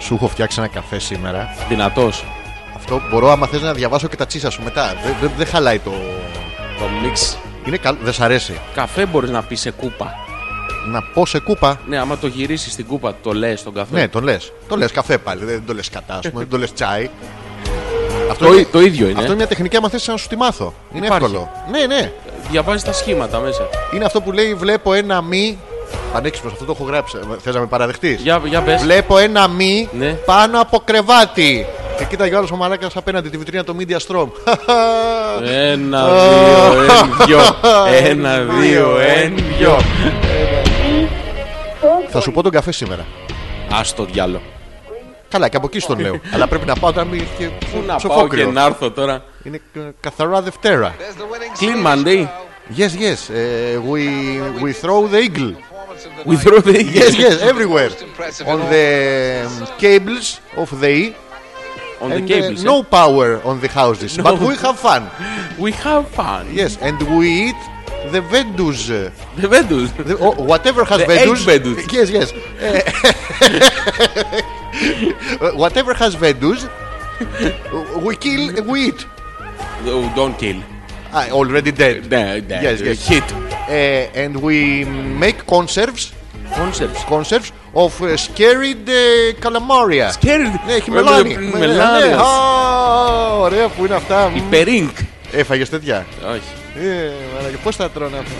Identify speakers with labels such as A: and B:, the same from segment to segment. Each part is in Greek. A: Σου έχω φτιάξει ένα καφέ σήμερα.
B: Δυνατός.
A: Αυτό μπορώ, άμα θες να διαβάσω και τα τσίσα σου μετά. Δεν δε, δε χαλάει το.
B: Το μίξ.
A: Είναι καλό, δεν σ' αρέσει.
B: Καφέ μπορείς να πεις σε κούπα.
A: Να πω σε κούπα.
B: Ναι, άμα το γυρίσεις στην κούπα, το λες τον καφέ.
A: Ναι, τον λες. Το λες καφέ πάλι. Δεν το λες κατά, ας πούμε. δεν το λες τσάι.
B: Αυτό το, είναι, το ίδιο είναι.
A: Αυτό είναι μια τεχνική, άμα θες να σου τη μάθω. Είναι
B: Υπάρχει.
A: εύκολο. Ναι, ναι.
B: Διαβάζεις τα σχήματα μέσα.
A: Είναι αυτό που λέει: Βλέπω ένα μη Πανέξυπνος, αυτό το έχω γράψει. Θες να με παραδεχτείς.
B: Για, για πες.
A: Βλέπω ένα μη
B: Ναι.
A: πάνω από κρεβάτι. Και κοίταγε ο άλλο ο μαλάκας απέναντι τη βιτρίνα το Media Strom.
B: Ένα, δύο, εν, δυο. Ένα, δύο, εν, δυο.
A: Θα σου πω τον καφέ σήμερα.
B: Ας το διάλο.
A: Καλά, και από εκεί στον λέω. Αλλά πρέπει να πάω τώρα μην και
B: Λοιπόν. Πού να πάω και
A: ψοφόκρυο.
B: να έρθω τώρα.
A: Είναι ε, καθαρά Δευτέρα.
B: Clean Monday.
A: Yes, yes. ε, we, we throw the eagle.
B: We throw the
A: Yes, yes, everywhere. On the cables of the E.
B: on the
A: And uh,
B: cables.
A: no power on the houses. But we have fun.
B: eh. We have fun.
A: Yes, and we eat the Vendus. uh,
B: The Vendors.
A: The, oh, whatever has
B: The
A: Vendus.
B: eight Vendus.
A: Yes, yes. Uh, whatever has Vendus, we kill, we eat.
B: Oh, don't kill.
A: Ah, already dead.
B: Ναι, ναι.
A: Yes, yes.
B: Hit.
A: Uh, and we make conserves,
B: Concepts.
A: conserves of uh, scared uh, calamaria.
B: Scared.
A: Ναι, έχει μελάνι.
B: Ε, Μελάνι.
A: Ναι, ναι. Α, Ωραία που είναι αυτά.
B: Υπερink.
A: Έφαγες τέτοια.
B: Όχι.
A: Ε, μαλάκα, πώς θα τρώνε αυτά.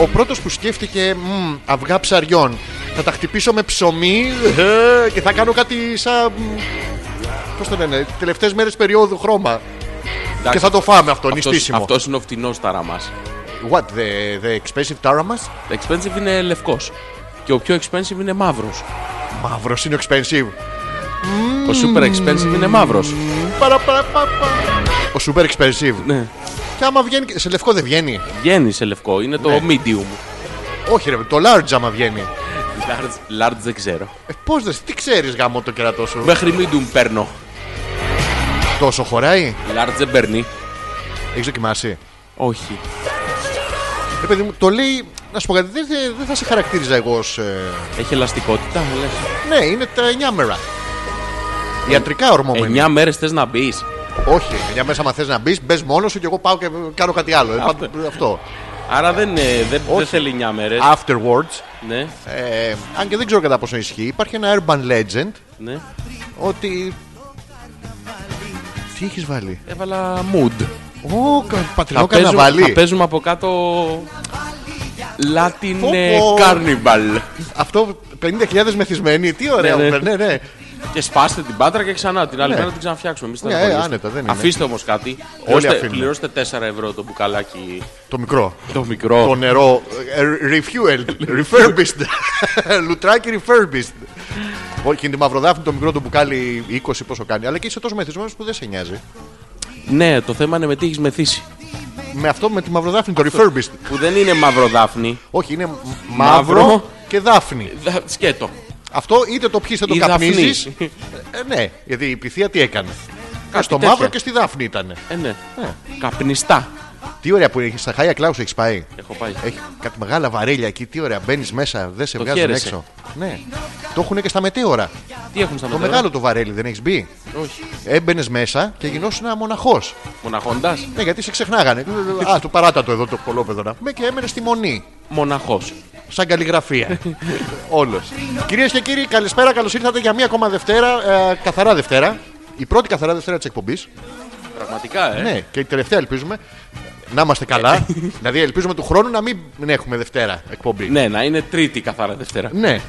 A: Ο πρώτος που σκέφτηκε μμ, αυγά ψαριών θα τα χτυπήσω με ψωμί ε, και θα κάνω κάτι σαν... μ, Πώς το λένε, τελευταίες μέρες περίοδου χρώμα. Και θα το φάμε αυτό,
B: Αυτός,
A: νηστίσιμο.
B: αυτός είναι ο φτηνός ταραμάς.
A: What, the, the expensive τάραμας?
B: The expensive είναι λευκός. Και ο πιο expensive είναι μαύρος.
A: Μαύρος είναι expensive.
B: Mm. Ο super expensive είναι μαύρος.
A: Mm. Παρα, παρα, πα, πα. Ο super expensive.
B: Ναι.
A: Και άμα βγαίνει, σε λευκό δεν βγαίνει.
B: Βγαίνει σε λευκό. Είναι το
A: Ναι.
B: medium.
A: Όχι ρε, το large άμα βγαίνει.
B: Large, large δεν ξέρω.
A: Ε, πώς δεν, τι ξέρεις γάμο το κερατό σου.
B: Μέχρι medium παίρνω.
A: Τόσο χωράει.
B: Large δεν παίρνει.
A: Έχεις δοκιμάσει.
B: Όχι.
A: Ρε παιδί μου, το λέει. Να σου πω κάτι, δεν δεν θα σε χαρακτήριζα εγώ ως, ε,
B: Έχει ελαστικότητα, μου λες.
A: Ναι, είναι τα 9 μέρα. Ιατρικά ορμόμενη.
B: Ε, Εννιά μέρες θες να μπεις.
A: Όχι, 9 μέσα, άμα θες να μπεις, μπες μόνος σου και εγώ πάω και κάνω κάτι άλλο. Ε,
B: Αυτό. Ε.
A: πάντ- Αυτό.
B: Άρα δεν, ε, δεν,
A: Όχι.
B: δεν θέλει 9 μέρες.
A: Afterwards,
B: Ναι,
A: ε, αν και δεν ξέρω κατά πόσο ισχύει, υπάρχει ένα urban legend
B: ναι.
A: ότι. Τι έχεις βάλει.
B: Έβαλα mood.
A: Ω, κα- πατρινό
B: παίζουμε, θα
A: καναβάλι.
B: παίζουμε από κάτω Latin
A: Πω,
B: ε,
A: πω.
B: Carnival.
A: Αυτό 50.000 μεθυσμένοι, τι ωραίο.
B: Ναι,
A: Ναι,
B: ναι.
A: ναι. ναι.
B: Και σπάστε την πάτρα και ξανά. Την άλλη
A: Ναι.
B: μέρα την ξαναφτιάξουμε. Εμείς θα
A: Ναι,
B: τα χωρίσουμε.
A: ε, άνετα, δεν είναι.
B: Αφήστε όμως κάτι. Πληρώστε,
A: αφήνουν.
B: πληρώστε 4 ευρώ το μπουκαλάκι
A: Το μικρό.
B: το μικρό.
A: Το νερό. ε, Refueled. Refurbished. Λουτράκι refurbished. Όχι, είναι τη μαυροδάφνη το μικρό το μπουκάλι 20 πόσο κάνει. Αλλά και είσαι τόσο μεθυσμένος που δεν σε νοιάζει.
B: Ναι, το θέμα είναι με τι έχεις μεθύσει.
A: Με αυτό με τη μαυροδάφνη το refurbished.
B: Που δεν είναι μαύρο δάφνη.
A: Όχι, είναι μ- μαύρο και δάφνη.
B: Δα- Σκέτο.
A: Αυτό είτε το πιει είτε το
B: Η δαφνή.
A: καπνίζεις. Ναι, γιατί η πυθία τι έκανε.
B: Κάτι
A: στο
B: τέτοια.
A: μαύρο και στη δάφνη ήταν.
B: Ε, ναι. Καπνιστά.
A: Τι ωραία που έχει. Στα Χάια Κλάους έχεις πάει.
B: Έχω πάει.
A: Έχει κάτι μεγάλα βαρέλια εκεί. Τι ωραία. Μπαίνεις μέσα, δεν σε
B: Το
A: βγάζουν
B: χαίρεσαι.
A: έξω. Ναι. Το έχουν και στα μετέωρα.
B: Τι έχουν στα
A: Το
B: μετρά.
A: μεγάλο το βαρέλι δεν έχεις μπει.
B: Όχι.
A: Έμπαινες μέσα και γινόσουν ένα μοναχό.
B: Μοναχώντας.
A: Ναι, γιατί σε ξεχνάγανε. Α, το παράτατο εδώ το κολόπεδο να πούμε και έμενες στη μονή.
B: Μοναχός.
A: Σαν καλλιγραφία. Όλος. Κυρίες και κύριοι, καλησπέρα. Καλώς ήρθατε για μία ακόμα Δευτέρα. ε, καθαρά Δευτέρα. Ναι, Η πρώτη καθαρά Δευτέρα της εκπομπής.
B: Πραγματικά, ε.
A: Ναι, και η τελευταία ελπίζουμε. Να είμαστε καλά. δηλαδή, ελπίζουμε του χρόνου να μην έχουμε Δευτέρα εκπομπή.
B: Ναι, να είναι Τρίτη καθαρά Δευτέρα.
A: Ναι.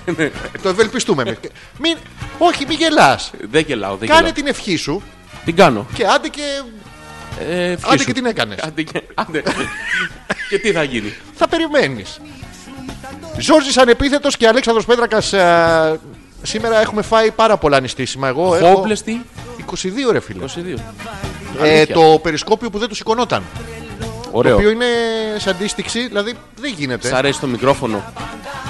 A: το ευελπιστούμε. μην... Όχι, μην γελάς.
B: Δεν γελάω, δεν
A: Κάνε
B: γελάω.
A: την ευχή σου
B: Την κάνω.
A: και άντε και.
B: Ε, ευχή
A: Άντε
B: σου.
A: και την έκανες.
B: Άντε και, άντε. και τι θα γίνει.
A: θα περιμένεις. Ζόρζης ανεπίθετος και Αλέξανδρος Πέτρακας α, Σήμερα έχουμε φάει πάρα πολλά νηστίσιμα. Εγώ έχω Ε,
B: Χόμπλες τι,
A: 22 ρε φίλε.
B: 22.
A: Ε,
B: Αλήθεια.
A: το περισκόπιο που δεν του σηκωνόταν. Το
B: Ωραίο.
A: οποίο είναι σαν αντίστοιξη, δηλαδή δεν γίνεται.
B: Σ' αρέσει το μικρόφωνο.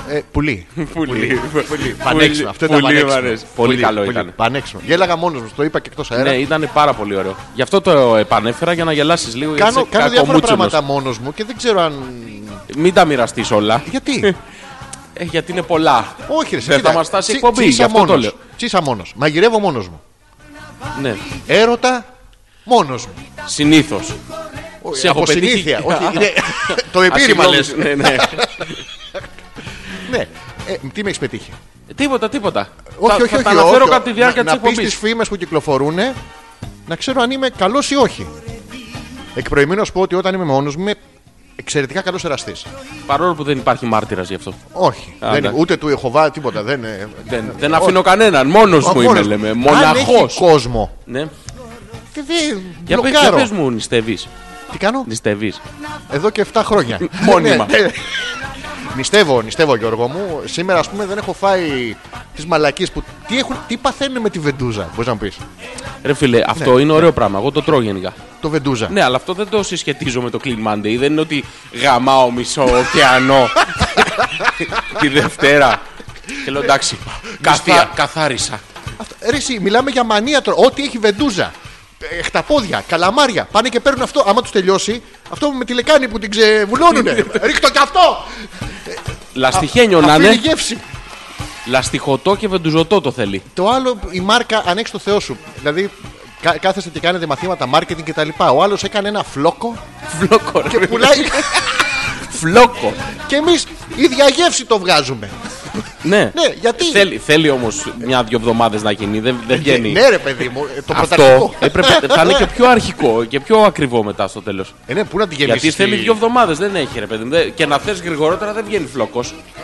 A: Ε, πουλί.
B: Πολύ. Πολύ.
A: Πανέξυπνο. Αυτό ήταν
B: πολύ
A: πανέξυπνο.
B: μ' αρέσει. Πολύ καλό ήταν.
A: Πανέξυπνο. Γέλαγα μόνος μου, το είπα και εκτός αέρα.
B: Ναι, ήταν πάρα πολύ ωραίο. Γι' αυτό το επανέφερα για να γελάσεις λίγο. γιατί
A: κάνω
B: είσαι
A: κάνω διάφορα
B: κακομούτσουλος.
A: πράγματα μόνος μου και δεν ξέρω αν.
B: Μην τα μοιραστείς όλα.
A: Γιατί.
B: Ε, γιατί είναι πολλά.
A: Όχι, ρε,
B: Δεν
A: κοίτα,
B: θα μας φτάσει
A: τσι-
B: εκπομπή,
A: τσίσα
B: γι' αυτό το
A: μόνος.
B: λέω.
A: Τσίσα μόνος. Μαγειρεύω μόνος μου.
B: Ναι.
A: Έρωτα μόνος μου.
B: Συνήθως.
A: Όχι,
B: Σε έχω
A: από
B: πετύχει.
A: συνήθεια. Όχι,
B: Α,
A: ναι. το επίρρημα λε.
B: Ναι, ναι.
A: Ναι. Ε, τι με έχεις πετύχει.
B: Ε, τίποτα, τίποτα.
A: Όχι,
B: θα,
A: όχι,
B: θα
A: όχι.
B: τα αναφέρω
A: όχι.
B: κατά τη διάρκεια της
A: Να πεις τι
B: εκπομπή.
A: φήμες που κυκλοφορούν να ξέρω αν είμαι καλός ή όχι. Εκ προημίου να σου πω ότι όταν είμαι μόνος μου είμαι εξαιρετικά καλός εραστής.
B: Παρόλο που δεν υπάρχει μάρτυρας γι' αυτό.
A: Όχι.
B: Α,
A: δεν,
B: ναι.
A: Ούτε του Ιεχωβά, τίποτα. Δεν, ε,
B: Δεν, δεν αφήνω κανέναν. Μόνος μου είμαι, λέμε.
A: Αν
B: Μοναχός.
A: έχει κόσμο.
B: Ναι.
A: Τι δεν
B: Για πες, για
A: μπλοκάρω.
B: πες μου, νηστεύεις.
A: Τι κάνω.
B: Νηστεύεις.
A: Εδώ και 7 χρόνια.
B: Μόνιμα.
A: Ναι, ναι. Νηστεύω, νηστεύω Γιώργο μου. Σήμερα ας πούμε δεν έχω φάει τις μαλακίες που... Τι, έχουν, τι παθαίνουν με τη βεντούζα, μπορείς να μου πεις.
B: Ρε φίλε, αυτό
A: Ναι,
B: είναι ωραίο πράγμα. Εγώ το τρώω γενικά.
A: Το βεντούζα.
B: Ναι, αλλά αυτό δεν το συσχετίζω με το Clean Monday. Δεν είναι ότι γαμάω μισό ωκεανό τη Δευτέρα. Και λέω εντάξει, καθα- καθάρισα.
A: Αυτό- Ρε εσύ, μιλάμε για μανία τώρα. Ό,τι έχει βεντούζα. ε, Χταπόδια, καλαμάρια. Πάνε και παίρνουν αυτό. Άμα τους τελειώσει, αυτό με τη λεκάνη που την ξεβουλώνουνε.
B: Ναι,
A: Ρίχτω κι αυτό!
B: Λαστιχένιο να
A: Αφήνει
B: είναι,
A: γεύση.
B: λαστιχωτό και βεντουζωτό το θέλει.
A: Το άλλο, η μάρκα ανοίξει το Θεό σου. Δηλαδή, κα- κάθεστε και κάνετε μαθήματα marketing κτλ. Ο άλλος έκανε ένα φλόκο
B: Φλόκο, ρε.
A: και πουλάει.
B: Φλόκο.
A: και εμείς ίδια γεύση το βγάζουμε.
B: Ναι,
A: Ναι, γιατί?
B: Θέλει, θέλει όμως μια-δυο εβδομάδες να γίνει. Δεν, δεν βγαίνει.
A: Ναι, ρε παιδί μου, ε, το
B: Αυτό
A: πρωταρχικό.
B: έπρεπε, θα είναι και πιο αρχικό και πιο ακριβό μετά στο τέλος.
A: Ε, ναι, πού να την γεμίσει.
B: Γιατί θέλει δύο εβδομάδες, δεν έχει ρε παιδί μου. Δεν- Και να θες γρηγορότερα δεν βγαίνει φλόκος.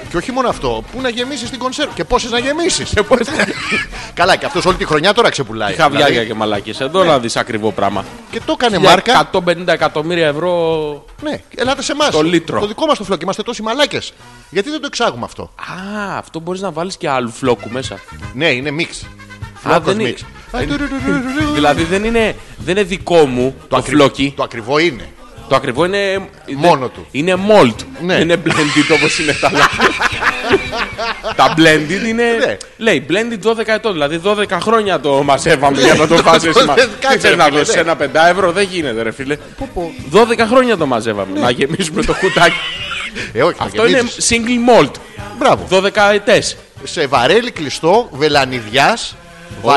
A: Και όχι μόνο αυτό, πού να γεμίσεις την κονσέρβα και πόσες να γεμίσεις.
B: Ε,
A: Καλά, και αυτός όλη τη χρονιά τώρα ξεπουλάει.
B: Χαβιάρια
A: Δηλαδή,
B: και μαλάκες Εδώ να δεις ακριβό πράγμα.
A: Και το έκανε
B: Για
A: μάρκα.
B: 150 εκατομμύρια ευρώ.
A: Ναι, ελάτε σε εμάς.
B: Το λίτρο.
A: Το δικό μας το φλόκ. Είμαστε τόσοι μαλάκες. Γιατί δεν το εξάγουμε αυτό.
B: Α, αυτό μπορείς να βάλεις και άλλου φλόκου μέσα.
A: Ναι, είναι μίξ. Φλόκος
B: δεν είναι-
A: μίξ. Α, τουρουρουρουρουρου.
B: Δηλαδή δεν είναι, δεν είναι δικό μου το,
A: ακρι-
B: φλόκι.
A: Το ακριβό είναι.
B: Το ακριβό είναι.
A: Μόνο
B: δεν-
A: του.
B: Είναι mold.
A: Ναι.
B: Δεν είναι blended όπως είναι τα άλλα. τα blended είναι.
A: Ναι.
B: Λέει blended 12 ετών. Δηλαδή 12 χρόνια το μαζεύαμε για να το βάζει.
A: Κάτσε, ρε
B: Δεν ξέρει να
A: φίλε,
B: δώσεις
A: ναι.
B: ένα 5 ευρώ. Δεν γίνεται, ρε φίλε.
A: Πω, πω. Ναι.
B: 12 χρόνια το μαζεύαμε. Να γεμίσουμε το κουτάκι.
A: Ε, όχι, θα
B: Αυτό είναι
A: γεμίσεις.
B: single mold.
A: Μπράβο.
B: 12 ετέ.
A: Σε βαρέλι κλειστό, βελανιδιάς.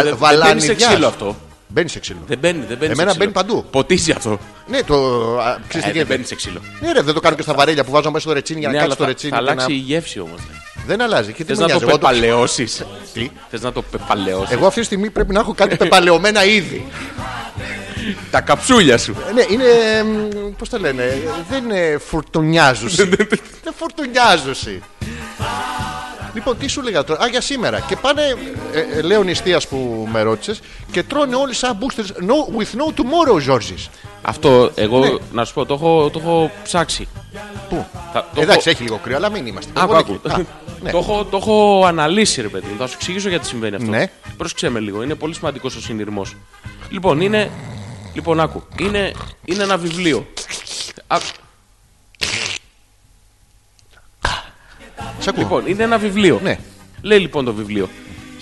B: δεν μπαίνει σε ξύλο αυτό.
A: Μπαίνει σε ξύλο.
B: Δεν μπαίνει, δεν μπαίνει.
A: Εμένα
B: σε ξύλο.
A: μπαίνει παντού.
B: Ποτίζει αυτό.
A: Ναι, το. α,
B: Ε,
A: Ξέρεις τι
B: δεν
A: γίνεται.
B: μπαίνει σε ξύλο.
A: Ναι, ρε, δεν το κάνω και στα βαρέλια που βάζω μέσα στο ρετσίνι για να
B: Ναι, αλλά
A: κάτσει το
B: θα,
A: ρετσίνι.
B: θα
A: και να-
B: αλλάξει η γεύση όμως.
A: Δεν αλλάζει. Και
B: Θε
A: τι με
B: να το
A: νοιάζει. Εγώ, το-
B: πεπαλαιώσεις.
A: Τι? Ε,
B: Θες να το πεπαλαιώσεις.
A: εγώ αυτή τη στιγμή πρέπει να έχω κάτι πεπαλαιωμένα ήδη.
B: Τα καψούλια σου.
A: Ε, Ναι, είναι. Πώ το λένε. ε, Δεν είναι φουρτουνιάζουση. δεν φουρτουνιάζουση. Λοιπόν, τι σου λέγα τώρα. Α, για σήμερα. Και πάνε, ε, ε, λέω νηστείας που με ρώτησες, και τρώνε όλοι σαν boosters. No, with no tomorrow, Georges.
B: Αυτό εγώ
A: Ναι.
B: να σου πω, το έχω, το έχω ψάξει.
A: Πού.
B: Θα- το
A: Εντάξει,
B: έχω-
A: έχει λίγο κρύο, αλλά μην είμαστε.
B: Άκου,
A: υπερβολικοί.
B: άκου.
A: Α, ναι.
B: Το έχω- Το έχω αναλύσει, ρε παιδί μου. Θα σου εξηγήσω γιατί συμβαίνει αυτό.
A: Ναι.
B: Πρόσεξε με λίγο. Είναι πολύ σημαντικός ο συνειρμός. Λοιπόν, είναι. Λοιπόν, άκου. Είναι, είναι ένα βιβλίο. Α,
A: Σ' ακούω.
B: λοιπόν, είναι ένα βιβλίο.
A: Ναι.
B: Λέει λοιπόν το βιβλίο.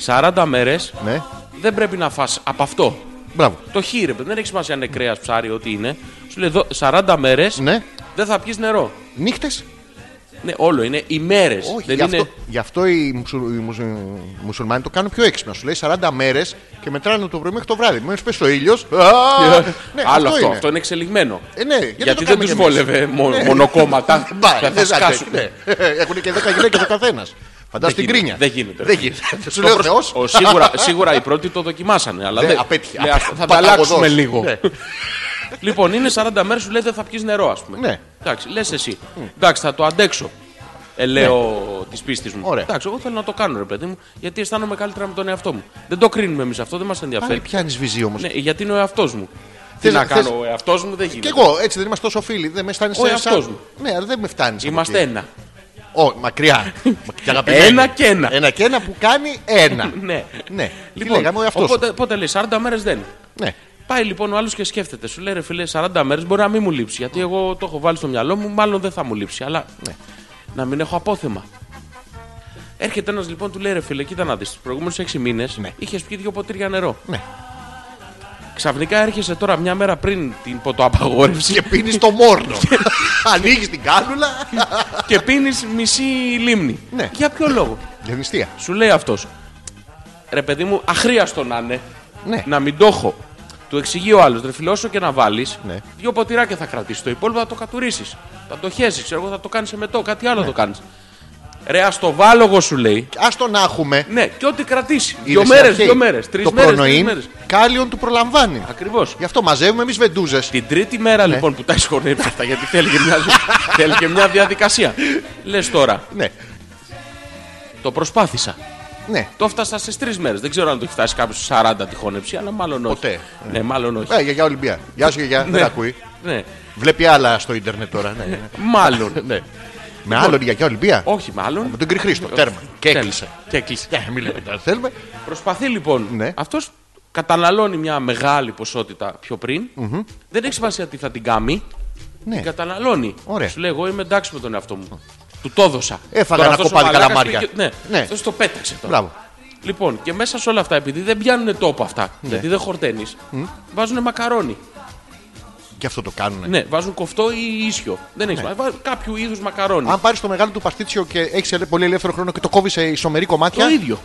B: 40 μέρες
A: Ναι.
B: δεν πρέπει να φας από αυτό.
A: Μπράβο.
B: Το χείρε, παιδί. Δεν έχει σημασία αν είναι κρέας, ψάρι, ό,τι είναι. Σου λέει εδώ 40 μέρες
A: Ναι.
B: δεν θα πιεις νερό.
A: Νύχτες.
B: Ναι, όλο είναι ημέρε.
A: Όχι,
B: Δεν
A: γι' αυτό,
B: είναι.
A: γι' αυτό οι, μουσου- οι μουσου- μουσουλμάνοι το κάνουν πιο έξυπνα. Σου λέει 40 μέρες και μετράνε το πρωί μέχρι το βράδυ. Μόλις πέσει ο ήλιος.
B: Άλλο αυτό, αυτό είναι εξελιγμένο.
A: ναι, Ε, ναι, γιατί, το
B: Γιατί δεν
A: κάνουμε
B: τους
A: κι εμείς. Ναι.
B: βόλευε μο- μονοκόμματα.
A: Μπα,
B: θα
A: δεν θα
B: θα σκάσουν.
A: ναι. Έχουν και 10 γυναίκε ο καθένας. Φαντάζομαι την κρίνια.
B: γίνεται, δεν γίνεται.
A: Δεν γίνεται. Σου
B: Το
A: λέω ο
B: προσ-
A: Θεός.
B: ο, σίγουρα, σίγουρα οι πρώτοι το δοκιμάσανε, αλλά
A: Ναι,
B: δεν.
A: απέτυχε.
B: Λέει,
A: Απέ-
B: ας- θα τα
A: παταγωδός.
B: αλλάξουμε λίγο.
A: Ναι.
B: λοιπόν, είναι 40 μέρες σου λέει δεν θα πιεις νερό, ας πούμε.
A: Ναι.
B: Εντάξει, λες εσύ. Εντάξει, θα το αντέξω. Ε, λέω της πίστης μου.
A: Ναι. Ωραία.
B: Εντάξει, εγώ θέλω να το κάνω, ρε παιδί μου, γιατί αισθάνομαι καλύτερα με τον εαυτό μου. Δεν το κρίνουμε εμείς αυτό, δεν μας ενδιαφέρει.
A: Πάλι πιάνεις βυζί όμως.
B: Ναι, γιατί είναι ο εαυτός μου. Τι
A: Θες-
B: να
A: θες-
B: κάνω, ο εαυτός μου δεν γίνεται.
A: Και εγώ έτσι δεν είμαστε τόσο φίλοι. Δεν με αισθάνεσαι
B: Ο
A: σαν-
B: εαυτός μου.
A: Ναι, αλλά δεν με φτάνεις.
B: Είμαστε ένα.
A: Ω, μακριά. Και αγαπημένοι.
B: Ένα και ένα.
A: Ένα και ένα που κάνει ένα.
B: Ναι.
A: ναι. Λοιπόν, Τι λέγαμε, ο εαυτός.
B: οπότε, οπότε λέει 40 μέρες δεν.
A: Ναι.
B: Πάει λοιπόν ο άλλος και σκέφτεται. Σου λέει ρε φίλε, 40 μέρες μπορεί να μην μου λείψει. Γιατί εγώ το έχω βάλει στο μυαλό μου, μάλλον δεν θα μου λείψει. Αλλά ναι, να μην έχω απόθεμα. Έρχεται ένας λοιπόν, του λέει ρε φίλε, κοίτα να δεις. Τους προηγούμενους 6 μήνες
A: Ναι.
B: είχες πιει δύο ποτήρια νερό.
A: Ναι.
B: Ξαφνικά έρχεσαι τώρα μια μέρα πριν την ποτοαπαγόρευση
A: Και πίνεις το μόρνο. Ανοίγεις την κάνουλα.
B: και πίνεις μισή λίμνη.
A: Ναι.
B: Για ποιο λόγο.
A: Για νηστεία.
B: Σου λέει αυτός. Ρε παιδί μου, αχρίαστο να είναι.
A: Ναι.
B: Να μην το έχω. Του εξηγεί ο άλλος. Ρε φίλε, όσο και να βάλεις,
A: Ναι.
B: δύο ποτηράκια θα κρατήσεις. Το υπόλοιπο θα το κατουρίσει. Θα το χέσει, ξέρω εγώ, θα το κάνεις σε μετό, κάτι
A: Ναι.
B: άλλο το κάνεις. Ρε, ας το βάλω εγώ σου λέει.
A: Ας το να έχουμε.
B: Ναι, και ό,τι κρατήσει.
A: Είναι
B: Δύο
A: στην
B: μέρες,
A: αρχή.
B: δύο μέρες, τρεις
A: Το
B: μέρες.
A: προνοήν κάλιον του προλαμβάνει.
B: Ακριβώς.
A: Γι' αυτό μαζεύουμε εμείς βεντούζες.
B: Την τρίτη μέρα
A: Ναι.
B: λοιπόν που τα έχει χωνέψει αυτά, γιατί θέλει και μια, θέλει και μια διαδικασία. Λες τώρα,
A: Ναι,
B: το προσπάθησα.
A: ναι.
B: Το έφτασα στι τρεις μέρες. Δεν ξέρω αν το έχει φτάσει κάποιος στου 40 τυχόνεψη, αλλά μάλλον όχι.
A: Ποτέ.
B: Ναι, μάλλον όχι.
A: Ε, για, για Ολυμπία. Γεια σου, γιαγιά. Δεν
B: Ναι.
A: ακούει.
B: Ναι,
A: Βλέπει άλλα στο ίντερνετ τώρα. Ναι, ναι.
B: μάλλον.
A: ναι. Με άλλον γιαγιά Ολυμπία.
B: όχι, μάλλον.
A: Με τον Κρυχρήστο. Τέρμα. Και έκλεισε.
B: Και έκλεισε.
A: Ε, Μην λέμε τα θέλουμε.
B: Προσπαθεί λοιπόν.
A: Ναι.
B: Αυτός καταναλώνει μια μεγάλη ποσότητα πιο πριν. Δεν έχει σημασία τι θα την κάνει.
A: Ναι.
B: Την καταναλώνει.
A: Ωραία.
B: Σου λέει, εγώ είμαι εντάξει με τον εαυτό μου. Του το έδωσα.
A: Έφαγα
B: Τώρα
A: ένα
B: αυτός ο
A: κοπάδι
B: μαλάκας
A: καλαμάρια.
B: πήγε- Ναι,
A: Ναι.
B: αυτός το πέταξε τώρα.
A: Μπράβο.
B: Λοιπόν, και μέσα σε όλα αυτά, επειδή δεν πιάνουν τόπο αυτά,
A: Ναι.
B: γιατί δεν χορταίνεις, βάζουν μακαρόνι.
A: Και αυτό το κάνουνε.
B: Ναι, βάζουν κοφτό ή ίσιο. Δεν
A: Ναι.
B: έχει σημασία. Βάζουν Κάποιο είδους μακαρόνι.
A: Αν πάρεις το μεγάλο του παστίτσιο και έχεις πολύ ελεύθερο χρόνο και το κόβεις σε ισομερή
B: Το
A: κομμάτια.
B: ίδιο.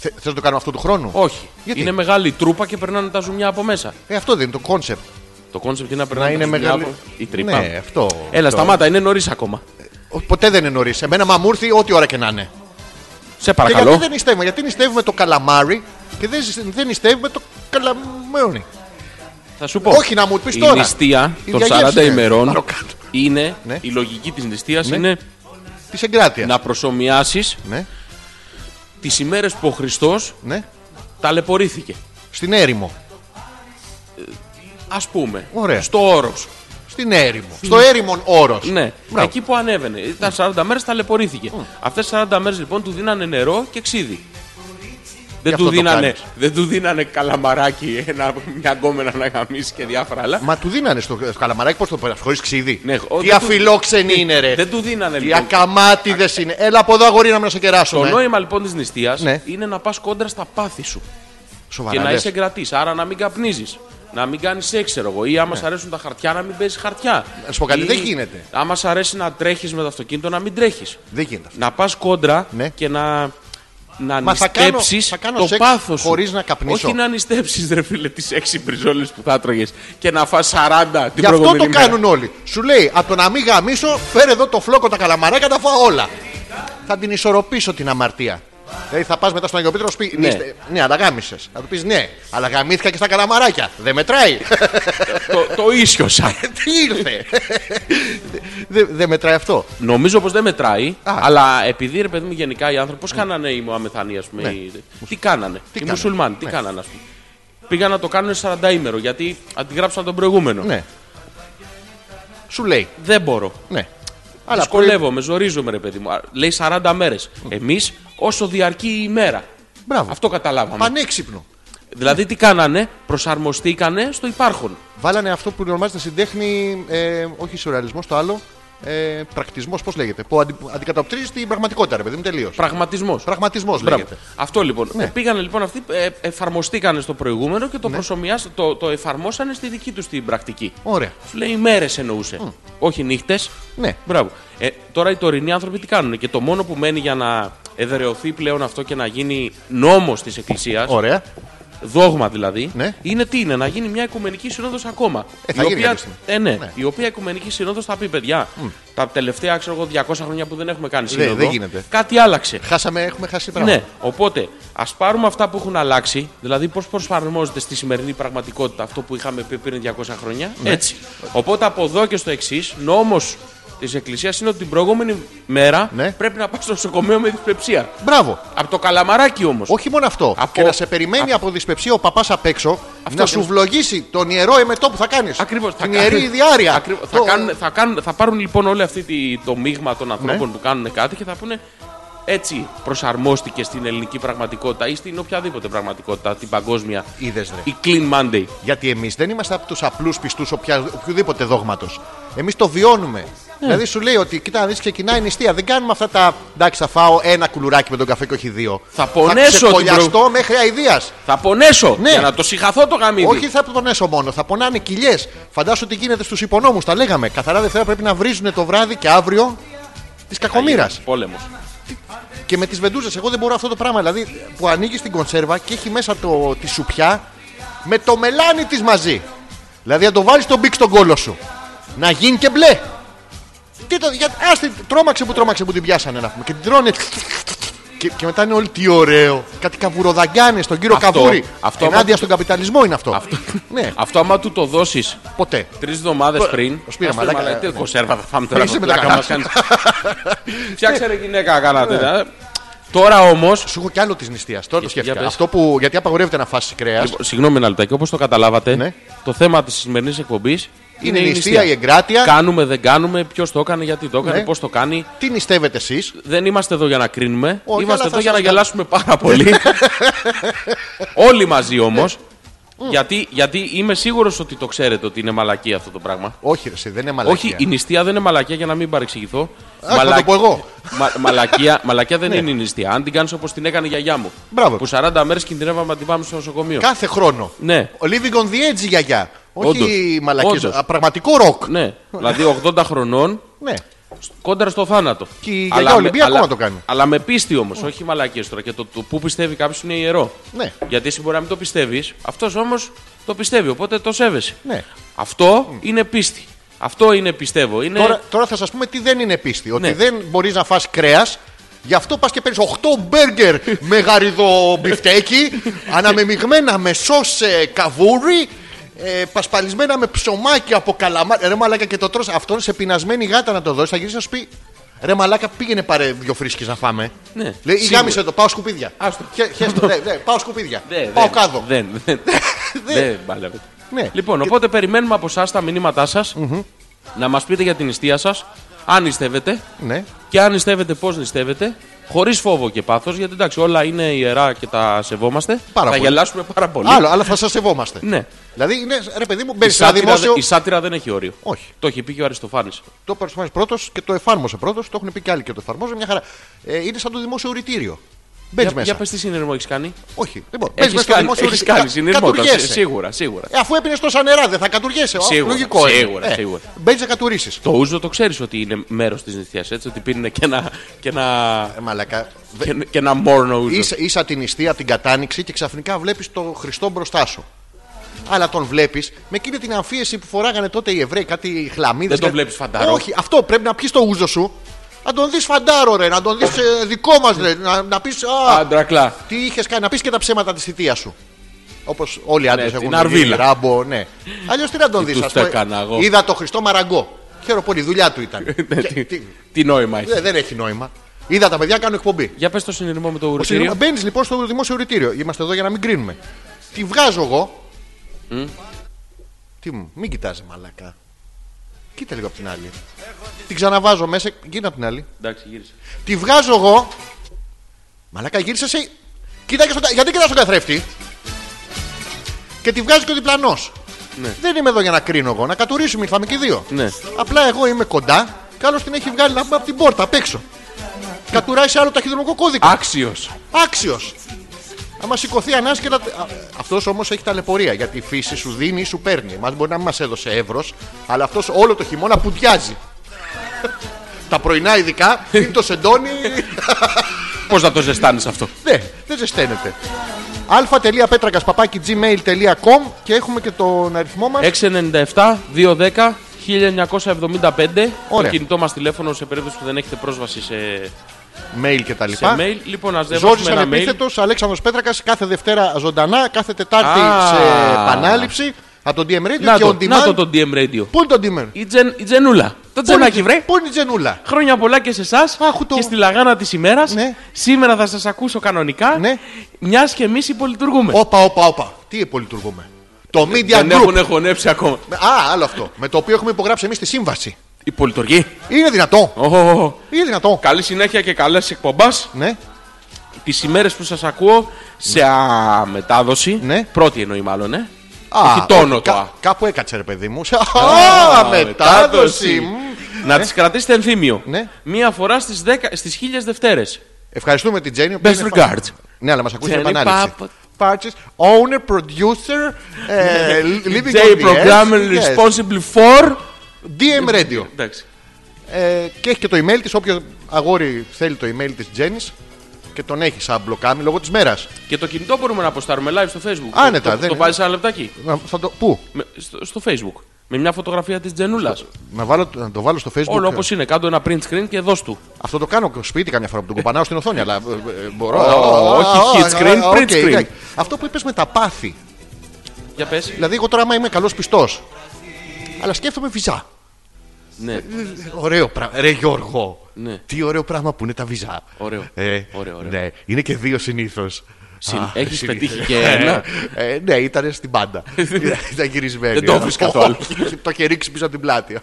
A: Θε θες να το κάνουμε αυτό του χρόνου.
B: Όχι.
A: Γιατί?
B: Είναι μεγάλη η τρούπα και περνάνε τα ζουμιά από μέσα.
A: Ε, αυτό δεν είναι το κόνσεπτ.
B: Το κόνσεπτ είναι να
A: Να
B: περνάνε
A: είναι
B: τα ζουμιά
A: μεγάλη.
B: από η τρύπα.
A: Ναι, αυτό.
B: Έλα,
A: αυτό.
B: σταμάτα, είναι νωρίς ακόμα.
A: Ο- Ποτέ δεν είναι νωρίς. Εμένα, μα μου ήρθε ό,τι ώρα και να είναι.
B: Σε
A: Και
B: παρακαλώ.
A: Ε, γιατί δεν νηστεύουμε, γιατί νηστεύουμε το καλαμάρι και δεν, ζη- δεν νηστεύουμε το καλαμέονι.
B: Θα σου πω.
A: Όχι, να μου πεις τώρα.
B: Η νηστεία
A: Η
B: των
A: διαγεύση
B: 40
A: είναι.
B: ημερών
A: Πάρω κάτω.
B: είναι.
A: Ναι.
B: Η λογική της νηστείας
A: Ναι.
B: είναι
A: Της εγκράτειας.
B: να προσωμιάσεις
A: Ναι,
B: τις ημέρες που ο Χριστός
A: ναι.
B: ταλαιπωρήθηκε.
A: Στην έρημο.
B: Ας πούμε.
A: Ωραία.
B: Στο όρος.
A: Στην έρημο. Στο έρημον όρος.
B: Ναι,
A: Μπράβο.
B: εκεί που ανέβαινε. Ήταν 40 μέρες, ταλαιπωρήθηκε. Αυτές Αυτέ 40 μέρες λοιπόν του δίνανε νερό και ξύδι. Δεν
A: αυτό
B: του,
A: το
B: δίνανε,
A: κάνεις.
B: δεν του δίνανε καλαμαράκι, ένα, μια γκόμενα να γαμίσει και διάφορα άλλα.
A: Μα του δίνανε στο στο καλαμαράκι πώς το πέρα, χωρίς ξύδι.
B: Ναι, ο-
A: Τι
B: δεν του-
A: αφιλόξενη είναι, ρε.
B: Δεν του δίνανε
A: Τι
B: λοιπόν.
A: ακαμάτιδες είναι. Έλα από εδώ, αγόρι, να μην σε
B: Το
A: κεράσουμε.
B: νόημα λοιπόν της νηστείας
A: Ναι.
B: είναι να πας κόντρα στα πάθη σου
A: Σοβαρά.
B: και να
A: λες.
B: είσαι εγκρατής. Άρα να μην καπνίζεις. Να μην κάνεις σεξ, ξέρω εγώ. Ή άμα σ' αρέσουν τα χαρτιά, να μην παίζεις χαρτιά.
A: Ναι. Να σου πω κάτι,
B: Ή
A: δεν γίνεται.
B: Άμα σ' αρέσει να τρέχεις με το αυτοκίνητο, να μην τρέχεις.
A: Δεν γίνεται αυτό.
B: να πας κόντρα
A: Ναι.
B: και να, να
A: Μα θα κάνω-
B: νηστέψεις
A: θα κάνω
B: το
A: σεξ
B: πάθος σου.
A: χωρίς να καπνίσω.
B: Όχι να νηστέψει, ρε φίλε, τις 6 μπριζόλες που θα τρώγε και να φας 40 την
A: Γι' αυτό
B: προηγούμενη
A: το
B: μέρα.
A: κάνουν όλοι. Σου λέει, από το να μην γαμίσω, φέρε εδώ το φλόκο τα καλαμαράκια, τα φάω όλα. Θα την ισορροπήσω την αμαρτία. Δηλαδή θα πας μετά στον Αγιο Πέτρο να σου πει:
B: Ναι.
A: «Νίστε- Ναι, αλλά γάμισε. Θα του πεις: Ναι, αλλά γαμήθηκα και στα καλαμαράκια. Δεν μετράει.
B: Το, το ίσιοσα.
A: Τι ήρθε. Δεν δεν μετράει αυτό.
B: Νομίζω πως δεν μετράει,
A: Α.
B: αλλά επειδή ρε παιδί μου γενικά οι άνθρωποι, πώς κάνανε οι Μωαμεθανοί, ας πούμε.
A: Ναι.
B: οι- Τι κάνανε. οι
A: κάνανε.
B: Μουσουλμάνοι, τι
A: Ναι.
B: κάνανε, ας πούμε. Πήγαν να το κάνουν 40 ημερο γιατί αντιγράψαν τον προηγούμενο.
A: Ναι. Σου λέει.
B: Δεν μπορώ.
A: Ναι.
B: Αλλά δυσκολεύομαι, ζορίζομαι, ρε παιδί μου. Α, Λέει 40 μέρες. Εμείς όσο διαρκεί η ημέρα.
A: Μπράβο.
B: Αυτό καταλάβαμε.
A: Πανέξυπνο.
B: Δηλαδή τι κάνανε, προσαρμοστήκανε στο υπάρχον.
A: Βάλανε αυτό που ονομάζεται συντέχνη, ε, όχι σουρεαλισμό, το άλλο. Ε, Πρακτισμός, πώς λέγεται. Που αντι, αντικατοπτρίζει την πραγματικότητα, ρε παιδί μου, τελείως.
B: Πραγματισμός.
A: Πραγματισμός λέγεται.
B: Αυτό λοιπόν.
A: Ναι.
B: Ε, Πήγανε λοιπόν αυτοί, ε, εφαρμοστήκανε στο προηγούμενο και το, προσωμιάσ- το, το εφαρμόσανε στη δική τους την πρακτική.
A: Ωραία.
B: Σου λέει ημέρες εννοούσε. Όχι νύχτες.
A: Ναι.
B: Μπράβο. Ε, τώρα οι τωρινοί άνθρωποι τι κάνουν. Και το μόνο που μένει για να εδρεωθεί πλέον αυτό και να γίνει νόμος της Εκκλησίας
A: Ωραία.
B: δόγμα δηλαδή,
A: Ναι.
B: είναι τι είναι, να γίνει μια οικουμενική συνόδο ακόμα.
A: Ε, θα
B: η,
A: γίνει
B: οποία,
A: κάποια στιγμή.
B: ε, ναι,
A: Ναι.
B: η οποία οικουμενική συνόδο θα πει, παιδιά, τα τελευταία ξέρω εγώ, 200 χρόνια που δεν έχουμε κάνει
A: Δε-
B: σύνοδο,
A: δεν γίνεται.
B: κάτι άλλαξε.
A: Χάσαμε, έχουμε χάσει πράγματα.
B: Ναι, οπότε ας πάρουμε αυτά που έχουν αλλάξει, δηλαδή πώς προσαρμόζεται στη σημερινή πραγματικότητα αυτό που είχαμε πει πριν 200 χρόνια.
A: Ναι.
B: Έτσι. Οπότε από εδώ και στο εξής, νόμος της Εκκλησίας είναι ότι την προηγούμενη μέρα
A: Ναι.
B: πρέπει να πας στο νοσοκομείο με δυσπεψία.
A: Μπράβο.
B: Από το καλαμαράκι όμως.
A: Όχι μόνο αυτό.
B: Από-
A: Και να σε περιμένει από δυσπευσία ο παπάς απ' έξω να
B: ακριβώς.
A: σου βλογίσει τον ιερό εμετό που θα κάνεις.
B: Ακριβώς,
A: Την
B: θα
A: ιερή
B: κάνουν-
A: διάρκεια.
B: Ακριβώς. Θα, κάνουν, θα, κάνουν, θα πάρουν λοιπόν όλο αυτό το μείγμα των ανθρώπων
A: Ναι.
B: που κάνουν κάτι και θα πούνε έτσι προσαρμόστηκε στην ελληνική πραγματικότητα ή στην οποιαδήποτε πραγματικότητα, την παγκόσμια.
A: Είδες, ρε.
B: Η Clean Monday.
A: Γιατί εμείς δεν είμαστε από τους απλούς πιστούς οποιοδήποτε δόγματος. Εμείς το βιώνουμε.
B: Ναι.
A: Δηλαδή σου λέει ότι κοίτα να δεις, ξεκινάει η νηστεία. Δεν κάνουμε αυτά τα. Εντάξει, θα φάω ένα κουλουράκι με τον καφέ και όχι δύο.
B: Θα πονέσω την
A: Θα ξεκολλιαστώ μέχρι αηδίας.
B: Θα πονέσω
A: Ναι.
B: για να το συγχαθώ το γαμίδι.
A: Όχι θα πονέσω μόνο, θα πονάνε κοιλιές. Φαντάσου τι γίνεται στους υπονόμους, τα λέγαμε. Καθαρά Δευτέρα πρέπει να βρίζουν το βράδυ και αύριο της κακομήρα.
B: Πόλεμος.
A: Και με τις βεντούζε, εγώ δεν μπορώ αυτό το πράγμα. Δηλαδή που ανοίγει την κονσέρβα και έχει μέσα το, τη σουπιά με το μελάνι της μαζί. Δηλαδή να το βάλεις τον μπικ στον κόλο σου. Να γίνει και μπλε. Τι το, για, ας την- τρόμαξε που τρόμαξε που την πιάσανε να πούμε. Και την τρώνε. Και, και μετά είναι όλοι τι ωραίο. Κάτι καβουροδαγκάνε στον κύριο
B: Αυτό-
A: Καβούρη.
B: αυτό
A: Ενάντια
B: άμα-
A: στον καπιταλισμό είναι αυτό.
B: Αυτό,
A: Ναι,
B: αυτό άμα του το δώσεις
A: ποτέ.
B: τρεις εβδομάδες πριν.
A: ως πείραμα,
B: ας πούμε,
A: μαλάκα,
B: «Μα, Τι
A: ναι.
B: κονσέρβα θα φάμε τώρα.
A: Είσαι
B: από
A: με τα
B: πλάκα μας
A: καλά.
B: κάνεις». Φτιάξε ρε γυναίκα, καλά
A: Ναι.
B: τέτοια. Τώρα όμως.
A: Σου έχω κι άλλο της νηστείας. Τώρα το σκέφτηκα.
B: πες.
A: Αυτό που. Γιατί απαγορεύεται να φάσει κρέα.
B: Συγγνώμη ένα λεπτάκι, όπως το καταλάβατε,
A: Λοιπόν, Ναι.
B: το θέμα της σημερινής εκπομπής
A: Είναι η νηστεία, η εγκράτεια.
B: Κάνουμε, δεν κάνουμε, ποιος το έκανε, γιατί το έκανε,
A: Ναι.
B: πώς το κάνει.
A: Τι νηστεύετε εσείς.
B: Δεν είμαστε εδώ για να κρίνουμε.
A: Όχι, αλλά
B: είμαστε
A: θα
B: εδώ για να
A: σας κάνω.
B: γελάσουμε πάρα πολύ. Όλοι μαζί όμως.
A: Ναι. Mm.
B: γιατί, γιατί είμαι σίγουρος ότι το ξέρετε ότι είναι μαλακή αυτό το πράγμα.
A: Όχι, ρε, εσύ, δεν είναι μαλακία.
B: Όχι, η νηστεία δεν είναι μαλακία για να μην παρεξηγηθώ.
A: Ας, θα το πω εγώ. Ναι.
B: Μα- μαλακία, μαλακία δεν είναι η νηστεία. Αν την κάνεις όπως την έκανε η γιαγιά μου.
A: Μπράβο.
B: Που 40 μέρες κινδυνεύαμε να την πάμε στο νοσοκομείο.
A: Κάθε χρόνο.
B: Ναι.
A: Ο Living on the edge η γιαγιά. Όχι
B: Όντως. Όντως.
A: μαλακία. Πραγματικό ροκ.
B: Ναι. δηλαδή 80 χρονών
A: Ναι.
B: κόντρα στο θάνατο.
A: Και η
B: Αλλά
A: γιαγιά
B: με-
A: Ολυμπία ακόμα
B: αλλά-
A: το κάνει.
B: Αλλά με πίστη όμως, όχι μαλακίες τώρα. Και το, το που πιστεύει κάποιος είναι ιερό.
A: Ναι.
B: Γιατί εσύ μπορεί να μην το πιστεύεις, αυτός όμως το πιστεύει, οπότε το σέβεσαι.
A: Ναι.
B: Αυτό είναι πίστη. Αυτό είναι πιστεύω. Είναι...
A: Τώρα, τώρα θα σας πούμε τι δεν είναι πίστη. Ότι
B: Ναι.
A: δεν μπορείς να φας κρέας. Γι' αυτό πας και παίρνεις 8 μπέργκερ με γαριδό μπιφτέκι, αναμεμειγμένα με σο καβούρι, ε, πασπαλισμένα με ψωμάκι από καλαμάρι. Ρε μαλάκα και το τρως αυτό σε πεινασμένη γάτα να το δώσει, θα γυρίσει να σου πει. Ρε μαλάκα πήγαινε πάρε δυο φρίσκες να φάμε.
B: Ναι,
A: Λέει,
B: σίγουρα.
A: γάμισε το, πάω σκουπίδια.
B: Άστο.
A: Χε- χέστο, ναι, ναι, πάω σκουπίδια.
B: Δεν,
A: πάω
B: δεν,
A: κάδο.
B: Δεν, δεν,
A: Δεν.
B: δεν παλεύετε.
A: Ναι.
B: Λοιπόν, οπότε περιμένουμε από εσά τα μηνύματά σας να μας πείτε για την νηστεία σας, αν νηστεύετε
A: Ναι.
B: και αν νηστεύετε, πώς νηστεύετε. Χωρίς φόβο και πάθος, γιατί εντάξει, όλα είναι ιερά και τα σεβόμαστε.
A: Πάρα
B: θα
A: πολύ.
B: γελάσουμε πάρα πολύ.
A: Άλλο, αλλά θα σας σεβόμαστε.
B: Ναι.
A: Δηλαδή, είναι, ρε παιδί μου,
B: Η
A: μπαίνει σε ένα
B: σάτυρα,
A: δημόσιο.
B: δεν- η σάτυρα δεν έχει όριο.
A: Όχι.
B: Το έχει πει και ο Αριστοφάνης.
A: Το παρουσιάζει πρώτος και το εφάρμοσε πρώτος. Το έχουν πει και άλλοι και το εφαρμόζουν. Μια χαρά. Ε, είναι σαν το δημόσιο ουρητήριο. Μπαίνεις
B: Για,
A: μέσα.
B: για πες τι συνειρμό έχεις κάνει.
A: Όχι. Λοιπόν, μπαίνεις
B: Έχεις
A: μέσα στο
B: κάνει,
A: δημόσιο
B: έχεις
A: ουρητήριο.
B: κάνει συνειρμό. τα-
A: κατουργέσαι.
B: Σίγουρα, σίγουρα.
A: Ε, αφού έπινες τόσα νερά, δεν θα κατουργέσαι. Ω,
B: Σίγουρα,
A: Λογικό είναι.
B: σίγουρα,
A: ε,
B: σίγουρα.
A: Μπαίνεις να κατουρίσεις.
B: Το ούζο το ξέρεις ότι είναι μέρος της νηστείας, έτσι, ότι πήρνε και ένα, και ένα,
A: Ε, μαλακά. Δε-
B: και, ένα- και ένα μόρνο ούζο.
A: Είσαι, είσαι την νηστεία, την κατάνοιξη και ξαφνικά βλέπεις τον Χριστό μπροστά σου. Αλλά τον βλέπεις με εκείνη την αμφίεση που φοράγανε τότε οι Εβραίοι, κάτι χλαμίδες.
B: Δεν τον βλέπεις φαντάρο.
A: Όχι, αυτό πρέπει να πιεις το ούζο σου. Να τον δεις φαντάρο, ρε, να τον δεις δικό μας, ρε. Να, να πεις.
B: Αντρακλά.
A: Τι είχες κάνει, να πεις και τα ψέματα της θητείας σου. Όπως όλοι οι άντρες
B: Ναι, την
A: έχουν.
B: αρβίλα.
A: Ράμπο, ναι. Αλλιώς τι να τον δεις,
B: τους τα έκανα εγώ.
A: Είδα το Χριστό μαραγκό. Χαίρο πολύ, η δουλειά του ήταν.
B: Ναι,
A: Και-
B: τι-
A: τι-
B: Τι νόημα έχει.
A: δε- δεν έχει νόημα. Είδα τα παιδιά κάνουν εκπομπή.
B: Για πες το συνειρμό με το ουρητήριο.
A: Μπαίνεις λοιπόν στο δημόσιο ουρητήριο. Είμαστε εδώ για να μην κρίνουμε. Τη βγάζω εγώ. Τι μου, μην κοιτάζει μαλακά. Κοίτα λίγο απ' την άλλη. Την ξαναβάζω μέσα. Κοίτα απ' την άλλη.
B: Εντάξει, γύρισε.
A: Τη βγάζω εγώ. Μαλακά, γύρισε εσύ. Κοίτα και στον... κα- Γιατί κοιτάς στον καθρέφτη. Και τη βγάζει και ο διπλανός. Δεν είμαι εδώ για να κρίνω εγώ. Να κατουρίσουμε ήρθαμε και οι δύο.
B: Ναι.
A: Απλά εγώ είμαι κοντά. Καλώ την έχει βγάλει να πούμε από την πόρτα απ' έξω. Κατουράει σε άλλο ταχυδρομικό κώδικα.
B: Άξιος.
A: Άξιος. Άμα σηκωθεί ανάσκελα. Αυτός όμως έχει ταλαιπωρία γιατί η φύση σου δίνει ή σου παίρνει. Μα μπορεί να μην μας έδωσε εύρος, αλλά αυτός όλο το χειμώνα πουτιάζει. Τα πρωινά ειδικά είναι το σεντόνι.
B: Πώς να το ζεστάνεις αυτό.
A: ναι, δεν ζεσταίνεται. αλφα.πέτρακα παπάκι gmail.com και έχουμε και τον αριθμό μας.
B: 697-210-1975. Το
A: Ωραία.
B: κινητό μας τηλέφωνο σε περίπτωση που δεν έχετε πρόσβαση σε,
A: Mail και τα
B: σε
A: λοιπά.
B: mail. Λοιπόν, ας
A: Ζόρζη
B: δεύσουμε ένα mail.
A: Ανεπίθετος, Αλέξανδρος Πέτρακας κάθε Δευτέρα ζωντανά, κάθε Τετάρτη
B: Α.
A: σε επανάληψη από τον DM Radio
B: Να
A: και
B: το,
A: on demand.
B: να το, το DM Radio.
A: Πού είναι το DM?
B: Η, τζεν, η Τζενούλα. Το τζενάκι, βρε.
A: Πού είναι η Τζενούλα.
B: Χρόνια πολλά και σε εσάς
A: Άχου το.
B: και στη λαγάνα της ημέρας.
A: Ναι.
B: Σήμερα θα σας ακούσω κανονικά.
A: Ναι.
B: Μιας και εμείς υπολειτουργούμε.
A: Όπα, όπα, όπα. Τι υπολειτουργούμε. Το Media
B: Δεν
A: Group.
B: έχουν χωνέψει ακόμα.
A: Α, άλλο αυτό. Με το οποίο έχουμε υπογράψει εμείς τη σύμβαση.
B: Υπολειτουργεί.
A: Είναι δυνατό.
B: Ω, ω, ω.
A: Είναι δυνατό.
B: Καλή συνέχεια και καλές εκπομπάς.
A: Ναι.
B: Τις ημέρες που σας ακούω σε αμετάδοση.
A: Ναι.
B: Πρώτη εννοεί μάλλον, ε.
A: Α,
B: Έχει τόνο
A: όχι,
B: το
A: κα-
B: α.
A: Κάπου έκατσε ρε παιδί μου. Σε- Α, μετάδοση. Μμ.
B: Να τις κρατήσετε ενθύμιο.
A: Ναι.
B: Μία φορά στις, 10, στις χίλιες Δευτέρες.
A: Ευχαριστούμε την Τζέννη.
B: Best regards.
A: Ναι, αλλά μας ακούσει
B: Jenny
A: επανάληψη.
B: Pap-
A: Patches, owner, producer, ε, living
B: Ναι,
A: on
B: J
A: the
B: Programmer
A: edge. Yes.
B: Responsible for...
A: DM Radio.
B: Εντάξει.
A: Ε, και έχει και το email της, όποιο αγόρι θέλει το email της Τζέννης και τον έχει σαν μπλοκάμι λόγω της μέρας.
B: Και το κινητό μπορούμε να αποστάρουμε live στο facebook.
A: Άνετα,
B: Το,
A: ναι, δεν
B: το
A: είναι.
B: βάζεις ένα λεπτάκι.
A: Να, θα το, πού?
B: Με- στο, στο facebook. Με μια φωτογραφία της Τζενούλας.
A: Να, βάλω, να το βάλω στο facebook.
B: Όλο όπως είναι. Κάντο ένα print screen και δώσ' του.
A: Αυτό το κάνω σπίτι καμιά φορά που τον κοπανάω στην οθόνη, αλλά ε, ε, μπορώ.
B: Ω, όχι
A: Α,
B: hit
A: α,
B: screen,
A: α,
B: print
A: οκ,
B: screen.
A: εντάξει. Αυτό που είπες με τα πάθη.
B: Για πες.
A: Δηλαδή, εγώ τώρα άμα είμαι καλός πιστός, αλλά σκέφτομαι βυζά.
B: Ναι.
A: Ωραίο πράγμα. Ρε Γιώργο.
B: Ναι.
A: Τι ωραίο πράγμα που είναι τα βυζά.
B: Ωραίο.
A: Ε,
B: Ωραίο, ωραίο.
A: Ναι. Είναι και δύο συνήθως.
B: Συν- έχεις πετύχει και ένα.
A: Ε, ναι, ήταν στην πάντα. Ήταν- ήταν γυρισμένη. Ε,
B: Δεν το άφησες καθόλου.
A: το είχε ρίξει πίσω από την πλάτη.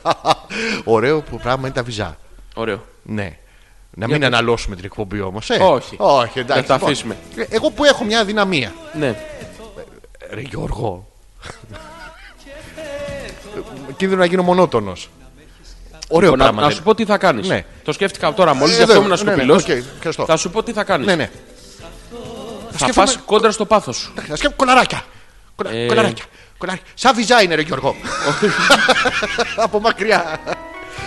A: Ωραίο που πράγμα είναι τα βυζά.
B: Ωραίο.
A: Ναι. Να μην αναλώσουμε την εκπομπή όμως. Ε.
B: Όχι.
A: Όχι, εντάξει.
B: Να τα
A: Λοιπόν,
B: αφήσουμε.
A: Εγώ που έχω μια αδυναμία.
B: Ναι.
A: Ρε Γιώργο. Κίνδυνο να γίνω μονότονος. Ωραίο
B: Λοιπόν, Να,
A: πράγμα.
B: να
A: δεν
B: σου πω τι θα κάνεις.
A: Ναι.
B: Το σκέφτηκα από τώρα μόλις,
A: Ε,
B: γι' αυτό
A: εδώ,
B: ήμουν
A: ναι, ναι,
B: σκοπιλός.
A: οκ, ευχαριστώ.
B: Θα σου πω τι θα κάνεις.
A: Ναι, ναι.
B: Θα
A: σκέφτομαι-
B: φας κόντρα στο πάθος σου.
A: Να σκέφτομαι κολαράκια. Κολα-
B: Ε.
A: Κολαράκια. Κολαράκια. Σαν βυζά είναι, ρε Γιώργο. από μακριά.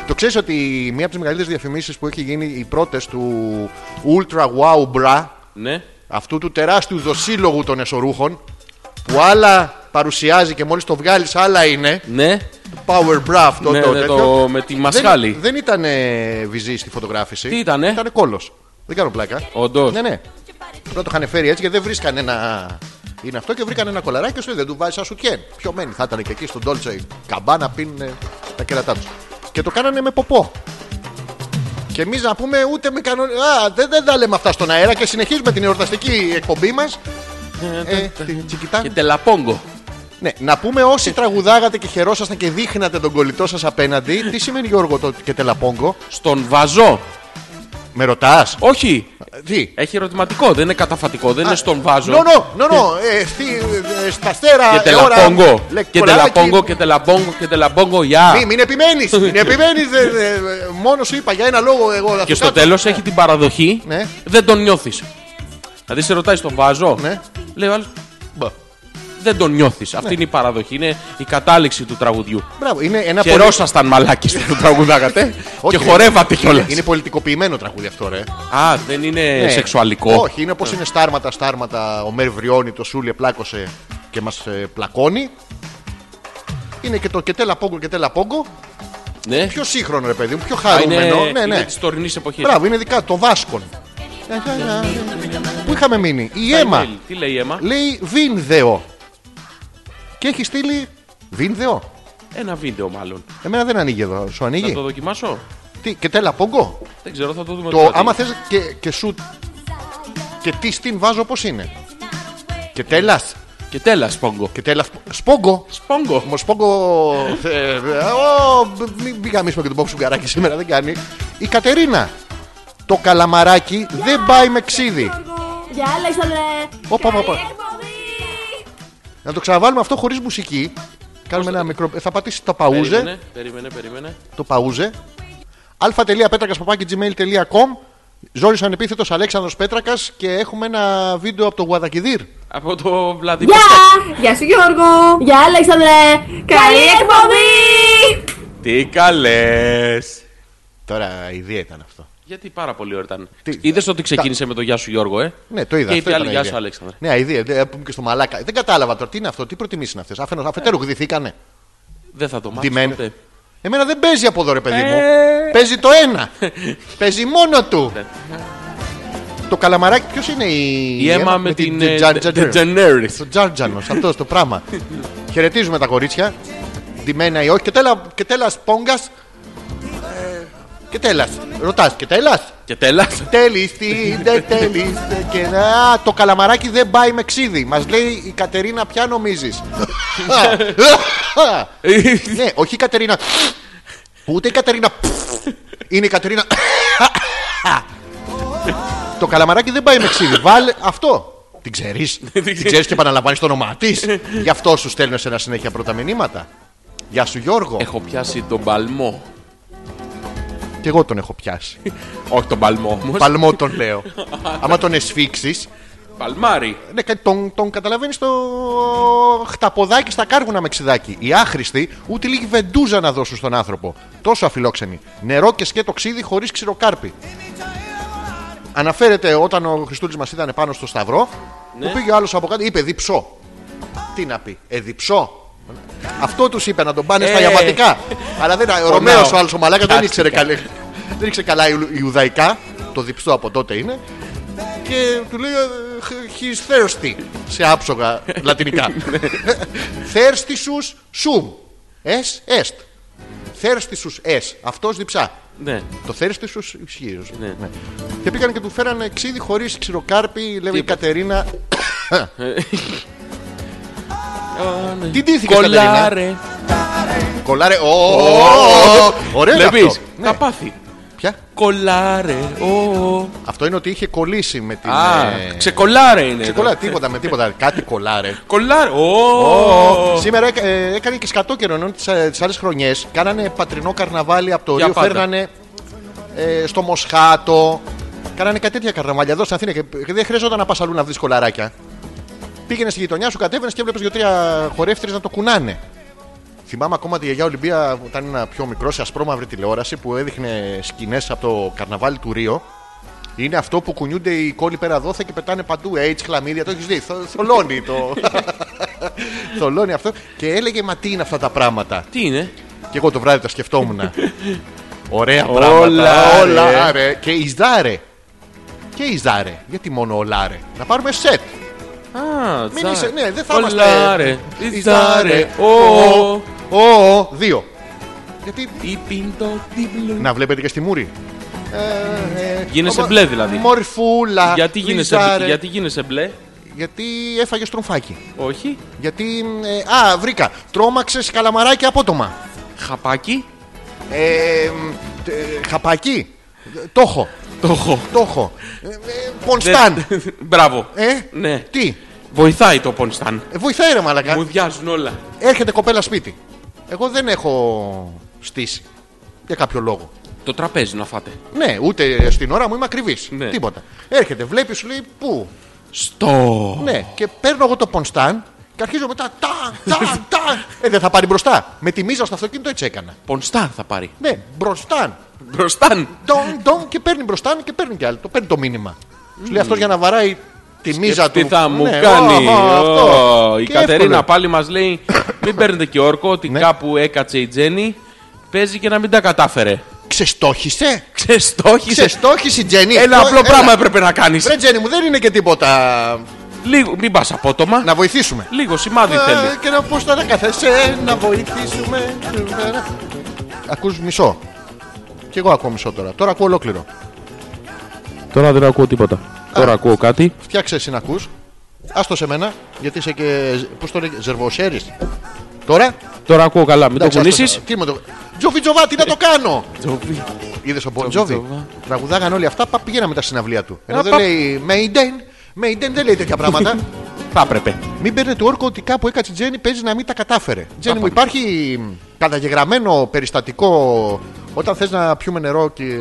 A: Το ξέρεις ότι μία από τις μεγαλύτερες διαφημίσεις που έχει γίνει οι πρώτες του Ultra Wow Bra
B: Ναι.
A: αυτού του τεράστιου δοσύλλογου των εσωρούχων που άλλα παρουσιάζει και μόλις το βγάλεις, άλλα είναι.
B: Ναι.
A: Power Bra αυτό
B: Ναι,
A: το
B: ναι,
A: τέτοιο.
B: το- με τη μασχάλη.
A: Δεν, δεν ήταν ε, βυζή στη φωτογράφηση.
B: Τι ήτανε?
A: Ήταν κόλος. Δεν κάνω πλάκα.
B: Όντως.
A: Ναι, ναι. Πρώτα το είχαν φέρει έτσι και δεν βρίσκανε ένα. Είναι αυτό και βρήκαν ένα κολαράκι και σου λέει, δεν του βάζεις σαν σουτιέν. Πιωμένοι θα ήταν και εκεί στον Dolce Καμπάνα πίνουν ε, τα κερατά τους. Και το κάνανε με ποπό. Και εμείς να πούμε ούτε με κανονι... Α, δεν, δεν τα λέμε αυτά στον αέρα και συνεχίζουμε την εορταστική εκπομπή μας.
B: Ναι,
A: Ε, την τσικιτά.
B: Και τελαπόγκο.
A: Ναι, να πούμε όσοι τραγουδάγατε και χαιρόσασταν και δείχνατε τον κολλητό σα απέναντι, τι σημαίνει Γιώργο το και τελαπόγκο.
B: Στον βαζό.
A: Με ρωτά.
B: Όχι.
A: Τι.
B: Έχει ερωτηματικό. Δεν είναι καταφατικό. Δεν είναι στον βάζο.
A: Νο, νο, νο, νο, ε, στη- ε, στα αστέρα.
B: Και τελαπόγκο.
A: Λε,
B: Και
A: κολλάκι.
B: τελαπόγκο και τελαπόγκο και τελαπόγκο. Γεια.
A: Μη, μην επιμένει, μην επιμένει. μόνο σου είπα για ένα λόγο εγώ. θα
B: Και
A: το
B: στο
A: κάνω.
B: τέλο έχει την παραδοχή.
A: Ναι.
B: Δεν τον νιώθει. Δηλαδή σε ρωτάει στον βάζο.
A: Ναι.
B: Λέει ο άλλος,
A: Μπα.
B: Δεν τον νιώθεις. Αυτή είναι η παραδοχή. Είναι η κατάληξη του τραγουδιού.
A: Μπράβο, είναι ένα πολύ-
B: Χαιρόσασταν μαλάκι που τραγουδάγατε.
A: Όχι,
B: Και
A: ρε.
B: χορεύατε κιόλας.
A: Είναι πολιτικοποιημένο τραγούδι αυτό, ρε.
B: Α, δεν είναι
A: Ναι.
B: Ε, σεξουαλικό.
A: Όχι, είναι όπως είναι στάρματα, στάρματα. Ο Μέρ Βριώνη το Σούλια πλάκωσε και μας πλακώνει. Είναι και το κετέλα πόγκο, κετέλα πόγκο.
B: Ναι.
A: Πιο σύγχρονο, ρε παιδί μου, πιο
B: Α, Είναι,
A: χαρούμενο. ναι, ναι.
B: είναι της τωρινής εποχής.
A: Μπράβο, είναι δικά το Βάσκον. Πού είχαμε μείνει, η Έμα
B: Τι λέει η αίμα.
A: λέει Βίνδεο. Και έχει στείλει Βίνδεο.
B: Ένα βίντεο μάλλον.
A: Εμένα δεν ανοίγει εδώ, σου
B: Να το
A: ανοίγει.
B: δοκιμάσω.
A: Τι, και τέλα πόγκο.
B: Δεν ξέρω, θα το δούμε.
A: Το
B: τώρα.
A: άμα θες και, και σου. Και τι στην βάζω πώς είναι. Και τέλας.
B: Και τέλας, σπόγκο.
A: Και τέλας. Σπόγκο.
B: Σπόγκο.
A: Όμω σπόγκο. ε, ω, μη- Μην γαμίσουμε και τον πόψου γκαράκι σήμερα, δεν κάνει. Η Κατερίνα. Το καλαμαράκι δεν πάει με ξύδι.
C: Γεια, Αλέξανδρε!
A: Όπα, όπα, όπα.
C: Καλή εκπομπή.
A: Να το ξαναβάλουμε αυτό χωρίς μουσική. Κάνουμε ένα μικρό. ε, Θα πατήσει το παούζε.
B: Περίμενε, περίμενε, περίμενε.
A: Το παούζε. αλφα.πέτρακα.gmail.com Ζόρις ανεπίθετος Αλέξανδρος Πέτρακας και έχουμε ένα βίντεο από το Γουαδακιδίρ.
B: Από το Βλαντιβό.
C: Γεια! Γεια σου Γιώργο! Γεια Αλέξανδρε! Καλή εκπομπή!
B: Τι καλές.
A: Τα- τώρα ιδέα ήταν αυτό.
B: Γιατί πάρα πολύ ωραία ήταν.
A: Τι-
B: Είδες ότι ξεκίνησε με το Γεια σου Γιώργο, ε.
A: Ναι, το είδα.
B: Και
A: αυτό
B: είπε
A: ήταν
B: άλλη Γεια
A: ιδέα.
B: σου Αλέξανδρε.
A: Ναι, ιδέα. δε- που και στο μαλάκα. Δεν κατάλαβα τώρα τι είναι αυτό, τι προτιμήσεις είναι αυτές. Αφενό,
B: Ε,
A: αφετέρου γδυθήκανε.
B: Δεν θα το μάθεις.
A: Ντυμένοι.
B: ποτέ.
A: Εμένα δεν παίζει από εδώ, ρε παιδί μου.
B: Ε. Ναι.
A: Παίζει το ένα. παίζει μόνο του. το καλαμαράκι, ποιος είναι η.
B: Η Έμα με την. ε,
A: Τζαν-
B: The-
A: Τζαντζέρ.
B: The Generis.
A: Ο Τζάρτζανο, αυτός το πράγμα. Χαιρετίζουμε τα κορίτσια. Ντυμένα ή όχι. Και τέλα πόγκας. Και τέλας. Ρωτάς, και τέλας.
B: Και τέλας.
A: Τέλει, τι, δεν τέλει. Και να, το καλαμαράκι δεν πάει με ξύδι. Μας λέει η Κατερίνα, ποια νομίζεις. ναι, όχι η Κατερίνα. Ούτε η Κατερίνα. Είναι η Κατερίνα. το καλαμαράκι δεν πάει με ξύδι. Βάλε αυτό. Την ξέρεις. Την ξέρεις και επαναλαμβάνεις το όνομά της. Γι' αυτό σου στέλνω σε ένα συνέχεια πρώτα μηνύματα. Γεια σου Γιώργο.
B: Έχω πιάσει τον παλμό.
A: Και εγώ τον έχω πιάσει.
B: Όχι τον παλμό όμως.
A: Παλμό τον λέω. Άμα τον εσφίξεις,
B: Παλμάρι.
A: Ναι, κα- τον, τον καταλαβαίνεις το χταποδάκι στα κάργουνα με ξυδάκι. Οι άχρηστοι ούτε λίγη βεντούζα να δώσουν στον άνθρωπο. Τόσο αφιλόξενοι. Νερό και σκέτο ξύδι χωρίς ξηροκάρπι. Αναφέρεται όταν ο Χριστούλης μας ήταν πάνω στο Σταυρό, που πήγε ο άλλος από κάτω, είπε διψώ. Τι να πει, ε, διψώ. Αυτό τους είπε να τον πάνε στα
B: Ε.
A: γιαματικά. Αλλά δεν, ο Ρωμαίο ο άλλος ο Μαλάκα δεν
B: Πιάστηκα.
A: ήξερε καλέ. Δεν ήξερε καλά Ιου- Ιουδαϊκά. Το διψώ από τότε είναι. Και του λέει «Ε, He's thirsty σε άψογα λατινικά. thirsty sus sum. Es est. Thirsty sus es. Αυτός διψά.
B: Ναι.
A: Το thirsty sus ισχύει.
B: Ναι.
A: Ναι. Και πήγαν και του φέρανε ξύδι χωρίς ξηροκάρπι, λέει η
B: είπες?
A: Κατερίνα.
B: Α, ναι.
A: Τι ντύθηκες,
B: Κολλάρε.
A: Κολλάρε. Ω, Ωραίο είναι
B: Βλέπεις.
A: αυτό. Ναι.
B: Τα πάθη.
A: Ποια?
B: Κολλάρε. Ω.
A: Αυτό είναι ότι είχε κολλήσει με την.
B: Α,
A: ε,
B: ξεκολλάρε είναι.
A: Ξεκολλά, τίποτα με τίποτα. Κάτι κολλάρε.
B: Κολλάρε.
A: Ω,
B: Ω.
A: Σήμερα έκα- ε, έκανε και σκατό καιρό ενώ ε, τις άλλες χρονιές κάνανε πατρινό καρναβάλι από το
B: Για
A: Ρίο.
B: πάντα.
A: Φέρνανε ε, στο Μοσχάτο. Κάνανε κάτι τέτοια καρναβάλια εδώ στην Αθήνα και και δεν χρειαζόταν να πας αλλού να βρεις κολαράκια. Πήγαινε στη γειτονιά σου, κατέβαινες και έβλεπες δύο-τρία χορεύτριες να το κουνάνε. Θυμάμαι ακόμα τη γιαγιά Ολυμπία όταν ήμουν πιο μικρό σε ασπρόμαυρη τηλεόραση που έδειχνε σκηνές από το καρναβάλι του Ρίο. Είναι αυτό που κουνιούνται οι κόλλοι πέρα δόθε και πετάνε παντού. AIDS, χλαμίδια, το έχεις δει. θο- Θολώνει το. θολώνει αυτό. Και έλεγε Μα τι είναι αυτά τα πράγματα.
B: Τι είναι.
A: Και εγώ το βράδυ τα σκεφτόμουν. Ωραία
B: Όλα, ε.
A: πράγματα.
B: ρε.
A: όλα, ρε. Και Ισδάρε. Και Ισδάρε. Γιατί μόνο ολάρε. Να πάρουμε σετ.
B: Α,
A: Μην
B: τζα-
A: είσαι- ναι, δεν θα
B: Κολλάρε.
A: είμαστε-
B: Ιζάρε.
A: Ω,
B: Ω.
A: ω, ω, δύο. Γιατί
B: Η πιντο τίπλου.
A: να βλέπετε και στη μούρη. Ε, ε,
B: Γίνεσαι
A: οπα-
B: μπλε, δηλαδή.
A: Μορφούλα.
B: Γιατί γίνεσαι,
A: Ιζάρε.
B: γιατί γίνεσαι μπλε.
A: Γιατί έφαγες τρομφάκι.
B: Όχι.
A: Γιατί. ε, α, βρήκα. Τρώμαξε καλαμαράκι απότομα.
B: Χαπάκι.
A: Ε, μ, τε- χαπάκι. Ε, Το έχω.
B: Το έχω.
A: Το έχω. Ε, ε, Πονστάν.
B: Δεν- Μπράβο.
A: Ε,
B: Ναι.
A: τι.
B: Βοηθάει το Πονστάν.
A: Ε, βοηθάει ρε μαλακά.
B: Μου διάζουν όλα.
A: Έρχεται κοπέλα σπίτι. Εγώ δεν έχω στήσει. Για κάποιο λόγο.
B: Το τραπέζι να φάτε.
A: Ναι, ούτε στην ώρα μου είμαι ακριβής.
B: Ναι.
A: Τίποτα. Έρχεται, βλέπει, σου λέει πού.
B: Στο.
A: Ναι, και παίρνω εγώ το Πονστάν και αρχίζω μετά. Τα, τα, τα. Ε, δεν θα πάρει μπροστά. Με τη μίζα στο αυτοκίνητο έτσι έκανα.
B: Πονστάν θα πάρει.
A: Ναι, μπροστάν.
B: Μπροστάν.
A: Ντον, ντον και παίρνει μπροστά και παίρνει κι άλλο. Το παίρνει το μήνυμα. Σου λέει αυτός για να βαράει τη μίζα του.
B: Mm. Τι θα μου
A: Ναι,
B: κάνει.
A: ω, ω, αυτό.
B: Ω, Η
A: Και
B: Κατερίνα
A: εύκολο.
B: πάλι μας λέει: Μην παίρνετε και όρκο ότι
A: Ναι.
B: κάπου έκατσε η Τζέννη. Παίζει και να μην τα κατάφερε.
A: Ξεστόχησε.
B: Ξεστόχισε.
A: Ξεστόχησε η Τζέννη.
B: Ένα
A: Αυτό,
B: απλό πράγμα έπρεπε να κάνεις.
A: Ρε Τζέννη μου δεν είναι και τίποτα.
B: Λίγο, μην πας απότομα.
A: Να βοηθήσουμε.
B: Λίγο σημάδι
A: Ε,
B: θέλει.
A: Και να πω τώρα καθεσέ να βοηθήσουμε. Ακούς μισό. Κι εγώ ακούω μισό τώρα. Τώρα ακούω ολόκληρο.
B: Τώρα δεν ακούω τίποτα. Τώρα ακούω κάτι.
A: Φτιάξε εσύ να ακούς. Άστο σε μένα, γιατί είσαι και. Πώς το λέγε, Ζερβοσέρης. Τώρα.
B: Τώρα ακούω καλά. Μην το
A: εντάξει, άστο σε-
B: κουνήσει.
A: Τι με το. Τζοβιτζοβά, τι να το κάνω! Είδε ο Μποντζόβι.
B: Τζοβιτζοβά.
A: Τραγουδάγαν όλοι αυτά, πα πηγαίναμε τα συναυλία του. Ενώ
B: Α,
A: δεν
B: πα-
A: λέει Maiden, Maiden δεν λέει τέτοια πράγματα.
B: Θα έπρεπε.
A: Μην παίρνετε του όρκο ότι κάπου έκατσε η Τζέννη, παίζει να μην τα κατάφερε. Τζέννη μου, υπάρχει καταγεγραμμένο περιστατικό. Όταν θες να πιούμε νερό και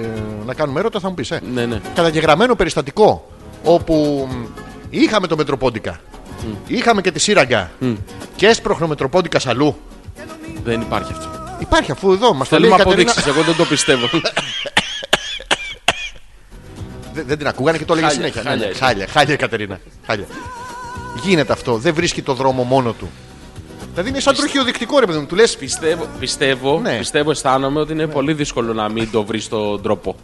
A: να κάνουμε έρωτα, θα μου πεις. Ε.
B: Ναι, ναι.
A: Καταγεγραμμένο περιστατικό όπου μ, είχαμε το Μετροπόντικα. Είχαμε και τη Σύραγγα. Και έσπροχνο Μετροπόντικας αλλού.
B: Δεν υπάρχει αυτό.
A: Υπάρχει αφού εδώ μας το λέει
B: Θέλουμε
A: η Κατερίνα.
B: αποδείξεις. Εγώ δεν το πιστεύω.
A: δεν- δεν την ακούγανε και το έλεγε
B: Χάλια,
A: συνέχεια. Ναι,
B: χάλια
A: ναι,
B: ήταν.
A: Χάλια, χάλια η Κατερίνα. Χάλια. Γίνεται αυτό. Δεν βρίσκει το δρόμο μόνο του. Δηλαδή είναι σαν τροχιοδεικτικό ρε παιδί μου. Του λες.
B: Πιστεύω, πιστεύω,
A: Ναι.
B: πιστεύω, αισθάνομαι ότι είναι πολύ δύσκολο να μην το βρεις στον τρόπο.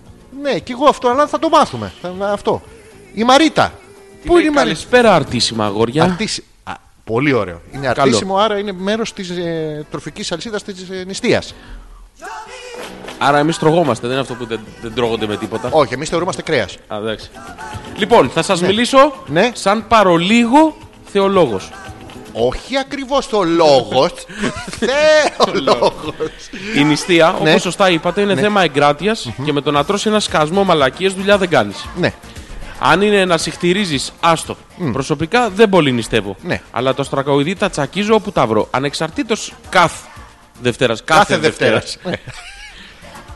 A: Ναι, κι εγώ αυτό, αλλά θα το μάθουμε. Θα- Αυτό. Η Μαρίτα. Πού είναι η Μαρίτα.
B: Καλησπέρα, αρτήσιμα αγόρια.
A: Αρτίσι- Α, πολύ ωραίο. Είναι
B: Καλό.
A: αρτήσιμο, άρα είναι μέρος της ε, τροφικής αλυσίδας της ε, νηστείας.
B: Άρα εμείς τρογόμαστε, δεν είναι αυτό που δεν, δεν τρώγονται με τίποτα.
A: Όχι, εμείς θεωρούμαστε κρέας.
B: Α, εντάξει. Λοιπόν, θα σας μιλήσω
A: Ναι.
B: σαν παρολίγο θεολόγος.
A: Όχι ακριβώς ο λόγο. Θεολόγος.
B: Η νηστεία, όπως
A: Ναι.
B: όπως σωστά είπατε, είναι θέμα εγκράτειας και με το να τρώσει ένα σκασμό μαλακίες δουλειά δεν κάνεις.
A: Ναι.
B: Αν είναι να συχτηρίζεις, άστο. Προσωπικά δεν πολύ νηστεύω.
A: Ναι.
B: Αλλά το στρακοειδή τα τσακίζω όπου τα βρω. Ανεξαρτήτως καθ Δευτέρας. Κάθε,
A: Κάθε
B: Δευτέρας.
A: Δευτέρας.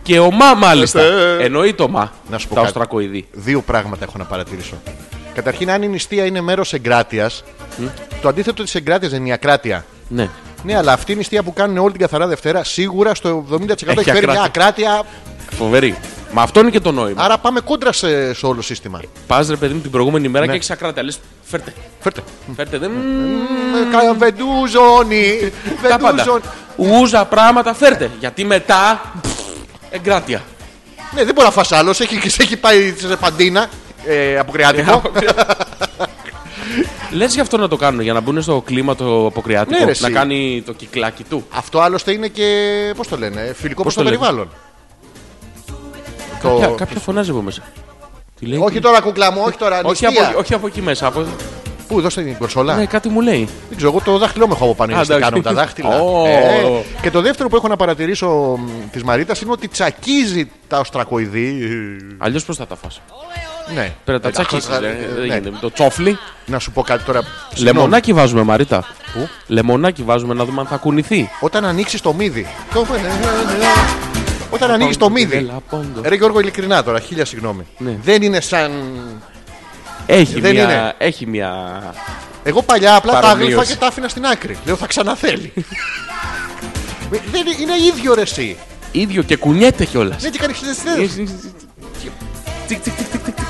B: Και ο μα μάλιστα.
A: Ε, ε.
B: Εννοεί το μα.
A: Να σου πω
B: τα
A: κάτι.
B: οστρακοειδή.
A: Δύο πράγματα έχω να παρατηρήσω. Καταρχήν, αν η νηστεία είναι μέρος εγκράτειας, το αντίθετο της εγκράτειας δεν είναι η ακράτεια.
B: Ναι.
A: Ναι, αλλά αυτή η νηστεία που κάνουν όλη την καθαρά Δευτέρα σίγουρα στο 70% έχει,
B: Έχει
A: φέρει μια
B: ακράτεια.
A: ακράτεια.
B: Φοβερή. Μα αυτό είναι και το νόημα.
A: Άρα πάμε κόντρα σε, σε όλο το σύστημα.
B: Πας ρε παιδί μου την προηγούμενη μέρα
A: Ναι.
B: και έχεις ακράτα. Λες, φέρτε.
A: Φέρτε.
B: Φέρτε. Δεν.
A: Ε, Κα- Βεντούζονη.
B: Τα πάντα.
A: Βεντούζονη.
B: Ούζα πράγματα, φέρτε. Γιατί μετά. Εγκράτεια.
A: Ναι, δεν μπορεί να φας άλλος. Έχει, σε έχει πάει σε παντίνα. Ε, από κρεάτικο.
B: Λες γι' αυτό να το κάνουν, για να μπουν στο κλίμα το αποκριάτικο.
A: Ναι, ρε,
B: να
A: εσύ.
B: κάνει το κυκλάκι του.
A: Αυτό άλλωστε είναι και. Πώς το λένε, φιλικό προ
B: Πώς
A: το,
B: το λένε?
A: περιβάλλον.
B: Κάποια,
A: Το-
B: κάποια φωνάζει από μέσα. Τι λέει.
A: Όχι τώρα, κουκλά μου, όχι τώρα.
B: όχι,
A: νηστεία.
B: από, όχι από εκεί μέσα. Από...
A: Πού, δώστε την κορσόλα.
B: Ναι, κάτι μου λέει.
A: Δεν ξέρω, εγώ το δάχτυλό μου έχω από πάνω.
B: Α,
A: είδες Τι
B: εντάξει.
A: κάνω με τα δάχτυλα.
B: Ω.
A: Ε, Και το δεύτερο που έχω να παρατηρήσω της Μαρίτας είναι ότι τσακίζει τα οστρακοειδή.
B: Αλλιώς πώς θα τα φας.
A: Ναι.
B: Πρέπει να τα
A: Ε,
B: τσακίσει.
A: αχ,
B: Δεν
A: ε,
B: δεν
A: ναι.
B: γίνεται. Το τσόφλι.
A: Να σου πω κάτι τώρα. Συγγνώμη.
B: Λεμονάκι βάζουμε, Μαρίτα. Πού? Λεμονάκι βάζουμε να δούμε αν θα κουνηθεί.
A: Όταν ανοίξεις το μύδι. Το- ναι, Όταν ανοίξεις το μύδι.
B: Έλα, πόντο.
A: Ρε Γιώργο, ειλικρινά τώρα, χίλια συγγνώμη.
B: Ναι.
A: Δεν είναι σαν.
B: Έχει
A: Δεν
B: μια.
A: είναι.
B: Έχει μια.
A: Εγώ παλιά απλά τα
B: Παρομοίωση.
A: άγλυφα και τα άφηνα στην άκρη. Λέω θα ξαναθέλει. Ε, Δεν είναι, είναι ίδιο ρε εσύ.
B: ίδιο και κουνιέται κιόλας.
A: Δεν Ναι, και κάνει χίλιες θέσει.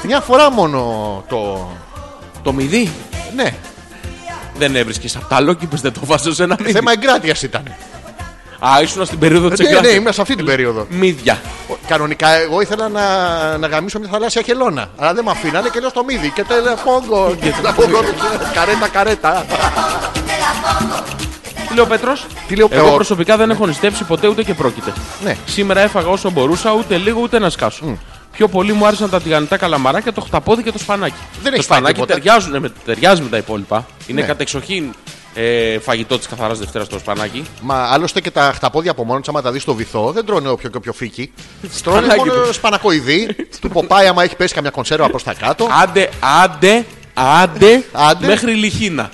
A: Μια φορά μόνο το.
B: Το μηδί.
A: Ναι,
B: Δεν έβρισκες από τα λόκυπε, δεν το βάζω σε ένα μύδι.
A: Ε, θέμα εγκράτειας ήταν.
B: Α, ήσουν στην περίοδο της
A: Ναι, ναι,
B: εγκράτεια.
A: ήμουν σε αυτή την περίοδο.
B: Μύδια.
A: Ο- Κανονικά, εγώ ήθελα να, να γαμίσω μια θαλάσσια χελώνα. Αλλά δεν με αφήνανε και λέω στο μύδι. Και τέλε φόγκο. και τα φόγκο, Καρέτα, καρέτα.
B: Τι λέει ο Πέτρος.
A: Τι λέω,
B: Εγώ
A: Πέτρο?
B: προσωπικά δεν έχω νηστέψει ποτέ ούτε και πρόκειται.
A: Ναι.
B: Σήμερα έφαγα όσο μπορούσα, ούτε λίγο ούτε να σκάσω. Πιο πολύ μου άρεσαν τα τηγανιτά καλαμαράκια, το χταπόδι και το σφανάκι.
A: Δεν
B: το
A: έχει φάει
B: σφανάκι
A: τίποτα.
B: ταιριάζουν με, ταιριάζει με τα υπόλοιπα. Είναι
A: Ναι.
B: κατεξοχήν ε, φαγητό της καθαράς Δευτέρας το σφανάκι.
A: Μα άλλωστε και τα χταπόδια από μόνος του, άμα τα δεις στο βυθό, δεν τρώνε όποιο και όποιο φύκι. τρώνε
B: Σπανάκι
A: μόνο
B: του.
A: σπανακοειδή. του ποπάει, άμα έχει πέσει καμιά κονσέρβα προς τα κάτω.
B: Άντε, άντε, άντε,
A: Άντε.
B: μέχρι λιχίνα.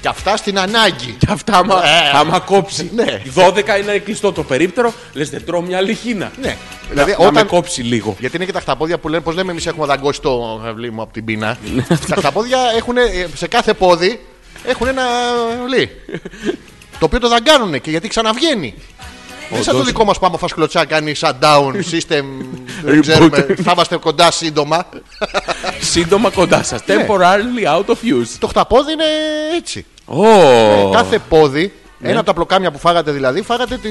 A: και αυτά στην ανάγκη.
B: Και αυτά άμα,
A: Ε.
B: άμα κόψει.
A: Ναι.
B: 12 είναι κλειστό το περίπτερο, λες δεν τρώω μια λιχίνα.
A: ναι. Δηλαδή,
B: Να με
A: όταν...
B: κόψει λίγο.
A: Γιατί είναι και τα χταπόδια που λένε, πώς λέμε, εμείς έχουμε δαγκώσει το αυλί μου από την πείνα. τα χταπόδια έχουν ε, σε κάθε πόδι έχουν ένα αυλί. το οποίο το δαγκάνουνε και γιατί ξαναβγαίνει. Δεν είναι σαν το
B: Όντως.
A: δικό μας που άμα φας κλωτσά κάνει shutdown system. δεν ξέρουμε, θα είμαστε κοντά σύντομα.
B: Σύντομα κοντά σας.
A: Ναι.
B: Temporarily out of use.
A: Το χταπόδι είναι έτσι.
B: Ω.
A: Κάθε πόδι, ένα από τα πλοκάμια που φάγατε δηλαδή, φάγατε τη.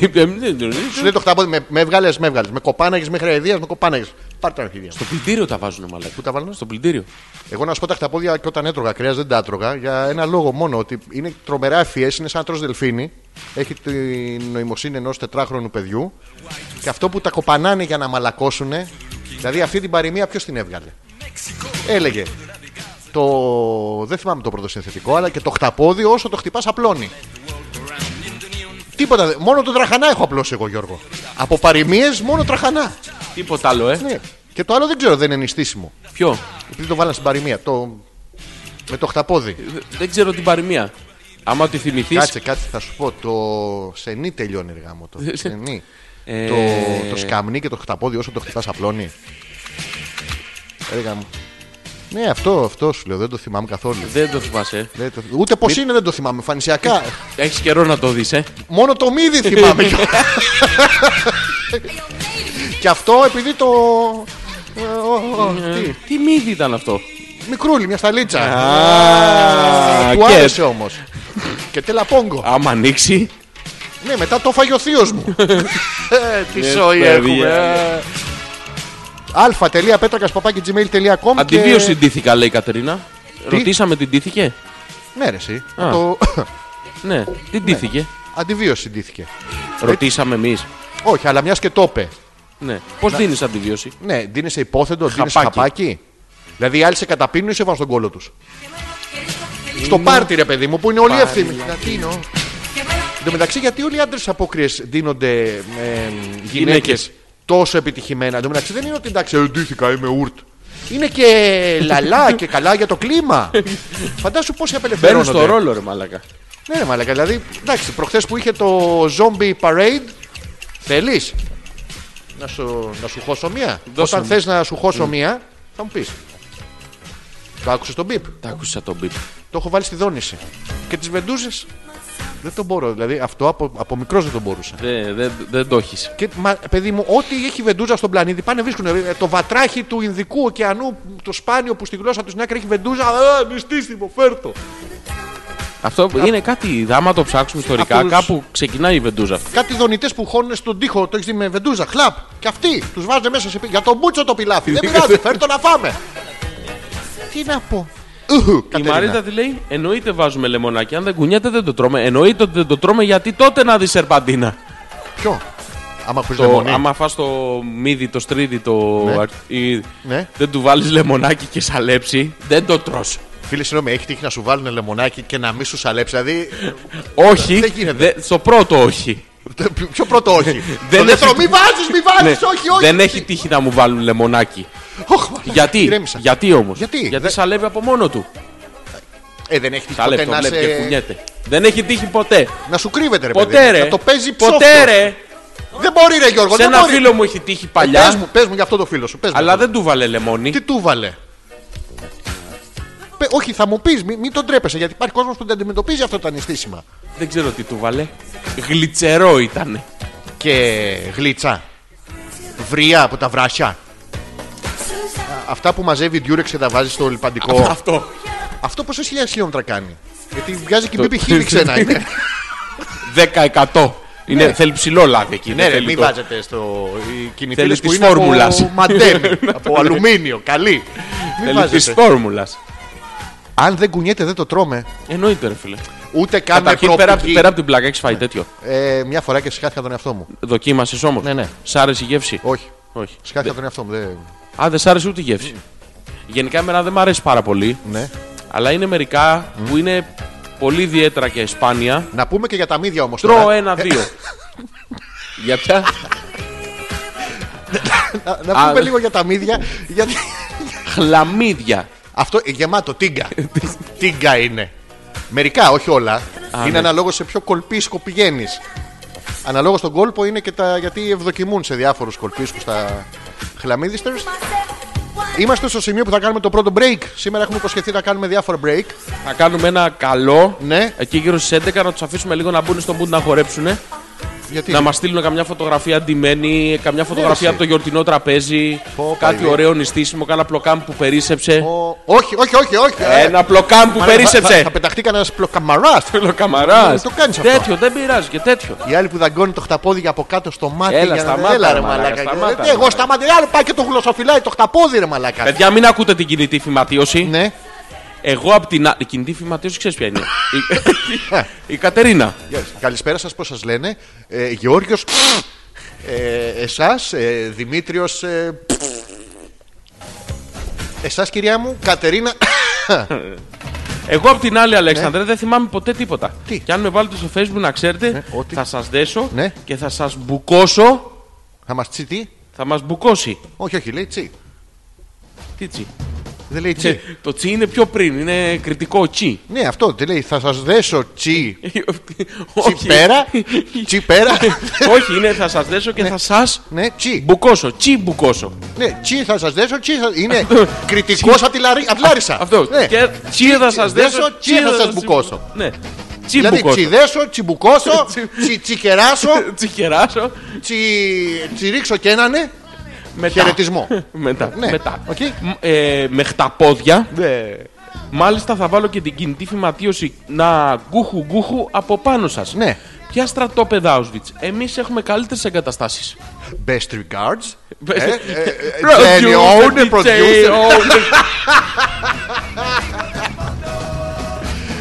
B: Τι- ε, ε, ε, ε,
A: Σου λέει το χταπόδι, με, με έβγαλε, με έβγαλε. Με κοπάναγες μέχρι αιδεία, με κοπάναγες. Πάρτε τα αρχίδια.
B: Στο πλυντήριο τα βάζουν μαλάκι.
A: Πού τα βάλανε?
B: Στο πλυντήριο.
A: Εγώ να σου πω τα χταπόδια και όταν έτρωγα κρέας δεν τα έτρωγα για ένα λόγο μόνο ότι είναι τρομερά ευφυέ, είναι σαν να τρως δελφίνι. Έχει την νοημοσύνη ενός τετράχρονου παιδιού και αυτό που τα κοπανάνε για να μαλακώσουν, δηλαδή αυτή την παροιμία ποιος την έβγαλε. Έλεγε το. Δεν θυμάμαι το πρώτο συνθετικό, αλλά και το χταπόδι όσο το χτυπάς απλώνει. Τίποτα. δε- Μόνο το τραχανά έχω απλώσει εγώ, Γιώργο. Από παροιμίες μόνο τραχανά.
B: Τίποτα άλλο, ε.
A: Ναι. Και το άλλο δεν ξέρω, δεν είναι νηστίσιμο.
B: Ποιο.
A: Επειδή το βάλα στην παροιμία. Το... Με το χταπόδι.
B: Δε- Δεν ξέρω την παροιμία. Άμα τη θυμηθείς.
A: Κάτσε, κάτσε, θα σου πω. Το σενί τελειώνει εργά μου. Το, σενί.
B: Ε.
A: το, το σκαμνί και το χταπόδι όσο το χτυπάς απλώνει. Έργα μου. Ναι, αυτό, αυτό σου λέω. Δεν το θυμάμαι καθόλου.
B: Δεν το θυμάσαι.
A: Δεν το- Ούτε πώς είναι δεν το θυμάμαι. Εμφανισιακά.
B: Έχεις καιρό να το δεις, ε.
A: Μόνο το μύδι θυμάμαι. και αυτό επειδή το. Ε, ο, ο,
B: Ε,
A: Τι.
B: Τι μύδι ήταν αυτό.
A: Μικρούλι, μια σταλίτσα.
B: Α,
A: Του
B: και-
A: άρεσε όμως. Και τελαπόγκο.
B: Άμα ανοίξει.
A: Ναι, μετά το φάγει ο θείος μου. Ε, Τι
B: Ναι,
A: ζωή
B: παιδιά. ε,
A: έχουμε. ε. αλφα.πέτρακα.gmail.com
B: Αντιβίω συντήθηκα, λέει η Κατερίνα. Ρωτήσαμε, την τύθηκε.
A: Ναι, ρε, εσύ.
B: Α.
A: Το...
B: Ναι, την τύθηκε.
A: Αντιβίωση συντήθηκε.
B: Ρωτήσαμε εμείς.
A: Όχι, αλλά μιας και το είπε.
B: Ναι. Πώς δίνει αντιβίωση.
A: Ναι, δίνεις υπόθετο, δίνεις
B: Χαπάκι.
A: χαπάκι. Δηλαδή οι άλλοι σε καταπίνουν ή σε βάζουν τον κόλο τους. Στο πάρτι, ρε παιδί μου, που είναι όλοι ευθύνοι. Γιατί είναι ο- Εν τω μεταξύ, γιατί όλοι οι άντρες απόκριες δίνονται ε, γυναίκες
B: Γυναίκες.
A: τόσο επιτυχημένα. Εν τω μεταξύ, δεν είναι ότι εντάξει, εντύχηκα, είμαι ουρτ. Είναι και λαλά και καλά για το κλίμα. Φαντάσου πόσοι
B: Μπαίνουν
A: απελευθερώνονται.
B: στο ρόλο, ρε Μαλάκα.
A: Ναι, ρε μαλακα, δηλαδή, εντάξει, προχθές που είχε το Zombie Parade, θέλεις να σου, να σου χώσω μία.
B: Δώσε
A: Όταν
B: μου. Ναι.
A: θες να σου χώσω μία, θα μου πεις. Το άκουσες τον μπιπ.
B: Τα άκουσα τον μπιπ.
A: Το έχω βάλει στη δόνηση. Και τις βεντούζες. Δεν το μπορώ. Δηλαδή αυτό από, από μικρός δεν το μπορούσα.
B: Δεν δεν- δεν το έχεις.
A: Και μα, παιδί μου, ό,τι έχει βεντούζα στον πλανήτη πάνε βρίσκουν. Ε, Το βατράχι του Ινδικού ωκεανού, το σπάνιο που στη γλώσσα του στην άκρη έχει βεντούζα. Α, νηστίσιμο, φέρτο.
B: Αυτό είναι κάτι. Άμα το ψάξουμε ιστορικά,
A: Από τους-
B: κάπου ξεκινάει η βεντούζα.
A: Κάτι δονητές που χώνουν στον τοίχο, το έχεις δει με βεντούζα, χλαπ. Και αυτοί τους βάζουν μέσα σε. πι- Για τον μπούτσο το πιλάφι. Δεν πειράζει, φέρ το να φάμε. Τι να πω. Ουχου,
B: Η
A: Κατερίνα.
B: Μαρίτα τι λέει: Εννοείται βάζουμε λεμονάκι. Αν δεν κουνιέται, δεν το τρώμε. Εννοείται ότι δεν το τρώμε γιατί τότε να δεις σερπαντίνα.
A: Ποιο. Άμα χωρί
B: Το,
A: λεμονί.
B: άμα φας το μύδι, το στρίδι, το.
A: Ναι.
B: αρ- ή-
A: Ναι.
B: Δεν του βάλεις λεμονάκι και σαλέψει, δεν το τρως.
A: Φίλε, συγγνώμη, έχει τύχει να σου βάλουν λεμονάκι και να μην σου σαλέψει. Δηλαδή.
B: Όχι.
A: Δεν γίνεται.
B: δε- στο πρώτο όχι.
A: το πιο- Πιο πρώτο όχι.
B: Δεν
A: Το δεύτερο,
B: έχει-
A: μη βάζεις, μη βάζεις,
B: Ναι.
A: όχι, όχι.
B: δεν έχει τύχει να μου βάλουν λεμονάκι.
A: Οχ, μαλάκα,
B: Γιατί,
A: ηρέμησα.
B: γιατί όμως.
A: Γιατί,
B: Γιατί
A: δεν-
B: σαλεύει από μόνο του.
A: Ε, δεν έχει τύχει ποτέ
B: Σαλεύει, το
A: να,
B: βλέπει και
A: σε...
B: κουνιέται. Δεν έχει τύχει ποτέ.
A: να σου κρύβεται, ρε
B: Ποτέ
A: παιδί. μου.
B: ρε.
A: Να το παίζει ψόφιο.
B: Ποτέ ρε.
A: Δεν μπορεί, ρε Γιώργο.
B: Σε
A: δεν
B: ένα
A: μπορεί. Ε,
B: φίλο μου έχει τύχει
A: Πες
B: παλιά,
A: μου, πες μου για αυτό το φίλο σου. πες μου.
B: αλλά δεν του βάλε λεμόνι.
A: Τι του βάλε. Πε- όχι, θα μου πεις, μην, μην τον τρέπεσαι γιατί υπάρχει κόσμος που δεν αντιμετωπίζει αυτό τα νηστίσιμα.
B: Δεν ξέρω τι του βάλε. Γλιτσερό ήτανε.
A: Και γλίτσα. Βρία από τα βράσια. Α, Αυτά που μαζεύει η Durex και τα βάζει στο λιπαντικό.
B: Αυτό.
A: αυτό πόσες χιλιάδες χιλιόμετρα κάνει. Γιατί βγάζει και
B: Το-
A: μπίπι χίλι ξένα είναι.
B: 10%. Είναι, Θέλει ψηλό λάδι εκεί.
A: ναι,
B: δεν
A: ρε,
B: θέλει
A: μην
B: το-
A: βάζετε στο. Οι κινητήρες
B: Θέλεις
A: που
B: της
A: είναι από
B: φόρμουλας.
A: μαντέμι, από αλουμίνιο. Καλή. Μην
B: Θέλεις της
A: βάζετε.
B: φόρμουλας.
A: Αν δεν κουνιέται, δεν το τρώμε.
B: Εννοείται, ρε φίλε.
A: Ούτε καν με
B: Καταρχήν πέρα, απ' τη-
A: προοπτική.
B: πέρα από την πλάκα έχεις φάει τέτοιο.
A: Ε, μια φορά και συχάθηκα τον εαυτό μου.
B: Δοκίμασες όμως.
A: Ναι, ναι.
B: Σ' άρεσε η γεύση.
A: Όχι.
B: Όχι.
A: Σκάθηκα τον εαυτό μου. δεν-
B: Α, δεν σ' άρεσε ούτε η γεύση. Γενικά εμένα δεν μ' αρέσει πάρα πολύ.
A: Ναι.
B: Αλλά είναι μερικά που είναι πολύ ιδιαίτερα και σπάνια.
A: Να πούμε και για τα μύδια Ε, όμως.
B: Τρώω ένα-δύο. Για ποια.
A: Να, να πούμε
B: Α.
A: λίγο για τα μύδια. Γιατί
B: Χλαμίδια.
A: αυτό ε, γεμάτο τίγκα. τίγκα είναι. Μερικά, όχι όλα. είναι
B: ναι.
A: αναλόγως σε ποιο κολπίσκο πηγαίνεις. Αναλόγως στον κόλπο είναι και τα. γιατί ευδοκιμούν σε διάφορους κολπίσκους τα χλαμίδιστερ. Είμαστε στο σημείο που θα κάνουμε το πρώτο break. Σήμερα έχουμε υποσχεθεί να κάνουμε διάφορα break.
B: Θα κάνουμε ένα καλό.
A: Ναι.
B: Εκεί γύρω στις 11 να τους αφήσουμε λίγο να μπουν στον boot να χορέψουνε.
A: Γιατί
B: Να μας στείλουν καμιά φωτογραφία αντιμένη, καμιά
A: εσύ.
B: φωτογραφία από το γιορτινό τραπέζι.
A: Πω,
B: κάτι
A: παλιό.
B: ωραίο νηστίσιμο, κάνα πλοκάμ που περίσεψε.
A: Ο- Όχι, όχι, όχι, όχι. Ε,
B: Ένα πλοκάμ
A: μάλλον
B: που
A: θα-
B: ναι, περίσεψε.
A: Θα, θα πεταχτεί κανένας πλοκαμαράς.
B: Πλοκαμαράς.
A: Ε, το κάνεις αυτό.
B: Τέτοιο, δεν πειράζει και τέτοιο.
A: Η άλλη που δαγκώνει το χταπόδι από κάτω στο μάτι.
B: Έλα,
A: για να-
B: σταμάτα,
A: έλα, ρε
B: μαλάκα,
A: μαλάκα.
B: σταμάτα,
A: Γιατί εγώ
B: μαλάκα.
A: σταμάτα. Άλλο πάει και το γλωσσοφυλάει το χταπόδι, ρε μαλάκα.
B: Παιδιά, μην ακούτε την κινητή φυματίωση.
A: Ναι.
B: Εγώ από την. άλλη- Η κινητή φυματίωση ξέρεις ποια είναι. η... η Κατερίνα.
A: Yes. Καλησπέρα σας, πώς σας λένε. Ε, Γεώργιος. Ε, Εσάς, ε, Δημήτριος. Ε, Εσάς, κυρία μου, Κατερίνα.
B: Εγώ από την άλλη, Αλέξανδρε, δεν θυμάμαι ποτέ τίποτα.
A: Ναι. Τι? Ναι,
B: Και αν με βάλετε στο facebook να ξέρετε,
A: ό,τι.
B: θα σας δέσω
A: Ναι.
B: και θα σας μπουκώσω.
A: Θα μας τσι τι.
B: Θα μας μπουκώσει.
A: Όχι, όχι, λέει τσι.
B: Τι τσι.
A: Δεν λέει τσι.
B: Το τσι είναι πιο πριν, είναι κριτικό τσι.
A: ναι, αυτό δεν λέει. Θα σας δέσω τσι.
B: Όχι.
A: Τσι πέρα. Τσι πέρα.
B: Όχι, είναι θα σας δέσω και θα σας
A: ναι, τσι.
B: μπουκώσω. Τσι μπουκώσω.
A: Ναι, τσι θα σας δέσω, τσι θα... Είναι κριτικό από τη Λαρί- απ' τη Λάρισα.
B: Αυτό.
A: Ναι.
B: Και τσι θα σας
A: δέσω,
B: δέσω,
A: τσι θα σας
B: σας
A: μπουκώσω.
B: Ναι. Τσι
A: Δηλαδή
B: μπουκώσω.
A: τσιδέσω, τσιμπουκώσω, τσι- τσικεράσω,
B: Τσικεράσω.
A: τσι, τσιρίξω και έναν.
B: Μετά.
A: Χαιρετισμό.
B: Μετά.
A: Ναι.
B: μετά.
A: Οκ.
B: Μ- ε, με χταπόδια.
A: Ναι.
B: Μάλιστα θα βάλω και την κινητή φυματίωση να γκούχου γκούχου από πάνω σας.
A: Ναι.
B: Ποια στρατόπεδα Auschwitz. Εμείς έχουμε καλύτερες εγκαταστάσεις.
A: Best regards.
B: Best-
A: Ε, ε, ε, Jenny Owen,
B: DJ oh.
A: producer.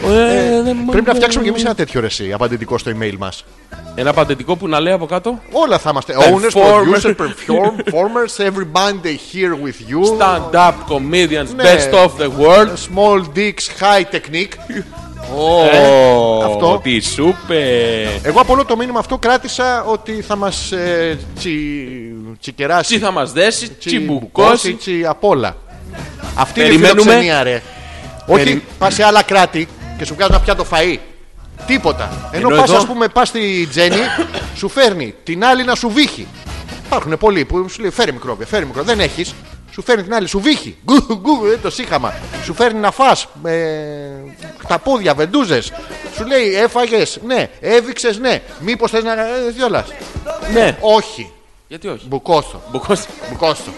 B: Owen. Ε, δεν μου-
A: Πρέπει να φτιάξουμε και εμείς ένα τέτοιο ρεσί απαντητικό στο email μας.
B: Ένα παντεντικό που να λέει από κάτω.
A: Όλα θα είμαστε. Owners,
B: Performer.
A: producers, perform- performers, every band they here with you.
B: Stand up comedians,
A: Ναι.
B: best of the world.
A: Small dicks, high technique.
B: Ε,
A: Oh.
B: Ω,
A: αυτό.
B: Τι σούπε.
A: Εγώ από όλο το μήνυμα αυτό κράτησα ότι θα μας τσικεράσει.
B: Τσι θα μας δέσει,
A: τσι-
B: τσι μπουκώσει.
A: τσι- απ' όλα. Αυτή είναι η
B: Περιμένουμε.
A: φιλοξενία, ρε.
B: Περι-
A: Όχι, πα σε άλλα κράτη και σου βγάζουν πια το φαΐ. Τίποτα. Ενώ,
B: Ενώ
A: πας,
B: εδώ-
A: ας πούμε, πας στη Τζέννη, σου φέρνει την άλλη να σου βύχει. Υπάρχουν πολλοί που σου λέει φέρει μικρόβια, φέρει μικρόβια. Δεν έχεις. Σου φέρνει την άλλη, σου βύχει. Γκου, γκου, ε, το σύγχαμα. Σου φέρνει να φας ε, χταπόδια, βεντούζες. Σου λέει έφαγες, ναι. Έβηξες, ναι. Μήπως θες να... Ε, διόλας.
B: Ναι.
A: Όχι.
B: Γιατί όχι.
A: Μπουκώσω.
B: Μπουκώσει.
A: Κόστο.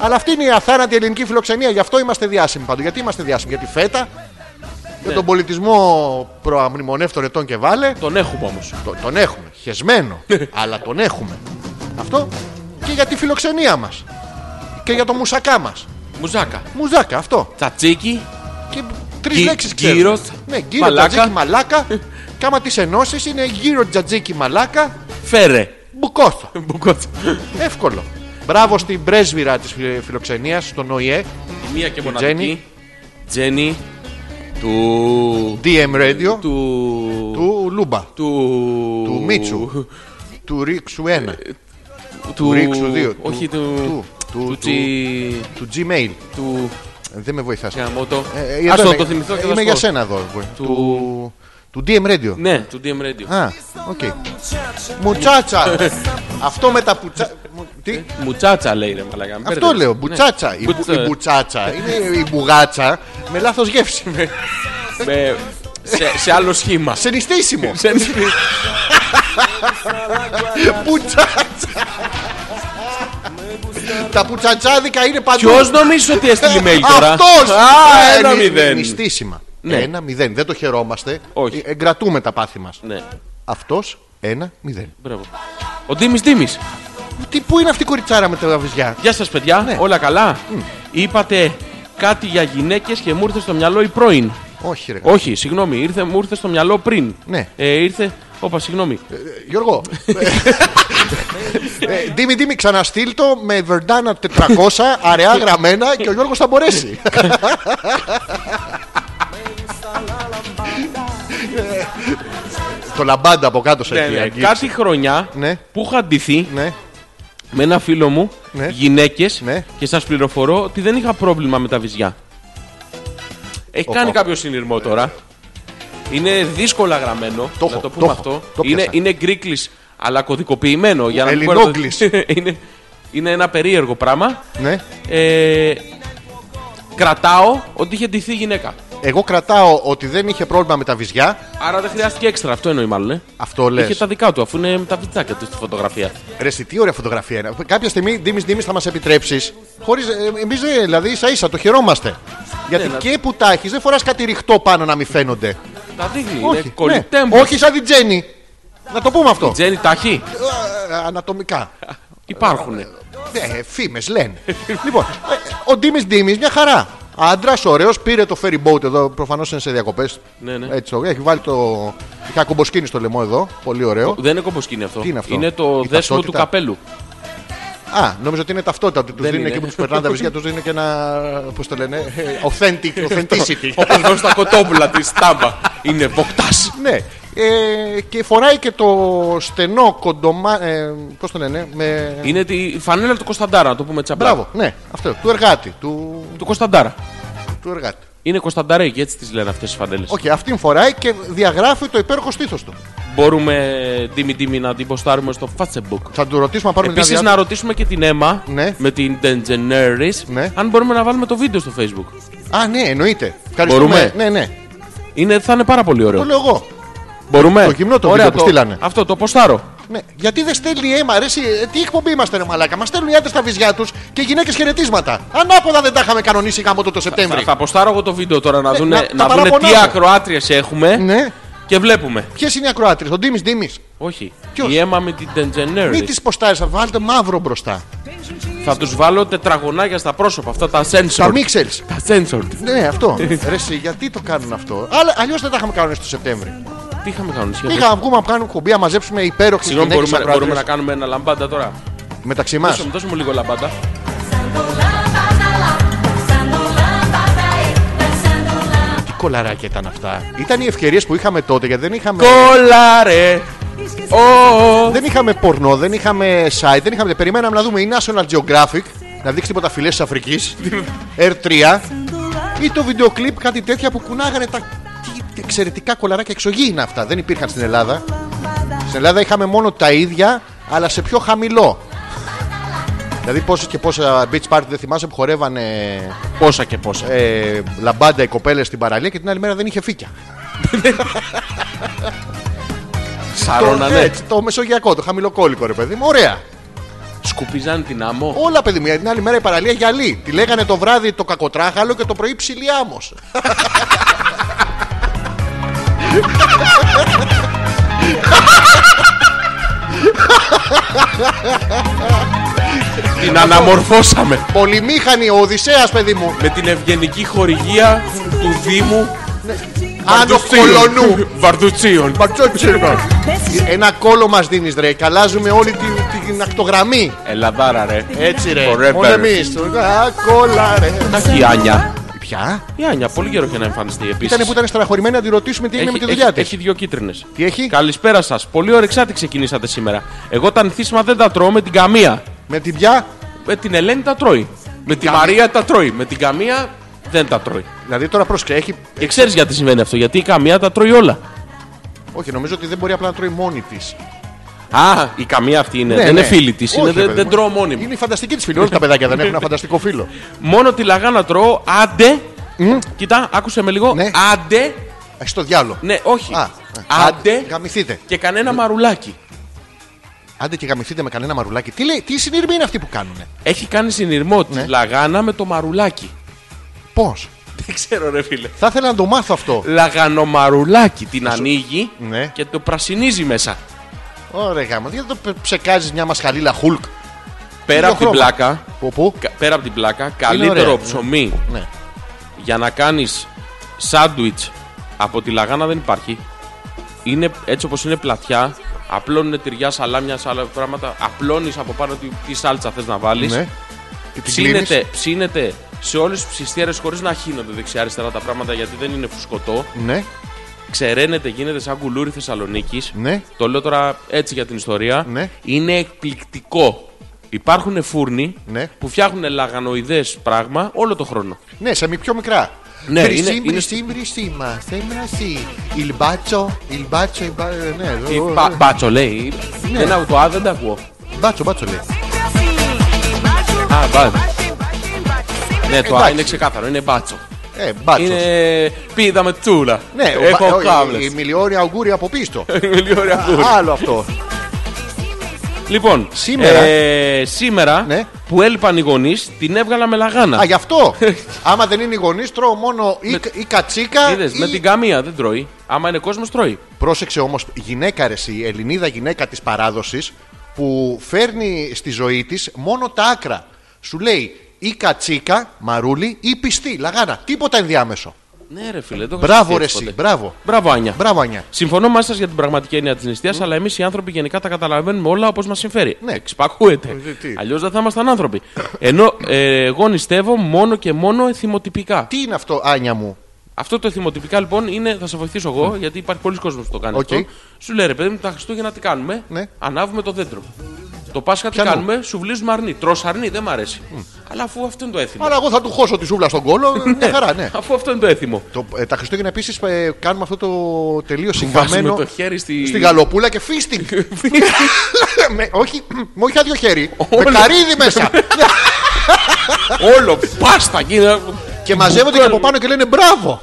A: Αλλά αυτή είναι η αθάνατη ελληνική φιλοξενία. Γι' αυτό είμαστε διάσημοι πάντω. Γιατί είμαστε διάσημοι, για τη φέτα,
B: Ναι.
A: για τον πολιτισμό προαμνημονεύτων ετών και βάλε.
B: Τον έχουμε όμως.
A: Το- τον έχουμε. Χεσμένο,
B: Ναι.
A: αλλά τον έχουμε. Αυτό και για τη φιλοξενία μας. Και για το μουσακά μας.
B: Μουζάκα.
A: Μουζάκα, αυτό.
B: Τσατσίκι.
A: Και τρεις
B: Γκυ-
A: λέξει
B: γκύρος,
A: Ναι, γύρω
B: μαλάκα.
A: τζατζίκι μαλάκα. και άμα τη ενώσεις είναι γύρω τζατζίκι μαλάκα.
B: Φέρε.
A: Μπουκόθο.
B: Μπουκώσει.
A: Εύκολο. Μπράβο στην πρέσβυρα της φιλοξενίας, στον ΟΗΕ,
B: Η μία και
A: Τζέννη.
B: μοναδική. Τζένι. Του.
A: DM Radio.
B: Του.
A: Του Λούμπα.
B: Του.
A: Του Μίτσου. Του Ρίξου 1.
B: Ε, Του
A: Ρίξου δύο.
B: Όχι
A: Του-
B: του.
A: του- του-
B: Του τσι.
A: Του Gmail.
B: Του.
A: Ε, Δεν με βοηθάς.
B: Γαμώ το.
A: Ε, ε,
B: Ας
A: εδώ
B: το
A: είμαι.
B: το θυμηθώ και θα
A: Είμαι
B: σου
A: για
B: πω.
A: σένα εδώ. ε, Του...
B: Του-
A: Του DM Radio.
B: Ναι, του DM Radio.
A: Α, οκ. Μουτσάτσα. Αυτό με τα πουτσά... μου-
B: Ε,
A: Τι?
B: Μουτσάτσα λέει ρε μαλακά.
A: Αυτό λέω,
B: Ναι.
A: μπουτσάτσα. Η, μπου- η
B: Μπουτσα-
A: μπουτσάτσα είναι η μπουγάτσα με λάθος
B: Ναι.
A: γεύση.
B: Με- σε- Σε άλλο σχήμα.
A: Σε νηστίσιμο.
B: Σε-
A: Μπουτσάτσα. Τα πουτσατσάδικα είναι παντού.
B: Ποιος νομίζεις ότι έστειλε mail τώρα.
A: Ε, Αυτός!
B: Α,
A: Ε,
B: ένα
A: νι-
B: μηδέν.
A: Νηστίσιμα.
B: Ναι.
A: Ένα μηδέν. Δεν το χαιρόμαστε.
B: Όχι.
A: Ε, Εγκρατούμε τα πάθη μας.
B: Ναι,
A: Αυτός ένα μηδέν.
B: μπράβο. Ο Ντίμης Ντίμης.
A: Τι, πού είναι αυτή η κοριτσάρα με τα βυζιά.
B: Γεια σας, παιδιά.
A: Ναι.
B: Όλα καλά. Είπατε κάτι για γυναίκες και μου ήρθε στο μυαλό η πρώην.
A: Όχι ρε.
B: Όχι, συγγνώμη, ήρθε, μου ήρθε στο μυαλό πριν.
A: Ναι.
B: Ε, ήρθε. Όπα, συγγνώμη.
A: Ε, Γιώργο. ε, Ντίμι, Ντίμι, ξαναστείλ το με Βερντάνα 400 αραιά γραμμένα και ο Γιώργος θα μπορέσει. Ε, το λαμπάντα από κάτω σε
B: Ναι,
A: έχει
B: ναι,
A: αγγίξει.
B: Κάτι χρονιά
A: Ναι.
B: που είχα ντυθεί
A: Ναι.
B: με ένα φίλο μου
A: Ναι.
B: γυναίκες
A: Ναι.
B: και σας πληροφορώ ότι δεν είχα πρόβλημα με τα βυζιά. Έχει κάνει κάποιο συνειρμό τώρα. Είναι δύσκολα γραμμένο,
A: Το έχω,
B: να το
A: το
B: πούμε
A: έχω,
B: αυτό.
A: το
B: είναι,
A: πιάσα.
B: είναι γκρίκλης, αλλά κωδικοποιημένο. Για να μην μπορεί να το-
A: Ελληνόγκλης.
B: είναι, είναι ένα περίεργο πράγμα.
A: ναι.
B: Ε, κρατάω ότι είχε ντυθεί γυναίκα.
A: Εγώ κρατάω ότι δεν είχε πρόβλημα με τα βυζιά.
B: Άρα δεν χρειάστηκε έξτρα, αυτό εννοεί μάλλον. Ε.
A: Αυτό λες.
B: Είχε τα δικά του, αφού είναι με τα βυζάκια του στη φωτογραφία.
A: Ρε, εσύ, τι ωραία φωτογραφία είναι. Κάποια στιγμή Ντίμη Ντίμη θα μας επιτρέψεις. Χωρίς. Εμεί δηλαδή ίσα ίσα το χαιρόμαστε. Γιατί
B: να-
A: και που τα έχεις, δεν φοράς κάτι ρηχτό πάνω να μην φαίνονται.
B: Τα δείχνει,
A: Όχι,
B: είναι κολλητέ
A: ναι. Όχι σαν την Τζέννη. Να το πούμε αυτό.
B: Τζένι Ταχή,
A: Ε, Ανατομικά.
B: υπάρχουνε.
A: Ναι, φήμες λένε. λοιπόν, ε, ο Ντίμη Ντίμη μια χαρά. Άντρας, ωραίος, πήρε το ferry boat εδώ. Προφανώς είναι σε διακοπές.
B: Ναι, ναι.
A: Έτσι, το- έχει βάλει το. Είχε ακομποσκίνη στο λαιμό εδώ. Πολύ ωραίο.
B: Δεν είναι κομποσκίνη αυτό.
A: Τι είναι αυτό?
B: το
A: Η
B: δέσιμο του
A: ταυτότητα?
B: καπέλου.
A: Α, νόμιζα ότι είναι ταυτότητα. Ότι τους
B: Δεν
A: δίνουν
B: είναι.
A: εκεί που τους περνάνε τα βυζιά, τους δίνουν και ένα. Πώς το λένε. ε, Authentic, authenticity.
B: Όπω εδώ στα κοτόπουλα της στάμπα. Είναι βοκτάς.
A: ναι. Ε, και φοράει και το στενό κοντομά. Ε, Πώς το λένε. Με...
B: Είναι τη φανέλα του Κωνσταντάρα, να το πούμε έτσι απλά.
A: Μπράβο, ναι, αυτό. Του εργάτη. Του,
B: Του Κωνσταντάρα.
A: του εργάτη.
B: Είναι Κωνστανταρέκι, έτσι τις λένε αυτές τι φανέλες.
A: Οκ, αυτήν φοράει και διαγράφει το υπέροχο στήθος του.
B: Μπορούμε ντίμι ντίμι να την ποστάρουμε στο Facebook.
A: Θα του ρωτήσουμε να πάρουμε μια
B: Επίσης,
A: διά-
B: να ρωτήσουμε και την Έμα
A: Ναι.
B: με την Dengeneris
A: Ναι.
B: αν μπορούμε να βάλουμε το βίντεο στο Facebook.
A: Α, ναι, εννοείται. Ευχαριστούμε.
B: Μπορούμε?
A: Ναι, ναι.
B: Είναι, θα είναι πάρα πολύ
A: Το
B: ωραίο.
A: λέω εγώ.
B: Μπορούμε.
A: Το γυμνό το βίντεο που στείλανε.
B: Αυτό το ποστάρω.
A: Ναι. Γιατί δεν στέλνει αίμα, αρέσει. Τι εκπομπή είμαστε, ρε Μαλάκα. Μας στέλνουν οι άντρες τα βυζιά τους και οι γυναίκες χαιρετίσματα. Ανάποδα δεν τα είχαμε κανονίσει γάμο το, το
B: Θα,
A: Σεπτέμβρη.
B: θα αποστάρω εγώ το βίντεο τώρα να
A: Ναι,
B: δουν
A: να- τα
B: να, δούνε τι
A: παραπονάω.
B: ακροάτριες έχουμε
A: Ναι.
B: και βλέπουμε.
A: Ποιες είναι οι ακροάτριες, ο Ντίμης Ντίμης.
B: Ε. Όχι.
A: Ποιος?
B: Η αίμα με την Τεντζενέρη.
A: Μην τις ποστάρεις, θα βάλτε μαύρο μπροστά.
B: Θα τους βάλω τετραγωνάκια στα πρόσωπα αυτά τα sensor.
A: Τα μίξελ.
B: Τα sensor.
A: Ναι, αυτό. Ρε, εσύ, γιατί το κάνουν αυτό. Αλλά αλλιώς δεν τα είχαμε κανονίσει το Σεπτέμβρη.
B: Τι είχαμε κανονίσει. για
A: Είχαμε βγούμε να κάνουμε κουμπί, να μαζέψουμε υπέροχες
B: Συγγνώμη,
A: γυναίκες
B: μπορούμε, μπορούμε να κάνουμε ένα λαμπάντα τώρα.
A: μεταξύ μα.
B: Δώσε μου, δώσε μου λίγο λαμπάντα.
A: Ναι. Τι κολαράκια ήταν αυτά. Ήταν οι ευκαιρίες που είχαμε τότε γιατί δεν είχαμε.
B: Κολάρε! Ω!
A: Δεν είχαμε πορνό, δεν είχαμε site, δεν είχαμε. Περιμέναμε να δούμε η National Geographic να δείξει τίποτα φυλές της Αφρικής, R3 ή το βίντεο κλιπ κάτι τέτοια που κουνάγανε τα τι εξαιρετικά κολαράκια εξωγήινα αυτά. Δεν υπήρχαν στην Ελλάδα. Στην Ελλάδα είχαμε μόνο τα ίδια, αλλά σε πιο χαμηλό. Δηλαδή πόσε και πόσα beach party δεν θυμάσαι που χορεύανε
B: Πόσα και πόσα.
A: ε, λαμπάντα οι κοπέλες στην παραλία και την άλλη μέρα δεν είχε φύκια.
B: Σαρώνανε.
A: το, έτσι, το μεσογειακό, το χαμηλοκόλικο ρε παιδί μου. Ωραία.
B: Σκουπιζάν την άμμο.
A: Όλα παιδί μου, γιατί την άλλη μέρα η παραλία γυαλί. Τη λέγανε το βράδυ το κακοτράχαλο και το πρωί ψηλιάμος.
B: Την αναμορφώσαμε.
A: Πολυμήχανη ο Οδυσσέας παιδί μου.
B: Με την ευγενική χορηγία του Δήμου
A: Άνω κολονού.
B: Βαρδουτσίων.
A: Ένα κόλο μας δίνεις ρε και αλλάζουμε όλη την, την ακτογραμμή.
B: Ελαδάρα ρε.
A: Έτσι ρε.
B: Forever.
A: Μόνο εμείς. Α, κόλλα ρε.
B: Υπάρχει η Άνια.
A: Ποια?
B: Η Άνια, πολύ καιρό είχε να εμφανιστεί επίσης.
A: Ήτανε που ήταν στεναχωρημένη να τη ρωτήσουμε τι έγινε με τη δουλειά της.
B: Έχει δύο κίτρινες.
A: Τι έχει?
B: Καλησπέρα σας. Πολύ ωρεξάτη ξεκινήσατε σήμερα. Εγώ τα νηθίσμα δεν τα τρώω με την καμία.
A: Με την πια.
B: Με την Ελένη τα τρώει. Με τη Μαρία τα τρώει. Με την καμία δεν τα τρώει.
A: Δηλαδή τώρα πρόσεξε. Έχει...
B: Και ξέρεις γιατί συμβαίνει αυτό. Γιατί η καμία τα τρώει όλα.
A: Όχι, νομίζω ότι δεν μπορεί απλά να τρώει μόνη της.
B: Α, η καμία αυτή είναι.
A: Ναι,
B: Ε, δεν
A: ναι.
B: είναι φίλη της.
A: Όχι, ρε
B: Δεν,
A: παιδί
B: δεν
A: μου.
B: τρώω μόνη μου.
A: Είναι η φανταστική της φίλη. Όλα τα παιδάκια δεν έχουν ένα φανταστικό φίλο.
B: Μόνο τη λαγάνα τρώω. Άντε. Κοιτά, άκουσε με λίγο.
A: Ναι.
B: Άντε.
A: Ε, Στο διάλογο.
B: Ναι, όχι.
A: Α,
B: Άντε.
A: Γαμηθείτε.
B: Και κανένα μαρουλάκι.
A: Άντε και γαμηθείτε με κανένα μαρουλάκι. Τι, λέει, τι συνειρμή είναι αυτή που κάνουν.
B: Έχει κάνει συνειρμό τη
A: Ναι.
B: λαγάνα με το μαρουλάκι.
A: Πώς.
B: Δεν ξέρω, ρε φίλε.
A: Θα ήθελα να το μάθω αυτό.
B: Λαγανομαρουλάκι την ανοίγει
A: Ναι.
B: και το πρασινίζει μέσα.
A: Ωραία, γάμα. Γιατί δεν το ψεκάζεις μια μασχαλίλα Hulk.
B: Πέρα από την
A: χρώμα.
B: πλάκα,
A: Που, που.
B: κα- πέρα από την πλάκα,
A: ωραία.
B: καλύτερο ψωμί
A: Ναι.
B: για να κάνεις σάντουιτς από τη λαγάνα δεν υπάρχει. Είναι έτσι όπως είναι πλατιά, απλώνουν τυριά, σαλάμια, σε άλλα πράγματα, απλώνεις από πάνω τι, τι σάλτσα θες να βάλεις.
A: ναι. Και την κλείνεις.
B: Ψήνεται, ψήνεται σε όλες τις ψιστέρες χωρίς να χύνονται δεξιά-αριστερά τα πράγματα γιατί δεν είναι φουσκωτό.
A: Ναι,
B: Ξεραίνεται, γίνεται σαν κουλούρι Θεσσαλονίκης.
A: ναι.
B: Το λέω τώρα έτσι για την ιστορία.
A: Ναι.
B: Είναι εκπληκτικό. Υπάρχουν φούρνοι
A: Ναι.
B: που φτιάχνουν λαγανοειδές πράγμα όλο το χρόνο.
A: Ναι, σε μη πιο μικρά.
B: Ναι,
A: Μπρι,
B: είναι-
A: σι, μπρι,
B: είναι-
A: σι, μπρι, σι, μα, σε μπρα, σι. Il bacio, il bacio, il bacio, ναι,
B: Τι
A: ε,
B: μπα- μπάτσο λέει.
A: Ναι.
B: Ένα το α δεν τα ακούω.
A: Μπάτσο, μπάτσο λέει.
B: Α, μπάτσο. Ναι, το α
A: εντάξει.
B: είναι ξεκάθαρο, είναι μπάτσο.
A: Ε, μπάτσος.
B: Είναι πίδα με τσούλα.
A: Ναι, ο μπα-
B: Έχω
A: ο- Η
B: κάβλε.
A: μιλιόρια αγκούρια από πίσω. Άλλο αυτό.
B: Λοιπόν,
A: Σήμερα-
B: ε, σήμερα
A: Ναι.
B: που έλειπαν οι γονείς, την έβγαλα με λαγάνα.
A: Α, γι' αυτό. Άμα δεν είναι οι γονείς, τρώω μόνο ή, ή κατσίκα.
B: Είδες,
A: ή...
B: με την καμία δεν τρώει. Άμα είναι κόσμος, τρώει.
A: Πρόσεξε όμως, γυναίκα ρε, εσύ, η Ελληνίδα γυναίκα της παράδοσης που φέρνει στη ζωή της μόνο τα άκρα. Σου λέει ή κατσίκα, μαρούλι ή πιστή, λαγάνα. Τίποτα ενδιάμεσο.
B: Ναι, ρε φίλε, δεν το έχω
A: Μπράβο,
B: σκεφτεί
A: ρε,
B: έτσι
A: εσύ.
B: ποτέ.
A: Μπράβο.
B: Μπράβο, Άνια.
A: Μπράβο, Ανιά.
B: Συμφωνώ μαζί σας για την πραγματική έννοια της νηστείας, αλλά εμείς οι άνθρωποι γενικά τα καταλαβαίνουμε όλα όπως μας συμφέρει.
A: Ναι.
B: Εξυπακούεται.
A: Ε, τι.
B: Αλλιώς δεν θα ήμασταν άνθρωποι. Ενώ ε, εγώ νηστεύω μόνο και μόνο εθιμοτυπικά.
A: Τι είναι αυτό, Άνια μου.
B: Αυτό το εθιμοτυπικά λοιπόν είναι, θα σε βοηθήσω εγώ, γιατί υπάρχει πολλοί κόσμος που το κάνεις
A: Οκ.
B: αυτό. Σου λέει ρε παιδί μου, τα Χριστούγεννα τι κάνουμε.
A: Ναι.
B: Ανάβουμε το δέντρο. Το Πάσχα τι
A: Πιανού.
B: κάνουμε, σουβλίζουμε αρνί. Τρώ αρνί, δεν μ' αρέσει. Αλλά αφού αυτό είναι το έθιμο.
A: Αλλά εγώ θα του χώσω τη σούβλα στον κόλο. Μια χαρά, ναι.
B: Αφού αυτό είναι το έθιμο.
A: Το, ε, τα Χριστούγεννα επίσης κάνουμε αυτό το τελείως
B: Βάζουμε
A: συγχαμένο.
B: το χέρι στη.
A: Στην γαλοπούλα και φίστινγκ. με, όχι, με όχι άδειο χέρι. με
B: Όλο.
A: καρύδι μέσα.
B: Όλο πάστα γίνεται.
A: και μαζεύονται και από πάνω και λένε μπράβο.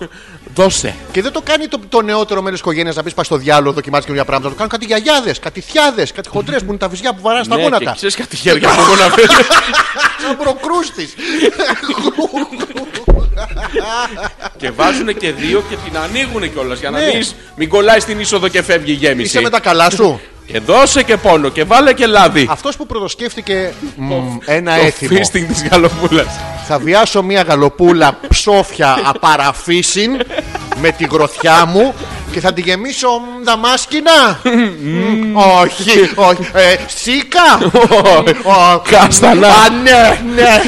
B: Δώσε.
A: Και δεν το κάνει το, το νεότερο μέρο της οικογένειας να πεις πας στο διάλογο, δοκιμάζεις καινούργια πράγματα. Το κάνουν κάτι γιαγιάδες, κάτι θιάδες, κάτι χοντρές που είναι τα βυζιά που βαράνε στα
B: Ναι, και
A: γόνατα.
B: ξέρεις κάτι χέρια από γόνα φέρνει.
A: Σαν προκρούστη.
B: και βάζουν και δύο και την ανοίγουν κιόλας για να
A: Ναι.
B: δεις Μην κολλάει στην είσοδο και φεύγει η γέμιση.
A: Είσαι με τα καλά σου.
B: Και δώσε και πόνο και βάλε και λάδι.
A: Αυτός που πρωτοσκέφτηκε μ, ένα
B: Το
A: έθιμο.
B: feasting της γαλοπούλας.
A: Θα βιάσω μια γαλοπούλα ψόφια απαραφύσιν με τη γροθιά μου και θα τη γεμίσω μ, δαμάσκινα. Μ, Όχι, όχι. Ε, Σίκα. Ω,
B: Κάστανα.
A: Α, ναι,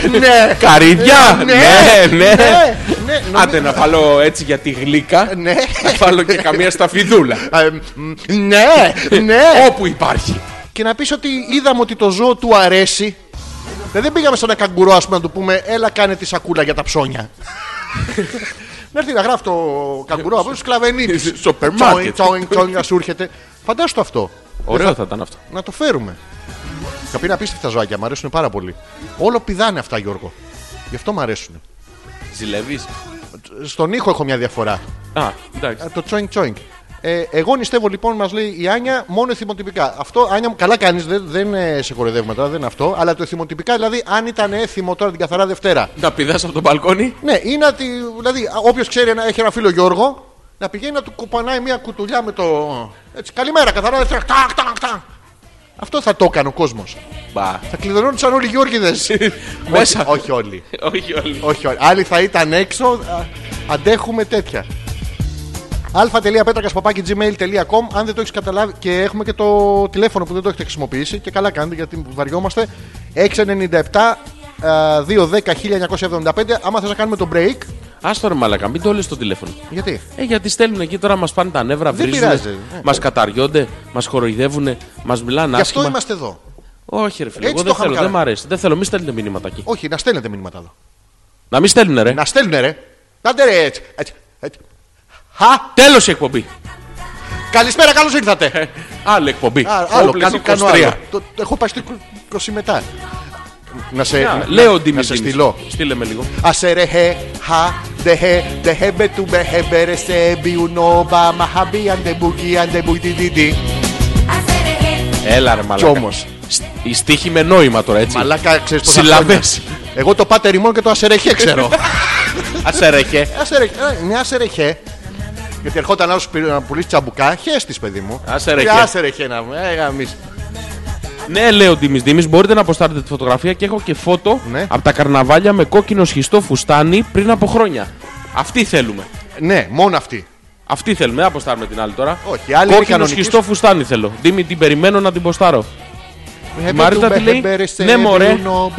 A: ναι, ναι.
B: Καρύδια. Ναι, ναι.
A: ναι, ναι, νομι-
B: Άντε να βάλω έτσι για τη γλύκα.
A: Ναι.
B: Να βάλω και καμία σταφιδούλα.
A: Ε, μ, Ναι, ναι.
B: Όπου υπάρχει.
A: Και να πεις ότι είδαμε ότι το ζώο του αρέσει. Δηλαδή δεν πήγαμε σαν ένα καγκουρό, ας πούμε, να του πούμε Έλα, κάνε τη σακούλα για τα ψώνια. να έρθει να γράφει το καγκουρό από τους σκλαβενίτη.
B: Σούπερ μάρκετ.
A: Τσόινγκ, τσόινγκ, να σου έρχεται. Φαντάσου το αυτό.
B: Ωραίο θα ήταν αυτό.
A: Να το φέρουμε. Θα πει είναι απίστευτα ζωάκια, μου αρέσουν πάρα πολύ. Όλο πηδάνε αυτά, Γιώργο. Γι' αυτό μου αρέσουν.
B: Ζηλεύεις.
A: Στον ήχο έχω μια διαφορά.
B: Α, εντάξει.
A: Α, Το τσόινγκ τσόινγκ. Ε, εγώ νηστεύω λοιπόν, μας λέει η Άνια, μόνο εθιμοτυπικά. Αυτό, Άνια μου, καλά κάνεις, δεν, δεν ε, σε κοροϊδεύουμε τώρα, δεν είναι αυτό. Αλλά το εθιμοτυπικά, δηλαδή, αν ήταν έθιμο τώρα την καθαρά Δευτέρα.
B: Να πηδάς από το μπαλκόνι.
A: Ναι, ή να τη. Δηλαδή, όποιος ξέρει, ένα, έχει ένα φίλο Γιώργο, να πηγαίνει να του κουπανάει μια κουτουλιά με το. Έτσι, καλημέρα, καθαρά Δευτέρα. Τάκ, τάκ, τάκ. Αυτό θα το έκανε ο κόσμος.
B: Μπα.
A: Θα κλειδωνόντουσαν όλοι οι Γιώργιδες.
B: Μέσα.
A: όχι όλοι.
B: Όχι όλοι.
A: Όχι, όχι. Άλλοι θα ήταν έξω. α, Αντέχουμε τέτοια. α.πέτρακα.gmail.com Αν δεν το έχεις καταλάβει και έχουμε και το τηλέφωνο που δεν το έχετε χρησιμοποιήσει και καλά κάνετε γιατί βαριόμαστε. 697 α, 210 1975. Άμα θες να κάνουμε το break,
B: Άστο ρε μαλακά, μην το λες στο τηλέφωνο.
A: γιατί.
B: Ε, γιατί στέλνουν εκεί τώρα, μας πάνε τα νεύρα,
A: Δεν πειράζει.
B: βρίζουν. Μας καταριώνται, μας χοροϊδεύουν, μας μιλάνε
A: Γι' αυτό
B: άσχημα.
A: είμαστε εδώ.
B: Όχι, ρε φίλε,
A: Έτσι το
B: εγώ δεν
A: είχαμε
B: θέλω,
A: κάνει.
B: δεν μ' αρέσει. Δεν θέλω, μην στέλνετε μηνύματα εκεί.
A: Όχι, να στέλνετε μηνύματα εδώ. Ε,
B: Να μην στέλνουνε, ρε.
A: Να στέλνουνε ρε. Να ντε, ρε έτσι. έτσι, έτσι. Χα!
B: Τέλος η εκπομπή.
A: Καλησπέρα, καλώς ήρθατε.
B: Ε, Άλλη εκπομπή.
A: Α, άλλο,
B: Όπλες
A: κάνω, κάνω
B: 23.
A: άλλο. Το, το έχω πάει στο 20 μετά. Να σε,
B: Α,
A: να-
B: Ε, Λέω ο
A: να
B: Ντίμης
A: σε
B: Ντίμης.
A: στείλω.
B: Στείλε με λίγο.
A: Ασερεχέ, χα, δεχέ, δεχέ, μπε του μπε, χε, μπε, ρε, σε, μπι, ουνό, μπα, μα, χα, μπι, αν, τε, μπου, γι, αν, τε, μπου, τι, τι, τι.
B: Έλα, ρε μαλακά.
A: Κι όμως.
B: Σ- Η στίχη με νόημα τώρα, έτσι.
A: Μαλάκα, ξέρεις πώς θα
B: Συλλαβές.
A: χρόνια. Εγώ το πάτε ρημόν και το ασερεχέ ξέρω. Ε,
B: Ασέρεχε.
A: ασερεχέ, ε, μια ασερεχέ. Γιατί ερχόταν άλλος που- να πουλήσει τσαμπουκά, χέστης παιδί μου.
B: Ασερεχέ.
A: Και Ασερεχέ να ε, γαμίς.
B: Ναι, λέει ο Ντίμη Ντίμη, μπορείτε να αποστάρετε τη φωτογραφία και έχω και φώτο
A: Ναι.
B: από τα καρναβάλια με κόκκινο σχιστό φουστάνι πριν από χρόνια. Αυτή θέλουμε.
A: Ναι, μόνο αυτή.
B: Αυτή θέλουμε, δεν αποστάρουμε την άλλη τώρα.
A: Όχι, η άλλη είναι
B: Κόκκινο
A: κανονικής.
B: σχιστό φουστάνι θέλω. Ντίμη, την περιμένω να την ποστάρω.
A: Ε,
B: Η Μαρίτα τι λέει. Ναι, μωρέ,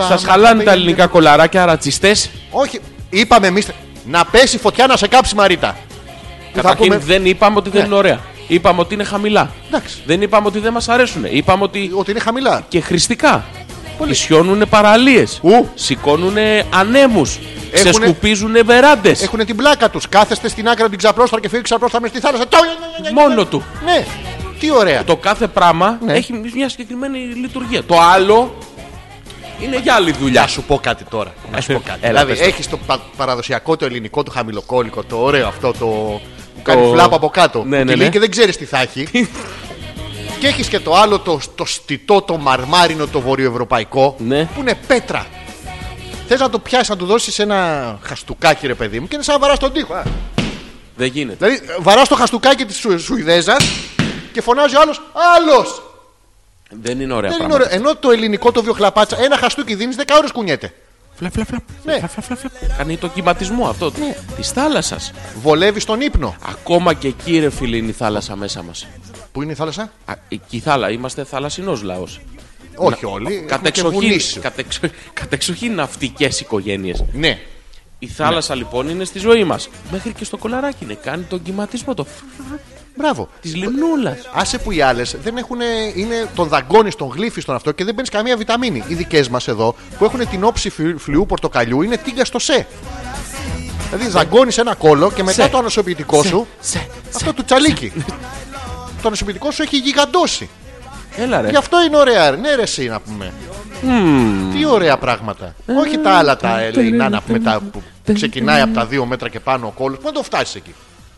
B: σα χαλάνε τα ελληνικά κολαράκια, ρατσιστές.
A: Όχι, είπαμε εμείς. Να πέσει φωτιά να σε κάψει Μαρίτα. Που Θα
B: Καταρχήν
A: πούμε.
B: δεν είπαμε ότι δεν
A: Ναι.
B: είναι ωραία. Είπαμε ότι είναι χαμηλά.
A: Εντάξει.
B: Δεν είπαμε ότι δεν μας αρέσουν. Είπαμε ότι
A: Ότι είναι χαμηλά.
B: και χρηστικά. Ισιώνουν παραλίες.
A: Ου.
B: Σηκώνουν ανέμου. Ξεσκουπίζουν βεράντε.
A: Έχουν την πλάκα τους. Κάθεστε στην άκρη από την ξαπλώστρα και φύγει ξαπλώστρα μες στη θάλασσα. Τόι, ναι, ναι, ναι,
B: Μόνο του.
A: ναι. Ναι. Τι ωραία.
B: Το κάθε πράγμα
A: Ναι.
B: έχει μια συγκεκριμένη λειτουργία. Το άλλο είναι για άλλη δουλειά.
A: Να σου πω κάτι τώρα. Να σου πω κάτι.
B: Έλα,
A: δηλαδή
B: πες το.
A: έχεις το πα- παραδοσιακό, το ελληνικό, το χαμηλοκόλικο, το ωραίο αυτό το. που κάνει
B: Το-
A: φλάπα από κάτω.
B: Ναι,
A: που
B: ναι,
A: τη λέει
B: ναι.
A: Και δεν ξέρεις τι θα έχει. και έχεις και το άλλο, το, το στιτό, το μαρμάρινο, το βορειοευρωπαϊκό.
B: Ναι.
A: Που είναι πέτρα. Θες να το πιάσεις, να του δώσεις ένα χαστούκάκι, ρε παιδί μου, και είναι σαν να βαράς τον τοίχο. Α,
B: Δεν γίνεται.
A: Δηλαδή, βαράς το χαστούκάκι της Σου, Σουηδέζας και φωνάζει ο άλλος. Άλλος!
B: Δεν είναι ωραία
A: Ναι. Δεν είναι
B: πράγματα.
A: ωραίο. Ενώ το ελληνικό το βιοχλαπάτσα, ένα χαστούκι δίνεις 10 ώρες κουνιέται.
B: Φλα, φλα, φλα.
A: Ναι.
B: Φλα, φλα, φλα, φλα. Κάνει το κυματισμό αυτό της θάλασσας.
A: Βολεύει στον ύπνο.
B: Ακόμα και εκεί, ρε φίλε, είναι η θάλασσα μέσα μας.
A: Πού είναι η θάλασσα?
B: Εκεί θάλα, είμαστε θαλασσινός λαός.
A: Όχι όλοι.
B: Κατεξοχήν,
A: Κατεξοχή.
B: κατεξο- κατεξοχήν ναυτικές οικογένειες.
A: Ναι.
B: Η θάλασσα λοιπόν είναι στη ζωή μας. Μέχρι και στο κολαράκι είναι. Κάνει τον κυματισμό το
A: Μπράβο.
B: της λιμνούλας.
A: Άσε που οι άλλες δεν έχουν. είναι τον δαγκώνεις, τον γλύφεις στον αυτό και δεν παίρνεις καμία βιταμίνη. Οι δικές μας εδώ που έχουν την όψη φλου- φλοιού πορτοκαλιού είναι τίγκα στο σε. Δηλαδή δαγκώνεις ένα κόλλο και μετά
B: Σε.
A: το ανοσοποιητικό σου.
B: Σε,
A: Αυτό του τσαλίκι. Το ανοσοποιητικό σου έχει γιγαντώσει.
B: Έλα ρε.
A: Γι' αυτό είναι ωραία. ρε. Ναι, ρε, εσύ να πούμε. Τι ωραία πράγματα. ε, Όχι τα άλλα τα ελεηνά να πούμε τα που ξεκινάει από τα δύο μέτρα και πάνω ο κόλλο. Πού να το φτάσει εκεί.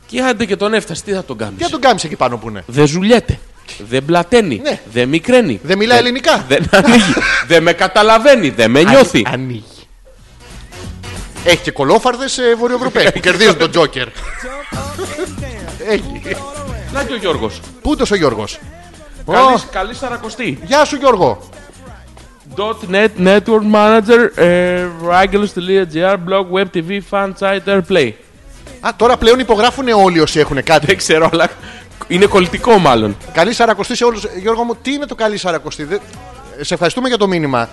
B: Και άντε και τον έφτασε, τι θα τον κάνεις.
A: Τι να τον κάνεις εκεί πάνω που είναι.
B: Δεν ζουλιέται. Δεν πλαταίνει.
A: Ναι.
B: Δεν μικραίνει. Ε,
A: Δεν μιλά ελληνικά.
B: Δεν ανοίγει. δεν με καταλαβαίνει. Δεν με νιώθει.
A: Αν- Ανοίγει. Έχει και κολόφαρδες βορειοευρωπαίοι που κερδίζουν τον Τζόκερ. Έχει.
B: Να και ο Γιώργος.
A: Πού είναι ο Γιώργος.
B: Καλή σαρακοστή.
A: Γεια σου Γιώργο.
B: .net Network Manager ε, Ragelos.gr Blog Web TV Fan Site Airplay.
A: Α, τώρα πλέον υπογράφουν όλοι όσοι έχουν κάτι.
B: Δεν ξέρω, αλλά είναι κολλητικό μάλλον.
A: Καλή σαρακοστή σε όλους. Γιώργο μου, τι είναι το καλή σαρακοστή. Δεν- Σε ευχαριστούμε για το μήνυμα.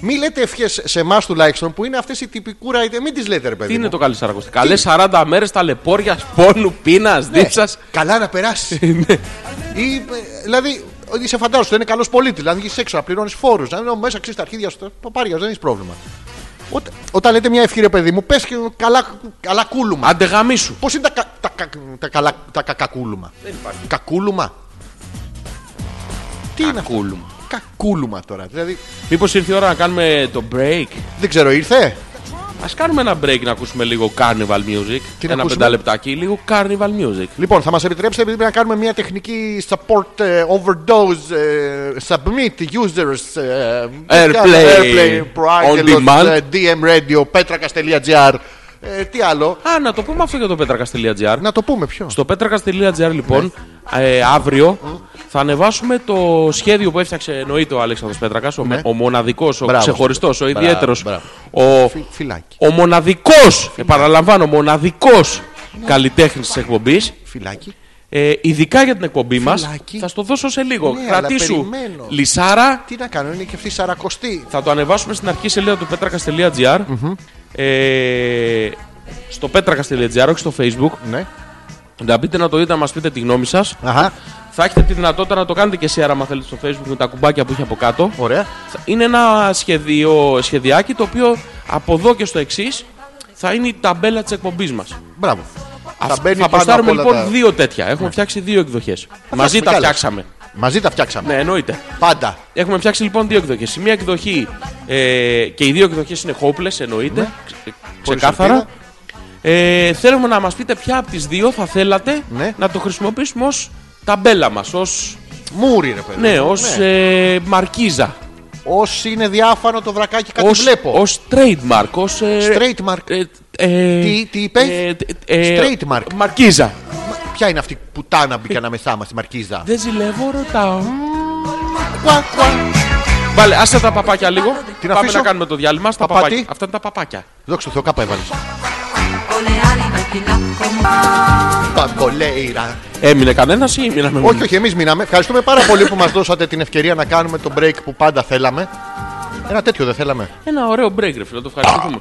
A: Μη λέτε ευχές σε εμάς τουλάχιστον που είναι αυτές οι τυπικούρα. είτε- Μην τις λέτε, ρε παιδί.
B: Τι είναι
A: μου.
B: το καλή σαρακοστή. Καλέ 40 μέρε ταλαιπώρια, πόνου, πείνας,
A: Ναι,
B: δίψας.
A: Καλά να περάσεις.
B: Ε, ναι.
A: Ή, ε, δηλαδή, ότι είσαι φαντάζομαι, είναι καλός πολίτης. Δηλαδή, βγεις έξω να πληρώνεις φόρους. Να είναι μέσα ξέρεις τα αρχίδια σου. Το πάρει, δεν έχεις πρόβλημα. Ό- όταν λέτε μια ευχή, ρε παιδί μου, πες και καλά, καλά κούλουμα.
B: Άντε γαμίσου.
A: Πώς είναι τα, κα- τα, κα- τα, καλά, τα κακακούλουμα. Κακούλουμα. Τι είναι αυτό.
B: Κούλουμα.
A: Κακούλουμα τώρα. Δηλαδή,
B: Μήπως ήρθε η ώρα να κάνουμε το break.
A: δεν ξέρω, ήρθε.
B: Ας κάνουμε ένα break να ακούσουμε λίγο carnival music.
A: Τι να
B: ένα
A: ακούσουμε?
B: πεντάλεπτάκι, λίγο carnival music.
A: Λοιπόν, θα μας επιτρέψετε επειδή πρέπει να κάνουμε μια τεχνική support ε, overdose ε, submit users ε,
B: Airplay.
A: proangelos,
B: On demand.
A: ε, DM radio petrakas.gr. Ε, τι άλλο.
B: Α, να το πούμε αυτό για το πέτρακα.gr.
A: Να το πούμε ποιο.
B: Στο πέτρακα.gr λοιπόν, ε, αύριο θα ανεβάσουμε το σχέδιο που έφτιαξε εννοείται ο Αλέξανδρος Πέτρακας, ο,
A: Ναι.
B: ο μοναδικός, ο
A: Μπράβο.
B: ξεχωριστός, ο
A: Μπράβο,
B: ιδιαίτερος,
A: μπράβο.
B: ο,
A: Φι- Φυλάκι.
B: ο μοναδικός, επαναλαμβάνω, μοναδικός καλλιτέχνης της εκπομπής.
A: Φυλάκι.
B: Ε, ειδικά για την εκπομπή μας,
A: Φυλάκι.
B: θα στο δώσω σε λίγο.
A: Ναι, αλλά
B: Κρατήσου
A: περιμένω.
B: λισάρα,
A: Τι να κάνω, είναι και αυτή η σαρακοστή.
B: θα το ανεβάσουμε στην αρχή σελίδα του petrakas.gr ε, στο petrakas.gr, όχι στο facebook.
A: Ναι.
B: Να μπείτε να το δείτε, να μας πείτε τη γνώμη σας.
A: Αχα,
B: Θα έχετε τη δυνατότητα να το κάνετε και share άμα θέλετε στο facebook με τα κουμπάκια που έχει από κάτω.
A: ωραία.
B: Είναι ένα σχεδιο, σχεδιάκι το οποίο από εδώ και στο εξής θα είναι η ταμπέλα της εκπομπής μας.
A: Μπράβο.
B: Θα,
A: μπαίνει πάνω
B: προστάρουμε
A: απ' όλα
B: λοιπόν
A: τα- Ναι.
B: δύο τέτοια. Έχουμε φτιάξει δύο εκδοχές. Μαζί
A: φτιάξουμε
B: τα
A: κι άλλες.
B: φτιάξαμε.
A: Μαζί τα φτιάξαμε.
B: Ναι, εννοείται.
A: Πάντα.
B: Έχουμε φτιάξει λοιπόν δύο εκδοχές. Η μία εκδοχή ε, και οι δύο εκδοχές είναι hopeless, εννοείται.
A: Ναι.
B: ξε- Ξεκάθαρα. Ε, θέλουμε να μας πείτε ποια από τις δύο θα θέλατε
A: Ναι.
B: να το χρησιμοποιήσουμε ως ταμπέλα μας, ως
A: Μούρι, ρε παιδί.
B: ναι,
A: μου,
B: ως,
A: ναι.
B: ε, μαρκίζα.
A: Όσοι είναι διάφανο το βρακάκι, κάτι
B: ως,
A: βλέπω.
B: ως trademark. Ως, ε,
A: Straight mark.
B: ε, ε,
A: Τι- τι είπε?
B: τ- ε,
A: Trademark.
B: Μαρκίζα.
A: Μα Ποια είναι αυτή που τάνα μπήκε ανάμεσά μας, η Μαρκίζα.
B: Δεν ζηλεύω, ρωτάω.
A: Κουα, κουα.
B: Βάλε, άσε τα παπάκια λίγο.
A: Την
B: Πάμε
A: αφήσω?
B: να κάνουμε το διάλειμμα. Στα
A: Παπά τι?
B: παπάκια. Αυτά είναι τα παπάκια.
A: Δόξα τω Θεώ, κάπου έβαλες.
D: con le ali
A: Παγκολέιρα.
B: Έμεινε κανένας ή μείναμε μόνοι?
A: Όχι, όχι, εμείς μείναμε. Ευχαριστούμε πάρα πολύ που μας δώσατε την ευκαιρία να κάνουμε το break που πάντα θέλαμε. Ένα τέτοιο δεν θέλαμε.
B: Ένα ωραίο break, ρε φίλε, το ευχαριστούμε.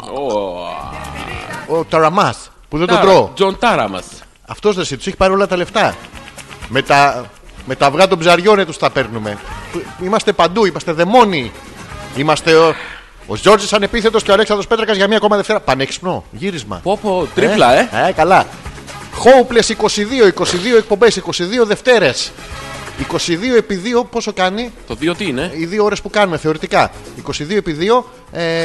A: Ο Ταραμάς που δεν τον τρώω.
B: Τζον Τάρα μα.
A: Αυτός δεν τους έχει πάρει όλα τα λεφτά. Με τα, με τα αυγά των ψαριών τους τα παίρνουμε. Είμαστε παντού, είμαστε δαιμόνοι. Είμαστε ο, ο Γιώργης Ανεπίθετος και ο Αλέξανδρος Πέτρακας για μία ακόμα Δευτέρα. Πανέξυπνο γύρισμα.
B: Πω πω, τρίπλα, ε.
A: Ε, καλά. Hopeless 22, 22 εκπομπέ, 22 Δευτέρε. 22 επί 2, πόσο κάνει
B: Το δύο τι είναι.
A: οι δύο ώρες που κάνουμε θεωρητικά. 22 επί 2, ε,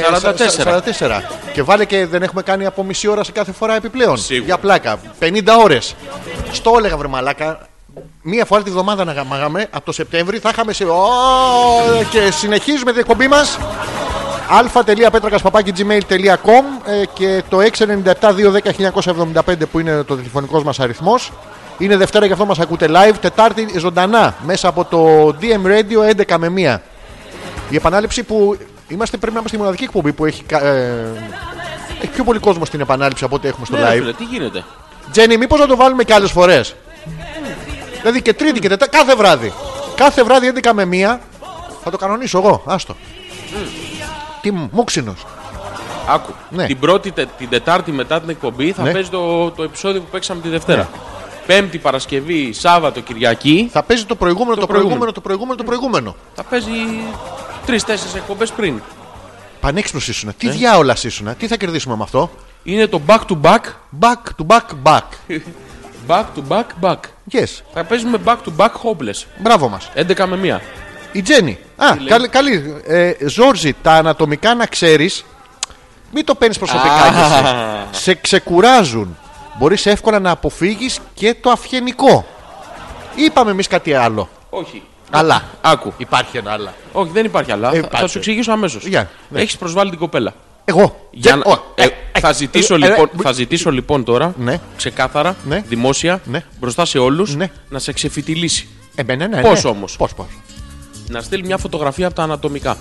B: 44.
A: 44. Και βάλε και δεν έχουμε κάνει από μισή ώρα σε κάθε φορά επιπλέον.
B: Σίγουρα.
A: Για πλάκα. 50 ώρες. Στο έλεγα βρε μαλάκα. Μία φορά τη βδομάδα να γαμάγαμε από το Σεπτέμβρη θα είχαμε σε. Ω, και συνεχίζουμε την εκπομπή μας α.πέτρακα.gmail.com ε, και το 697-210-1975 που είναι το τηλεφωνικός μας αριθμός. Είναι Δευτέρα γι' αυτό μας ακούτε live. Τετάρτη ζωντανά μέσα από το DM Radio 11 με 1. Η επανάληψη που είμαστε πρέπει να είμαστε η μοναδική εκπομπή που έχει, κα- ε, έχει πιο πολύ κόσμο στην επανάληψη από ό,τι έχουμε στο
B: Ναι, ρε
A: live.
B: φίλε, τι γίνεται.
A: Τζένι, μήπως να το βάλουμε και άλλες φορές. Δηλαδή και τρίτη και τετάρτη, κάθε βράδυ. Κάθε βράδυ 11 με 1 θα το κανονίσω εγώ. Άστο. Τι μου, μουξινο.
B: Άκου.
A: Ναι.
B: Την πρώτη, τε- την Τετάρτη μετά την εκπομπή θα
A: Ναι.
B: παίζει το, το επεισόδιο που παίξαμε τη Δευτέρα. Πέμπτη, Παρασκευή, Σάββατο, Κυριακή
A: Θα παίζει το προηγούμενο, το, προηγούμενο,
B: προηγούμενο. Ναι.
A: το προηγούμενο, το προηγούμενο.
B: θα παίζει τρει-τέσσερι εκπομπές πριν.
A: Πανέξυπνος ήσουν.
B: Ναι.
A: Τι διάολα ήσουν. Τι θα κερδίσουμε με αυτό.
B: Είναι το back to back.
A: Back to back back.
B: Back to back back.
A: Yes.
B: Θα παίζουμε back to back hopeless.
A: Μπράβο μας.
B: 11 με 1.
A: Η Τζέννη. Α, καλή. καλή. Ε, Ζόρζι, τα ανατομικά να ξέρεις. Μην το παίρνεις προσωπικά. κι εσύ. Σε ξεκουράζουν. μπορείς εύκολα να αποφύγεις και το αυγενικό. Είπαμε εμείς κάτι άλλο.
B: Όχι.
A: Αλλά.
B: Άκου.
A: Υπάρχει ένα αλλά.
B: Όχι, δεν υπάρχει άλλα.
A: Ε,
B: Θα-
A: υπάρχει.
B: Θα σου εξηγήσω αμέσως.
A: Για, ναι.
B: Έχεις προσβάλει την κοπέλα.
A: Εγώ.
B: Για
A: Και-
B: να-
A: ο-
B: ε,
A: ε, ε,
B: θα, ζητήσω,
A: ε, ε,
B: λοιπόν,
A: ε,
B: θα ζητήσω λοιπόν τώρα
A: Ναι.
B: ξεκάθαρα,
A: Ναι.
B: δημόσια,
A: Ναι.
B: μπροστά σε όλους
A: Ναι.
B: να σε ξεφυτιλήσει.
A: Εμένα, ναι,
B: Πώς
A: ναι.
B: όμως.
A: Πώς, πώς.
B: Να στείλει μια φωτογραφία από τα ανατομικά.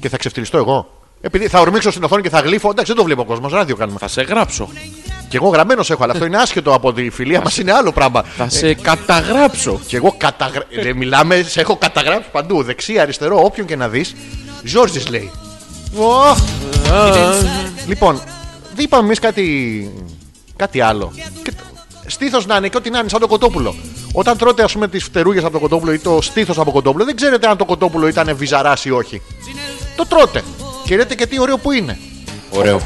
A: Και θα ξεφτυλιστώ εγώ. Επειδή θα ορμήξω στην οθόνη και θα γλύφω. Εντάξει, δεν το βλέπει ο κόσμος. Ράδιο κάνουμε.
B: Θα σε γράψω.
A: Και εγώ γραμμένος έχω, αλλά αυτό είναι άσχετο από τη φιλία μας. Είναι άλλο πράγμα.
B: Θα σε καταγράψω.
A: Και εγώ καταγρα... ε, μιλάμε, σε έχω καταγράψει παντού. Δεξί, αριστερό, όποιον και να δεις. Ζόρζης λέει. Ωχ! λοιπόν, δεν είπαμε εμείς κάτι, κάτι άλλο. Στήθος να είναι και ό,τι να είναι, σαν το κοτόπουλο. Όταν τρώτε, ας πούμε, τις φτερούγες από το κοτόπουλο ή το στήθος από κοτόπουλο, δεν ξέρετε αν το κοτόπουλο ήταν βυζαράς ή όχι. Το τρώτε. Και λέτε και τι ωραίο που είναι.
B: Ωραίο.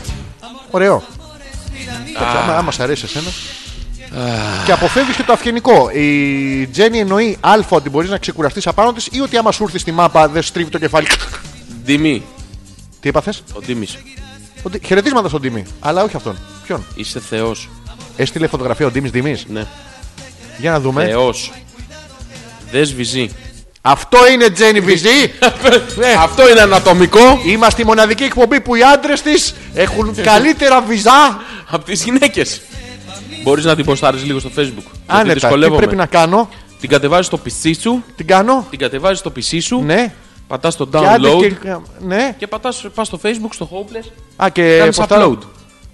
A: Ωραίο. Εντάξει, άμα, άμα σ' αρέσει εσένα. Και αποφεύγεις και το αυγενικό. Η Τζέννη εννοεί Α ότι μπορείς να ξεκουραστείς απάνω τη ή ότι άμα σου έρθει στη μάπα δεν στρίβει το κεφάλι.
B: Ντίμη.
A: Τι είπα θες?
B: Ο Ντίμη.
A: Ότι... Χαιρετίσματα στον Τίμη. Αλλά όχι αυτόν. Ποιον.
B: Είσαι Θεός.
A: Έστειλε φωτογραφία ο Τίμη Τιμή.
B: Ναι.
A: Για να δούμε.
B: Θεός. Δεν σβηζεί.
A: Αυτό είναι
B: Ε,
A: Τζέννη Βυζή. Ε.
B: Αυτό είναι ανατομικό
A: Είμαστε η μοναδική εκπομπή που οι άντρες της
B: Ε,
A: έχουν καλύτερα βυζά.
B: από τις γυναίκες. Μπορείς να την ποστάρεις λίγο στο facebook. Γιατί
A: Άνετα. ναι, Τι
B: Ε, δυσκολεύομαι.
A: πρέπει να κάνω.
B: Την κατεβάζεις στο PC σου.
A: Την κάνω.
B: Την κατεβάζεις στο PC σου.
A: Ναι.
B: Πατάς το
A: Και άντε
B: download. Και,
A: και- Ναι.
B: πατάς, πας στο facebook, στο hopeless.
A: Α, και
B: Κάνεις
A: ποστάρω.
B: upload. Και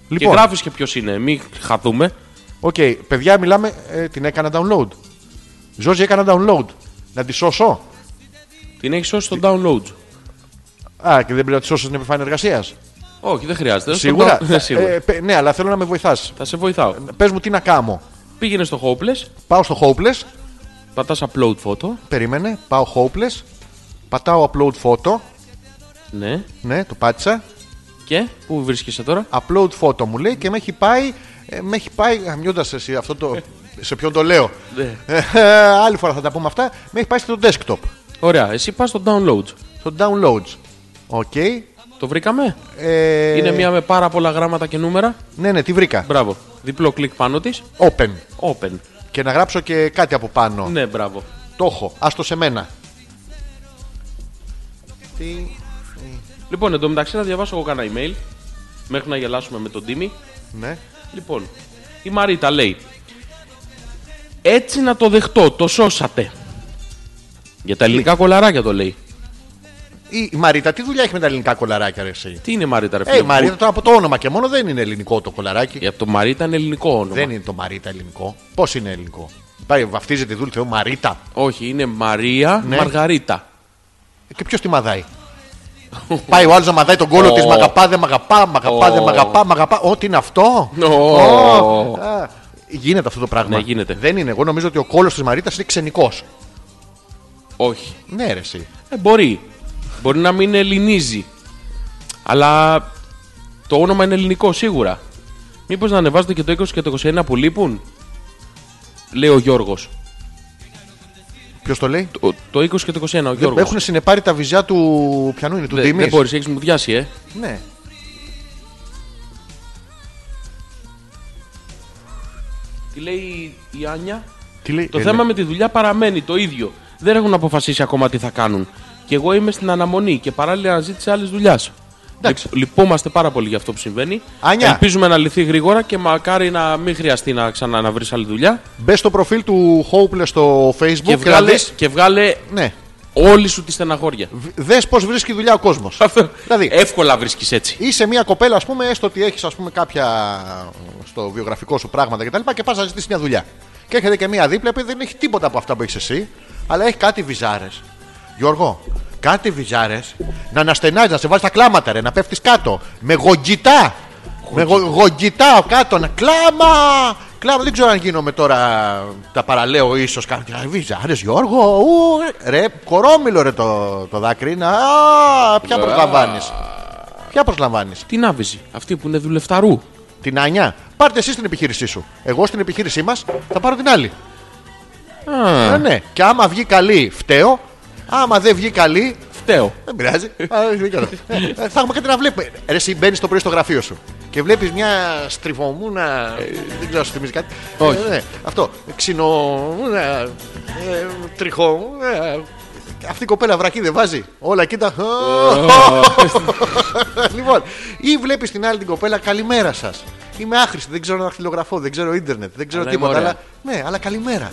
A: Ε, Λοιπόν.
B: γράφεις και ποιος είναι. Μην χαθούμε.
A: Οκ, παιδιά, μιλάμε. ε, την έκανα download. Ζόζη έκανα download. Να τη σώσω.
B: Την έχεις σώσει στο download.
A: Α, και δεν πρέπει να τη σώσω στην επιφάνεια εργασίας.
B: Όχι, δεν χρειάζεται. Ε, Στο
A: Σίγουρα.
B: down- Ναι, σίγουρα.
A: Ε, παι- ναι, αλλά θέλω να με βοηθάς.
B: Θα σε βοηθάω.
A: Πες μου τι να κάνω.
B: Πήγαινε στο hopeless.
A: Πάω στο hopeless.
B: Πατάς upload photo.
A: Περίμενε. Πάω hopeless. Πατάω upload photo.
B: Ναι.
A: Ναι, το πάτησα.
B: Και πού βρίσκεσαι τώρα.
A: Upload photo μου λέει και με έχει πάει. ε, με έχει πάει. Γαμιώντας εσύ αυτό το. σε ποιον το λέω. Ε,
B: Ναι.
A: Άλλη φορά θα τα πούμε αυτά. Με έχει πάει στο desktop.
B: Ωραία, εσύ πας στο download.
A: Στο downloads. Οκ.
B: Το βρήκαμε.
A: Ε,
B: Είναι μια με πάρα πολλά γράμματα και νούμερα.
A: Ναι, ναι, τη βρήκα.
B: Μπράβο. Διπλό κλικ πάνω της.
A: Open.
B: Open.
A: Και να γράψω και κάτι από πάνω.
B: Ναι, μπράβο.
A: Το έχω. Άστο σε μένα. Τι.
B: Λοιπόν, εν τω μεταξύ να διαβάσω εγώ κανένα email. Μέχρι να γελάσουμε με τον Τίμη.
A: Ναι.
B: Λοιπόν, η Μαρίτα λέει. Έτσι να το δεχτώ, το σώσατε. Για τα ελληνικά κολαράκια το λέει.
A: Η η Μαρίτα, τι δουλειά έχει με τα ελληνικά κολαράκια, ρε, εσύ.
B: Τι είναι η Μαρίτα, ρε
A: Ε, η
B: φίλε.
A: Μαρίτα,
B: μου?
A: τώρα από το όνομα και μόνο δεν είναι ελληνικό το κολαράκι.
B: Λοιπόν, Για το Μαρίτα είναι ελληνικό όνομα.
A: Δεν είναι το Μαρίτα ελληνικό. Πώς είναι ελληνικό. Πάει, βαφτίζεται η δούλη Θεό Μαρίτα.
B: Όχι, είναι Μαρία
A: Ναι.
B: Μαργαρίτα.
A: Ε, Και ποιος τη μαδάει. Πάει ο άλλος να μαδάει τον κόλο
B: Ω.
A: τη. Μαγαπά, δεν μαγαπά, μαγαπά, δεν
B: Ω.
A: μαγαπά, μαγαπά. Ό, τι είναι αυτό.
B: Ω.
A: Ω, α, Γίνεται αυτό το πράγμα.
B: Ναι, γίνεται.
A: Δεν είναι. Εγώ νομίζω ότι ο κόλο της Μαρίτας είναι ξενικός.
B: Όχι.
A: Ναι, ρε, εσύ.
B: Ε, μπορεί. Μπορεί να μην ελληνίζει. Αλλά το όνομα είναι ελληνικό σίγουρα. Μήπως να ανεβάζετε και το 20 και το 21 που λείπουν, λέει ο Γιώργος.
A: Ποιος το λέει.
B: Το, το 20 και το 21, ο
A: Δεν-
B: Γιώργος.
A: Έχουν συνεπάρει τα βυζιά του. Πιανού είναι, του
B: Δεν
A: Ντίμη.
B: μπορείς, έχεις μου διάσει, ε.
A: Ναι.
B: Τι λέει η Άνια.
A: Τι λέει,
B: Το
A: ε,
B: θέμα
A: ναι.
B: με τη δουλειά παραμένει το ίδιο. Δεν έχουν αποφασίσει ακόμα τι θα κάνουν. Και εγώ είμαι στην αναμονή και παράλληλα αναζήτηση άλλη δουλειάς.
A: Εντάξει.
B: Λυπόμαστε Λοιπόν, πάρα πολύ για αυτό που συμβαίνει.
A: Άνια.
B: Ελπίζουμε να λυθεί γρήγορα και μακάρι να μην χρειαστεί να ξανά να βρεις άλλη δουλειά.
A: Μπες στο προφίλ του Hopeless στο Facebook και,
B: και,
A: να
B: βγάλε,
A: δεις-
B: και βγάλε
A: Ναι.
B: όλη σου τη στεναχώρια.
A: Δες πώς βρίσκει δουλειά ο κόσμος. δηλαδή,
B: Εύκολα βρίσκεις έτσι.
A: είσαι μια κοπέλα, ας πούμε, έστω ότι έχεις κάποια στο βιογραφικό σου πράγματα κτλ. Και, πας να ζητήσεις μια δουλειά. Και έρχεται και μια δίπλα που δεν έχει τίποτα από αυτά που έχεις εσύ, αλλά έχει κάτι βυζάρες. Γιώργο, κάτι βυζάρες να αναστενάζεις, να σε βάζει τα κλάματα, ρε, να πέφτεις κάτω. Με γογκητά. Με γο, γογκητά κάτω, να κλάμα! Κλάμα, δεν ξέρω αν γίνομαι τώρα. Τα παραλέω ίσως κάποια. Βυζάρες, Γιώργο, ου, ρε, κορόμιλο ρε το, το δάκρυ. Να, α, ποια προσλαμβάνεις. Ποια προσλαμβάνεις.
B: Τι ναύζει, αυτή που είναι δουλευταρού.
A: Την Άνια. Πάρτε εσείς την επιχείρησή σου. Εγώ στην επιχείρησή μας θα πάρω την άλλη. Ε, ναι. Και άμα βγει καλή, φταίω. Άμα δεν βγει καλή,
B: Φταίω.
A: ε, δεν πειράζει. Α, δεν ξέρω. Ε, Θα έχουμε κάτι να βλέπουμε. Ρε, εσύ μπαίνεις το πρωί στο γραφείο σου. και βλέπεις μια στριφομούνα. δεν ξέρω, σου θυμίζει κάτι.
B: όχι.
A: Ε, ναι, αυτό. Ξινομούνα. Ε, τριχομούνα. Αυτή η κοπέλα βρακή δεν βάζει. Όλα κοίτα. λοιπόν, ή βλέπεις την άλλη την κοπέλα, καλημέρα σας. Είμαι άχρηστη, δεν ξέρω να δαχτυλογραφώ, δεν ξέρω ίντερνετ, δεν ξέρω
B: Αλλά είμαι
A: τίποτα.
B: ωραία.
A: Αλλά, ναι, αλλά καλημέρα.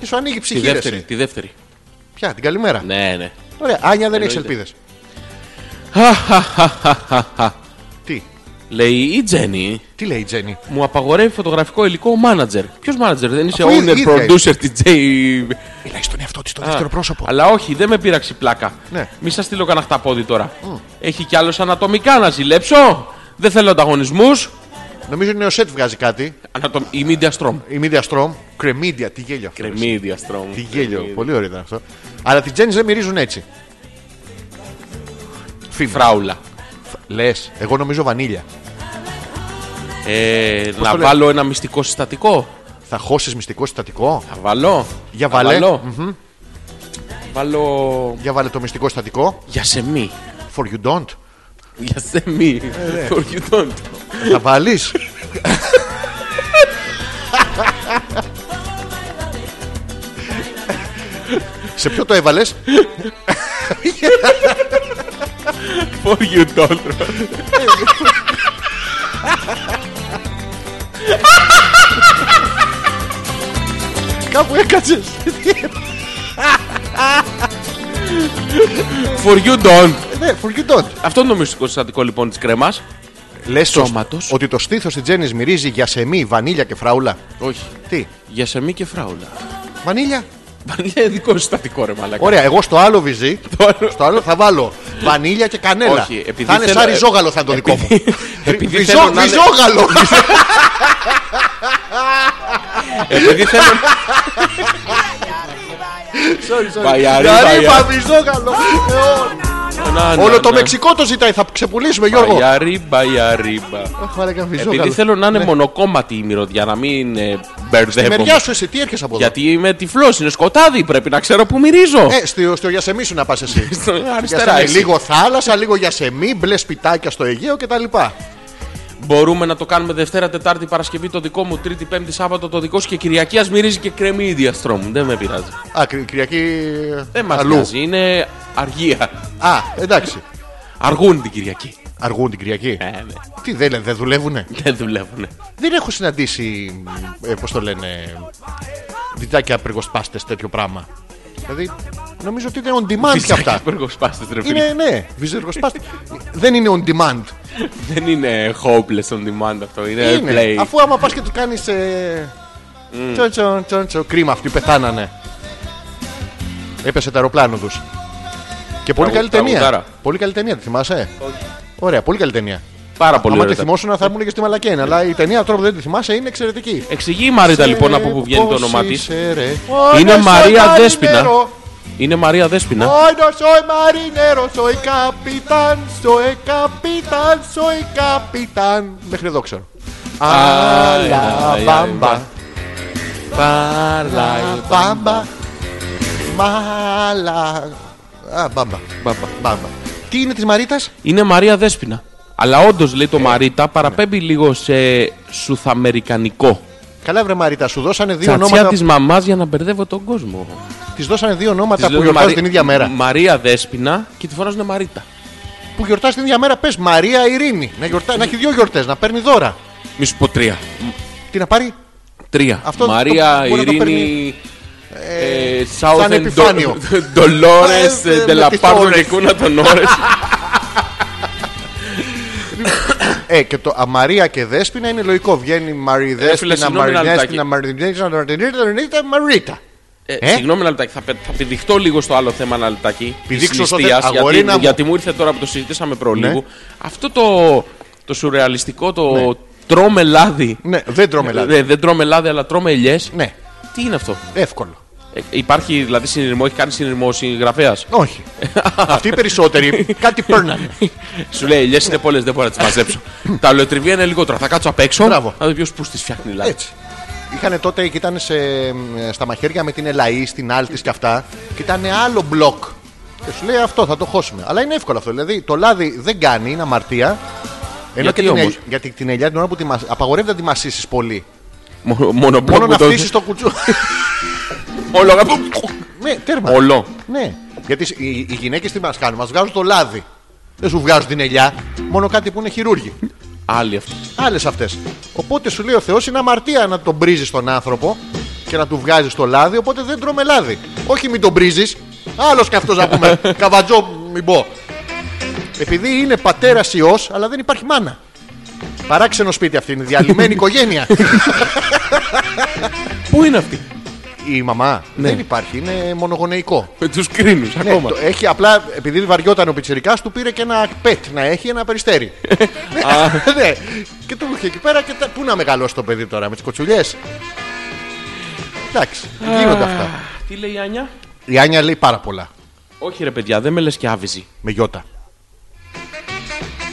A: Και σου ανοίγει η
B: Τη
A: ψυχή. ε. ρε,
B: δεύτερη,
A: εσύ.
B: τη δεύτερη.
A: Ποια, την καλημέρα.
B: Ναι, ναι.
A: Ωραία, Άνια δεν έχεις
B: Εννοείται.
A: ελπίδες. Τι,
B: Λέει η Τζένι
A: τι λέει η Τζέννη.
B: μου απαγορεύει φωτογραφικό υλικό ο μάνατζερ. Ποιο μάνατζερ, δεν είσαι
A: Αφού η
B: owner,
A: ίδια
B: producer, DJ.
A: Μιλάει στον εαυτό της, στο
B: Α,
A: δεύτερο πρόσωπο.
B: Αλλά όχι, δεν με πείραξε η πλάκα.
A: Ναι.
B: Μη σας στείλω κανένα χταπόδι τώρα. Έχει κι άλλος ανατομικά να ζηλέψω. Δεν θέλω ανταγωνισμούς.
A: Νομίζω είναι ο Σετ βγάζει κάτι.
B: Ανατομ... Η Media Strom.
A: Η Media Strom. Κρεμίδια, τι γέλιο. αυτό.
B: Κρεμίδια Strom.
A: Τι γέλιο. Πολύ ωραίο ήταν αυτό. Αλλά την Τζέννη δεν μυρίζουν έτσι.
B: Φιβράουλα.
A: Λες. Εγώ νομίζω βανίλια.
B: Ε,
A: το
B: να
A: λέει?
B: βάλω ένα μυστικό συστατικό.
A: Θα χώσεις μυστικό συστατικό.
B: Θα βάλω.
A: Για
B: Θα
A: βάλε.
B: Βάλω. βάλω...
A: Για βάλε το μυστικό συστατικό.
B: Για σε μη.
A: For you don't.
B: Για σε μη.
A: Ε, ναι.
B: For you don't.
A: Θα βάλεις. Σε ποιο το έβαλες,
B: For you don't.
A: κάπου έκατσες.
B: For you don't.
A: ναι, for you don't.
B: Αυτό είναι το μυστικό συστατικό λοιπόν της κρέμας.
A: Λες
B: Σώματος.
A: ότι το στήθος της Τζέννη μυρίζει για σεμί, βανίλια και φράουλα.
B: Όχι.
A: Τι,
B: Για σε μη και φράουλα.
A: βανίλια.
B: Βανίλια είναι δικό συστατικό ρε μαλακά.
A: Ωραία, εγώ στο άλλο βυζί,
B: Το άλλο.
A: στο άλλο θα βάλω βανίλια και κανέλα.
B: Όχι, επειδή
A: θα είναι
B: θέλω-
A: σαν ριζόγαλο θα είναι το δικό μου.
B: Επειδή- επειδή
A: Ριζό-
B: θέλω να είναι-
A: Ριζόγαλο!
B: Επειδή θέλω.
A: Sorry, sorry.
B: Βαϊαρή,
A: Να
B: βαϊαρή.
A: ρίπα, ριζόγαλο.
B: να- να-
A: Όλο το
B: να-
A: Μεξικό το ζητάει, θα ξεπουλήσουμε Γιώργο.
B: Μπαϊαρίμπα, ιαρίμπα.
A: Αχ, μαλάκα, ριζόγαλο.
B: Επειδή θέλω να είναι μονοκόμματη η μυρωδιά, να μην ε,
A: Ναι. Στη
B: μπερδεύομαι.
A: μεριά σου εσύ, τι έρχεσαι από εδώ.
B: Γιατί είμαι τυφλός, είναι σκοτάδι, πρέπει να ξέρω που μυρίζω.
A: Ε, στο, στο γιασεμί σου να πας εσύ.
B: Στο αριστερά.
A: Γιασεμί,
B: εσύ.
A: λίγο θάλασσα, λίγο γιασεμί, μπλε σπιτάκια στο Αιγαίο κτλ.
B: Μπορούμε να το κάνουμε Δευτέρα, Τετάρτη, Παρασκευή το δικό μου, Τρίτη, Πέμπτη, Σάββατο το δικό σου και Κυριακή ας μυρίζει και κρέμει η ίδια στρώμου. Δεν με πειράζει.
A: Α, Κυρ- Κυριακή.
B: Δεν μας
A: αλλού.
B: πειράζει, είναι αργία.
A: Α, εντάξει.
B: Αργούν την Κυριακή.
A: Αργούν την Κυριακή.
B: Ε, ναι.
A: Τι δεν λένε, δεν δουλεύουνε.
B: Δεν δουλεύουν.
A: Δεν έχω συναντήσει, ε, πώς το λένε, διτάκια πυργοσπάστες τέτοιο πράγμα. Δηλαδή, νομίζω ότι είναι on demand και αυτά. Είναι, ναι, βυζεργοσπάστε. δεν είναι on demand.
B: Δεν είναι hopeless on demand αυτό, είναι,
A: Είναι.
B: Ε, play. Mm.
A: Αφού άμα πας και του κάνεις. Ε, τσον, τσον, τσον, τσον, κρίμα αυτοί πεθάνανε. Έπεσε το αεροπλάνο τους. Και πολύ
B: Τραγου-
A: καλή ταινία.
B: τραγουδάρα.
A: Πολύ καλή ταινία, τη θυμάσαι. Ωραία, πολύ καλή ταινία.
B: Πάρα πολύ
A: Άμα τη
B: ωραία. τα-
A: θυμόσουν θα ήμουν και στη Μαλακένα. Αλλά η ταινία τρόπο που δεν τη θυμάσαι είναι εξαιρετική.
B: Εξηγεί η Μαρίτα λοιπόν από πού βγαίνει το όνομά της. Είναι
A: Είναι
B: Μαρία Δέσποινα. Είναι Μαρία Δέσποινα.
A: Bueno, soy marinero, soy capitán, soy capitán, soy capitán. Μέχρι εδώ ξέρω. Αλλά
B: ai,
A: μπαμπα,
B: Παρλάι.
A: μπαμπα, μαλα. Α, μπαμπα,
B: Μπαμπα.
A: μπαμπα. Τι είναι της Μαρίτας?
B: Είναι Μαρία Δέσποινα. Αλλά όντως λέει το
A: Ε,
B: Μαρίτα
A: ναι.
B: παραπέμπει λίγο σε σουθαμερικανικό.
A: Καλά βρε Μαρίτα, σου δώσανε δύο
B: Τσατσιά
A: ονόματα,
B: της μαμάς για να μπερδεύω τον κόσμο.
A: της δώσανε δύο
B: Της
A: ονόματα που
B: λένε
A: γιορτάζουν
B: Μαρι-
A: την ίδια μέρα.
B: Μαρία Δέσποινα και τη φωνάζουν Μαρίτα.
A: Που γιορτάζει την ίδια μέρα, πες Μαρία Ειρήνη. Να, γιορτά... να έχει δύο γιορτές, να παίρνει δώρα.
B: Μη σου πω τρία.
A: Τι να πάρει,
B: Τρία.
A: Αυτό το-
B: Μαρία,
A: μπορεί να το
B: Ειρήνη. ε, Southern
A: σαν επιφάνειο.
B: Do- Dolores
A: Ε,
B: ε,
A: με
B: de la
A: τις
B: Pardo
A: ώρες.
B: και Κούνα των Ωρες.
A: Ε, και το α, Μαρία και Δέσποινα είναι λογικό. Βγαίνει
B: Ε, φίλε,
A: Μαριδέσποινα,
B: συγγνώμη ένα
A: Μαρινέσποινα, Μαρινέσποινα, Μαρινέσποινα, Μαρίτα.
B: Ε,
A: Ε?
B: Συγγνώμη ένα λεπτάκι, θα, πε- θα πηδηχτώ λίγο στο άλλο θέμα ένα λεπτάκι.
A: Πηδήξω
B: της
A: στο θε-
B: νηστείας,
A: αγορίνα
B: γιατί,
A: μου.
B: γιατί μου ήρθε τώρα που το συζητήσαμε προλίγου.
A: Ναι.
B: Αυτό το, το σουρεαλιστικό, το τρώμε λάδι.
A: Ναι, δεν τρώμε λάδι.
B: Ε, δεν τρώμε λάδι, αλλά τρώμε ελιές.
A: Ναι,
B: Τι είναι αυτό.
A: εύκολο.
B: Ε, υπάρχει δηλαδή συνειρμό, έχει κάνει συνειρμό ο συγγραφέας.
A: Όχι. Αυτοί οι περισσότεροι κάτι παίρνανε.
B: Σου λέει ελιέ είναι πολλές, δεν μπορώ να τις μαζέψω. Τα ολοτριβία είναι λιγότερα. Θα κάτσω απ' έξω.
A: Μπράβο.
B: Να δω ποιος που τι φτιάχνει λάδι.
A: Έτσι. Είχανε τότε και ήταν σε, ε, στα μαχαίρια με την Ελαή, στην Άλτης και αυτά. Και ήταν άλλο μπλοκ. Και σου λέει αυτό θα το χώσουμε. Αλλά είναι εύκολο αυτό. Δηλαδή το λάδι δεν κάνει, είναι αμαρτία. Ενώ
B: Γιατί
A: και την
B: όμως?
A: ελιά- γιατί την ελιά την ώρα που τη μασ- απαγορεύεται να τη μασίσεις πολύ.
B: Μόνο, μόνο,
A: Μόνο
B: που
A: να
B: το-
A: αφήσεις το κουτσού.
B: Όλο.
A: ναι, τέρμα.
B: Όλο.
A: Ναι. Γιατί σ- οι, οι γυναίκες τι μας κάνουν, μας βγάζουν το λάδι. Δεν σου βγάζουν την ελιά. Μόνο κάτι που είναι χειρούργοι.
B: Άλλη αυτή.
A: Άλλες αυτές. Οπότε σου λέει ο Θεός είναι αμαρτία να τον πρίζει τον άνθρωπο και να του βγάζεις το λάδι. Οπότε δεν τρώμε λάδι. Όχι μην τον πρίζει. Άλλος κι αυτός να πούμε. Καβατζό, μην πω. Επειδή είναι πατέρας ιό, αλλά δεν υπάρχει μάνα. Παράξενο σπίτι αυτή είναι. Διαλυμένη οικογένεια.
B: Πού είναι αυτή.
A: Η μαμά δεν υπάρχει. Είναι μονογονεϊκό.
B: Με τους κρίνους
A: Ναι,
B: ακόμα.
A: το έχει απλά, επειδή βαριόταν ο πιτσιρικάς του πήρε και ένα πετ να έχει ένα περιστέρι. ναι, ναι. Και του είχε εκεί πέρα και τα- πού να μεγαλώσει το παιδί τώρα, με τις κοτσουλιές. Εντάξει, γίνονται αυτά.
B: Τι λέει η Άνια.
A: Η Άνια λέει πάρα πολλά.
B: Όχι ρε παιδιά, δεν με λες και άβυζη.
A: Με γιώτα.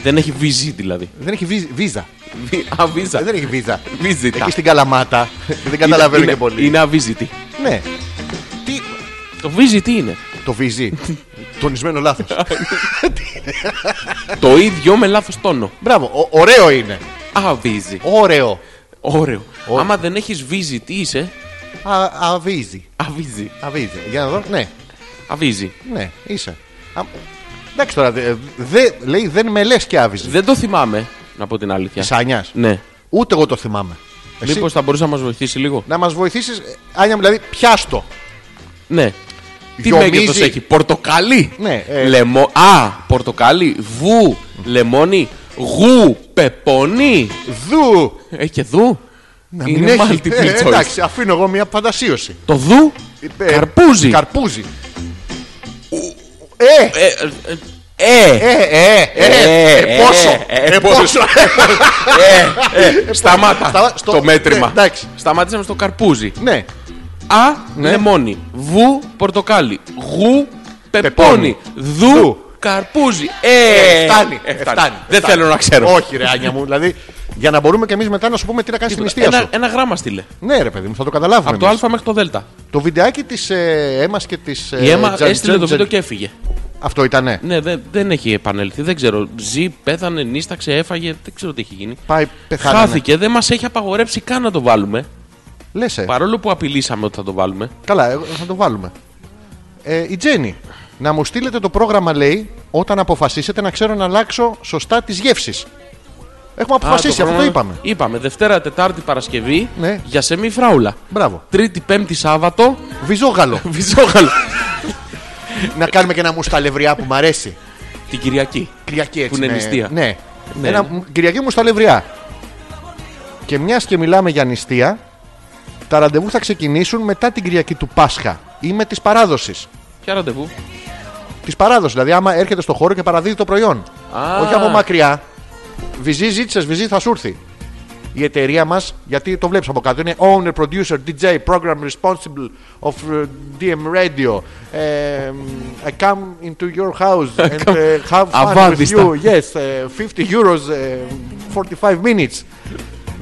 B: Δεν έχει βυζή δηλαδή.
A: Δεν έχει βίζ- βίζα.
B: Βι- Αβίζα.
A: Ε, Δεν έχει βίζα.
B: Βίζητα.
A: Εκεί στην Καλαμάτα. Δεν καταλαβαίνω
B: Είναι-
A: και πολύ.
B: Είναι αβίζητη.
A: Ναι. Τι.
B: Το βίζι τι είναι.
A: Το βίζι. Τονισμένο λάθος. Ε.
B: Το ίδιο με λάθος τόνο.
A: Μπράβο. ο- ωραίο είναι.
B: Αβίζι.
A: Ωραίο.
B: Ωραίο. Άμα δεν έχεις βίζι, τι είσαι.
A: Α- Αβίζει.
B: Αβίζι.
A: Αβίζει. Για να δω. Ναι.
B: Αβίζι.
A: Ναι, είσαι. Α, εντάξει τώρα, δε, δε- λέει δεν με λες και άβυζε.
B: Δεν το θυμάμαι, να πω την αλήθεια.
A: Σάνια.
B: Ναι.
A: Ούτε εγώ το θυμάμαι. Εσύ,
B: Μήπως θα μπορούσε να μας βοηθήσει λίγο.
A: Να μας βοηθήσεις, Άνια μου, δηλαδή πιάστο.
B: Ναι. Τι
A: Γιομίζει.
B: μέγεθος έχει, Πορτοκαλί.
A: Ναι, ε.
B: Λεμό... Α, πορτοκαλί. Βου, λεμόνι. Γου, πεπόνι.
A: Δου!
B: Έχει και δου. Να
A: Μην έχει-
B: multiple
A: Ε,
B: choice.
A: εντάξει, αφήνω εγώ μια φαντασίωση.
B: Το δου,
A: Ε,
B: καρπούζι.
A: Καρπούζι. Ε!
B: Ε, ε, ε,
A: Ε, ε, ε,
B: ε,
A: ε, πόσο,
B: ε, ε,
A: ε, πόσο.
B: ε, Σταμάτα
A: Σταμα- στο-
B: το μέτρημα.
A: ναι, εντάξει.
B: Σταμάτησαμε στο καρπούζι.
A: Ναι,
B: Α, λεμόνι. Βου, πορτοκάλι. Γου, πεπόνι.
A: Πεπόνι.
B: Δου,
A: Δου.
B: καρπούζι. Ε,
A: φτάνει,
B: ε,
A: ε, φτάνει.
B: Δεν
A: Φτάνει.
B: θέλω να ξέρω.
A: όχι ρε Άνια μου, δηλαδή για να μπορούμε και εμείς μετά να σου πούμε τι να κάνει στην νηστεία
B: Ένα,
A: σου.
B: ένα γράμμα στείλε.
A: Ναι, ρε παιδί μου, θα το καταλάβουμε.
B: Από το
A: εμείς.
B: Α μέχρι το Δ.
A: Το βιντεάκι της ε, Έμας και ε, τη.
B: Η Έμα έστειλε το βίντεο και έφυγε.
A: Αυτό ήτανε.
B: Ναι, δεν, δεν έχει επανέλθει. Δεν ξέρω. Ζει, πέθανε, νύσταξε, έφαγε. Δεν ξέρω τι έχει γίνει.
A: Πάει, πεθάνανε.
B: Χάθηκε, δεν μας έχει απαγορέψει καν να το βάλουμε.
A: Λες, ε.
B: Παρόλο που απειλήσαμε ότι θα το βάλουμε.
A: Καλά, εγώ θα το βάλουμε. Ε, η Τζέννη, να μου στείλετε το πρόγραμμα, λέει, όταν αποφασίσετε να ξέρω να αλλάξω σωστά τις γεύσεις. Έχουμε αποφασίσει, αυτό
B: Α,
A: το
B: πρόγραμμα-
A: είπαμε.
B: Είπαμε Δευτέρα, Τετάρτη, Παρασκευή
A: Ναι.
B: για σεμί φράουλα.
A: Μπράβο.
B: Τρίτη, Πέμπτη, Σάββατο.
A: Βυζόγαλο.
B: Βυζόγαλο.
A: να κάνουμε και ένα μουσταλευριά που μου αρέσει.
B: Την Κυριακή.
A: Κυριακή έτσι.
B: Που είναι
A: ναι.
B: νηστεία.
A: Ναι.
B: Ναι.
A: Ένα μ- Κυριακή μουσταλευριά. Και μιας και μιλάμε για νηστεία, τα ραντεβού θα ξεκινήσουν μετά την Κυριακή του Πάσχα ή με τη παράδοση.
B: Ποια ραντεβού.
A: Τη παράδοση. Δηλαδή, άμα έρχεται στο χώρο και παραδίδει το προϊόν.
B: Α.
A: Όχι από μακριά. Βυζί, ζήτησες, βυζί, θα σου έρθει. Η εταιρεία μας, γιατί το βλέπεις από κάτω, είναι owner, producer, DJ, program responsible of uh, DM radio. Um, I come into your house and uh, have fun with
B: Αβάδιστα.
A: you. Yes, uh, 50 euros, uh, 45 minutes.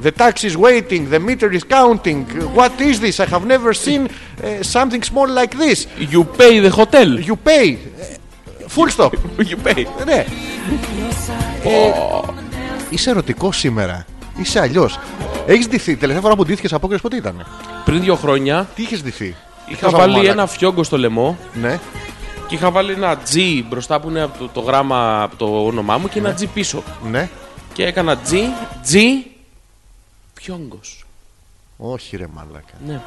A: The taxi is waiting, the meter is counting. What is this? I have never seen uh, something small like this.
B: You pay the hotel.
A: You pay. Full stop.
B: You pay.
A: Ναι. Ε, Είσαι ερωτικό σήμερα. Είσαι αλλιώς. Έχεις ντυθεί. Τελευταία φορά που ντύθηκες από πότε ήταν.
B: Πριν δύο χρόνια
A: Τι είχες ντυθεί.
B: είχα βάλει ένα φιόγκο στο λαιμό
A: Ναι.
B: και είχα βάλει ένα G μπροστά που είναι από το, το γράμμα από το όνομά μου και ένα G πίσω.
A: Ναι.
B: Και έκανα G, G, φιόγκος.
A: Όχι ρε μαλάκα.
B: Ναι.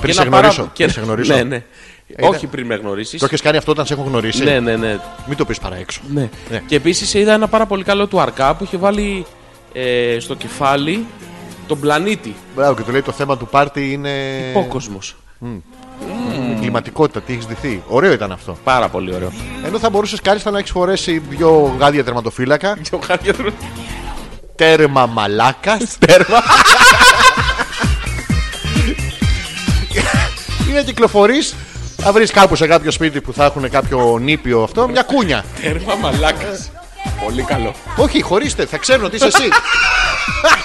A: Πριν
B: Και
A: σε
B: ένα παρά-
A: γνωρίσω.
B: και-
A: Πριν σε γνωρίσω. Ε,
B: Ναι, ναι. Όχι πριν με γνωρίσεις.
A: Το έχεις κάνει αυτό όταν σε έχω γνωρίσει.
B: Ναι, ναι, ναι.
A: Μην το πεις παρά έξω.
B: Ναι.
A: Ναι.
B: Και επίσης είδα ένα πάρα πολύ καλό του αρκά που είχε βάλει ε, στο κεφάλι τον πλανήτη.
A: Μπράβο και το λέει το θέμα του πάρτι είναι.
B: Υπόκοσμος.
A: είναι Κλιματικότητα. Τι έχεις ντυθεί. Ωραίο ήταν αυτό.
B: Πάρα πολύ ωραίο.
A: Ενώ θα μπορούσες κάλλιστα να έχεις φορέσει δύο γάδια τερματοφύλακα.
B: Και ο Χάριατρο.
A: Τέρμα μαλάκας.
B: Τέρμα.
A: ή να κυκλοφορείς. Θα βρεις κάπου σε κάποιο σπίτι που θα έχουν κάποιο νήπιο αυτό, μια κούνια.
B: Τέρμα μαλάκας. Πολύ καλό.
A: Όχι, χωρίστε, θα ξέρουν ότι είσαι εσύ.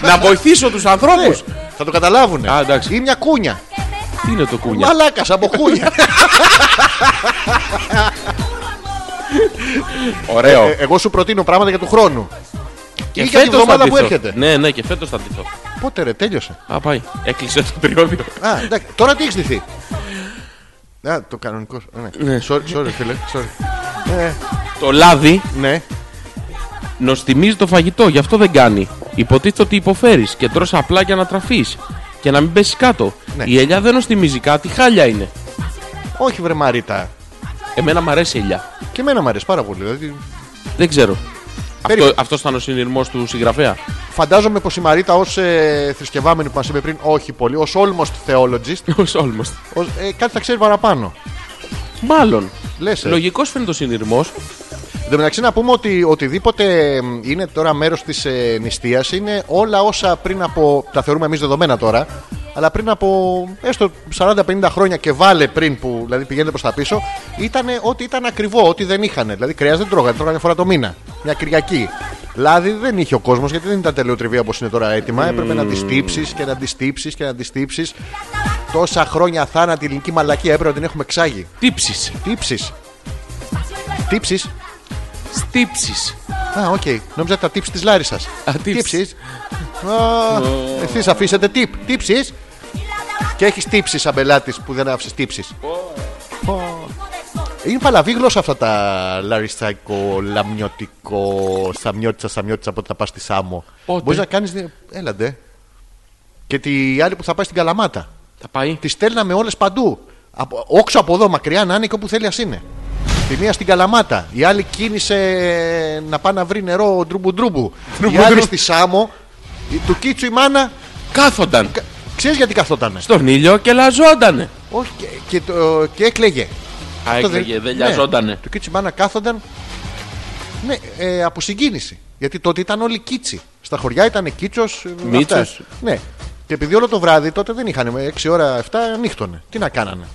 B: Να βοηθήσω τους
A: Ναι,
B: ανθρώπου.
A: θα το καταλάβουν.
B: Α, εντάξει.
A: Ή μια κούνια.
B: Τι είναι το κούνια.
A: Μαλάκας από κούνια.
B: Ωραίο.
A: Ε, Εγώ σου προτείνω πράγματα για του χρόνου. Ή για τη
B: φέτος θα
A: βδομάδα που
B: ντυθώ.
A: έρχεται.
B: Ναι, ναι, και φέτος θα ντυθώ.
A: Πότε ρε, τέλειωσε.
B: Α, πάει. Έκλεισε το περιόδιο.
A: Α, εντάξει, τώρα τι έχεις ντυθεί. Α, το κανονικός. σου. Ναι. Sorry, sorry, φίλε. Sorry. Ε,
B: το λάδι
A: Ναι.
B: νοστιμίζει το φαγητό, γι' αυτό δεν κάνει. Υποτίθεται ότι υποφέρεις και τρως απλά για να τραφείς και να μην πέσεις κάτω.
A: Ναι.
B: Η ελιά δεν νοστιμίζει κάτι, χάλια είναι.
A: Όχι, βρε Μαρίτα.
B: Εμένα μου αρέσει η ελιά.
A: Και εμένα μου αρέσει πάρα πολύ. Δηλαδή,
B: Δεν ξέρω. Αυτό,
A: Περίμενε.
B: αυτός ήταν ο συνειρμός του συγγραφέα.
A: φαντάζομαι πως η Μαρίτα ως ε, θρησκευάμενη που μας είπε πριν, όχι πολύ, ως almost theologist,
B: Ο Σόλμος.
A: ως, ε, κάτι θα ξέρει παραπάνω.
B: Μάλλον.
A: Λες. Ε.
B: Λογικός φαίνεται ο συνειρμός.
A: Εν τω μεταξύ, να πούμε ότι οτιδήποτε ε, είναι τώρα μέρος της ε, νηστείας είναι όλα όσα πριν από. τα θεωρούμε εμείς δεδομένα τώρα, αλλά πριν από έστω 40-50 χρόνια και βάλε πριν που δηλαδή πηγαίνετε προς τα πίσω, ήταν ό,τι ήταν ακριβό, ό,τι δεν είχαν. Δηλαδή κρέας δεν τρώγανε, τρώγανε μια φορά το μήνα, μια Κυριακή. Λάδι δεν είχε ο κόσμος γιατί δεν ήταν τελειοτριβή όπως είναι τώρα έτοιμα. Έπρεπε να τις τύψεις και να τις τύψεις και να τις τύψεις. Τόσα χρόνια θάνατη ελληνική μαλακία έπρεπε να την έχουμε ξάγει.
B: Τύψεις.
A: Τύψεις. Τύψεις.
B: Στύψεις.
A: Α, οκ. Νόμιζα τα tips της Λάρισας.
B: tips.
A: Τύψει. Εσεί αφήσετε tip. Τύψεις. Και έχεις τύψεις σαν πελάτη που δεν άφησες τύψεις. Είναι παλαβή γλώσσα αυτά τα λαρισταϊκό, λαμιωτικό, σαμιώτσα, σαμιώτσα από τα πας στη Σάμο.
B: Πότε?
A: Μπορείς να κάνεις. Έλαντε. Και τη άλλη που θα πάει στην Καλαμάτα.
B: Θα πάει.
A: Τη στέλναμε όλες παντού. Από, όξω από εδώ, μακριά να είναι και όπου θέλει ας είναι. Τη μία στην Καλαμάτα. Η άλλη κίνησε να πάει να βρει νερό ντρούμπου ντρούμπου. Η άλλη στη Σάμο. Η, του κίτσου η μάνα.
B: Κάθονταν.
A: Ξέρεις γιατί καθότανε.
B: Στον ήλιο και λαζότανε.
A: Όχι, και, και, το- και έκλαιγε.
B: Α,
A: Αυτό
B: έκλαιγε, δεν
A: ναι.
B: λιαζότανε.
A: Του κίτσου η μάνα κάθονταν. Ναι, ε, από συγκίνηση. Γιατί τότε ήταν όλοι κίτσι. Στα χωριά ήταν κίτσος.
B: Μίτσος.
A: Ναι. Και επειδή όλο το βράδυ τότε δεν είχαν 6 ώρα, 7 νύχτωνε. Τι να κάνανε.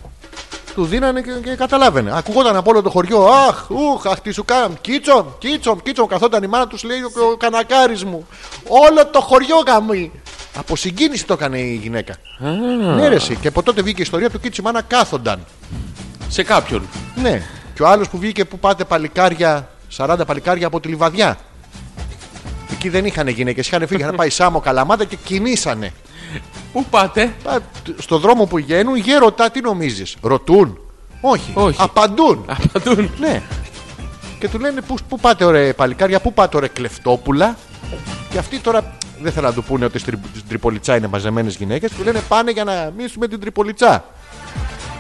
A: Του δίνανε και, και καταλάβαινε. Ακουγόταν από όλο το χωριό. Αχ, ουχ, αχ, τι σου κάναν. Κίτσο, κίτσο, κίτσο. Καθόταν η μάνα τους, λέει ο, ο κανακάρι μου. Όλο το χωριό γαμί. Από συγκίνηση το έκανε η γυναίκα. Ναι, ρε, εσύ. Και από τότε βγήκε η ιστορία του κίτσι μάνα κάθονταν.
B: Σε κάποιον.
A: Ναι. Και ο άλλος που βγήκε που πάτε παλικάρια, 40 παλικάρια από τη λιβαδιά. Εκεί δεν είχαν γυναίκε, είχαν φύγει. Είχαν πάει σάμο καλαμάτα και κινήσανε.
B: Πού πάτε.
A: Πα- Στον δρόμο που πηγαίνουν, η ρωτά τι νομίζεις. Ρωτούν. Όχι.
B: Όχι.
A: Απαντούν.
B: Απαντούν.
A: Ναι. Και του λένε πού, πού πάτε ωραία παλικάρια, πού πάτε ωραία κλεφτόπουλα. Και αυτοί τώρα δεν θέλουν να του πούνε ότι στην Τρι- Τριπολιτσά είναι μαζεμένες γυναίκες. Του λένε πάνε για να μίσουμε την Τριπολιτσά.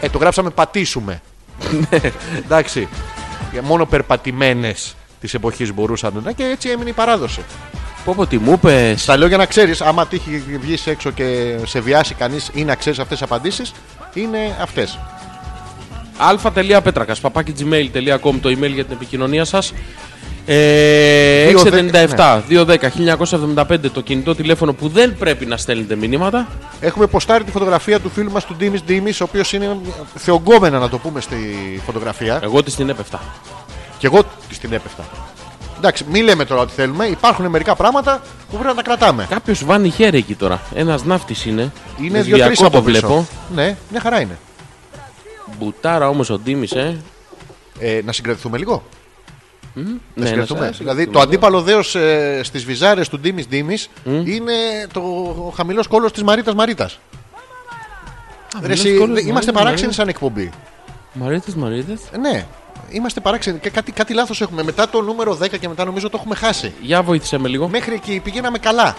A: Ε, το γράψαμε πατήσουμε. Ναι. Εντάξει. Για μόνο περπατημένες της εποχής μπορούσαν να και έτσι έμεινε η παράδοση.
B: Πω πω τι μου είπες.
A: Στα λέω για να ξέρεις, άμα τύχει βγεις έξω και σε βιάσει κανείς ή να ξέρεις αυτές τις απαντήσεις, είναι αυτές.
B: α.πέτρακα παπάκι gmail.com το email για την επικοινωνία σας. Ε,
A: ναι.
B: 697-210-1975 το κινητό τηλέφωνο που δεν πρέπει να στέλνετε μηνύματα.
A: Έχουμε ποστάρει τη φωτογραφία του φίλου μας του Ντίμης Ντίμης, ο οποίος είναι θεογκόμενα να το πούμε στη φωτογραφία.
B: Εγώ της την έπεφτα.
A: Και εγώ της την έπεφτα. Εντάξει, μην λέμε τώρα ότι θέλουμε. Υπάρχουν μερικά πράγματα που πρέπει να τα κρατάμε.
B: Κάποιος βάνει χέρι εκεί τώρα. Ένας ναύτης είναι.
A: Είναι
B: Λεσβιακό
A: δύο-τρει από
B: το
A: πίσω.
B: βλέπω.
A: Ναι, μια χαρά είναι.
B: Μπουτάρα όμως ο Ντίμης, ε.
A: Ε, να συγκρατηθούμε λίγο. Να
B: Ναι, να
A: συγκρατηθούμε.
B: σε-
A: δηλαδή, το αντίπαλο δέος ε, στις βυζάρες του Ντίμης Ντίμης είναι το χαμηλό κόλο της Μαρίτας Μαρίτας. Ρε, εσύ,
B: κόλλος,
A: δε- είμαστε
B: Μαρίτας,
A: παράξενοι σαν εκπομπή.
B: Μαρίτες, μαρίτες.
A: Ε, Ναι, είμαστε παράξενοι. Και κάτι, κάτι λάθος έχουμε. Μετά το νούμερο 10 και μετά νομίζω το έχουμε χάσει.
B: Για βοήθησε με λίγο.
A: Μέχρι εκεί πηγαίναμε καλά.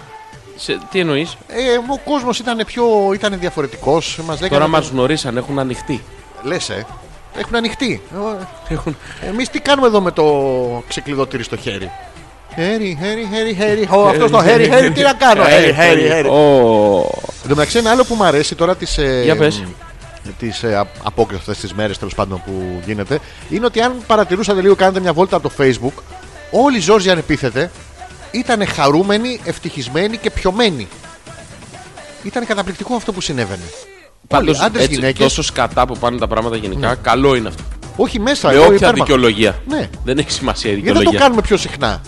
B: Σε, τι εννοείς.
A: Ε, ο κόσμος ήταν πιο ήταν διαφορετικός. Μας λέγανε.
B: Τώρα μα γνωρίσαν, έχουν ανοιχτεί.
A: Λες, ε. Έχουν ανοιχτεί. Εμείς τι κάνουμε εδώ με το ξεκλειδωτήρι στο χέρι. Χέρι, χέρι, χέρι, χέρι. Ο, αυτός το χέρι, χέρι, τι να κάνω. Χέρι, χέρι, χέρι. Εν
B: Ω,
A: τω μεταξύ, ένα άλλο που μου αρέσει τώρα ε, τη.
B: Για πες.
A: Τη απόκριση αυτές τις μέρες τέλος πάντων που γίνεται είναι ότι αν παρατηρούσατε λίγο, κάνετε μια βόλτα από το Facebook, όλοι οι Ζόρζοι ανεπίθετε ήταν χαρούμενοι, ευτυχισμένοι και πιωμένοι. Ήταν καταπληκτικό αυτό που συνέβαινε.
B: Πάντως,
A: άντρες,
B: έτσι,
A: γυναίκες. Ναι.
B: Τόσο σκατά που πάνε τα πράγματα γενικά, καλό είναι αυτό.
A: Όχι μέσα,
B: Με
A: εγώ
B: όποια
A: υπέρμαχος.
B: δικαιολογία.
A: Ναι.
B: Δεν έχει σημασία η
A: Γιατί δεν το
B: δικαιολογία.
A: κάνουμε πιο συχνά.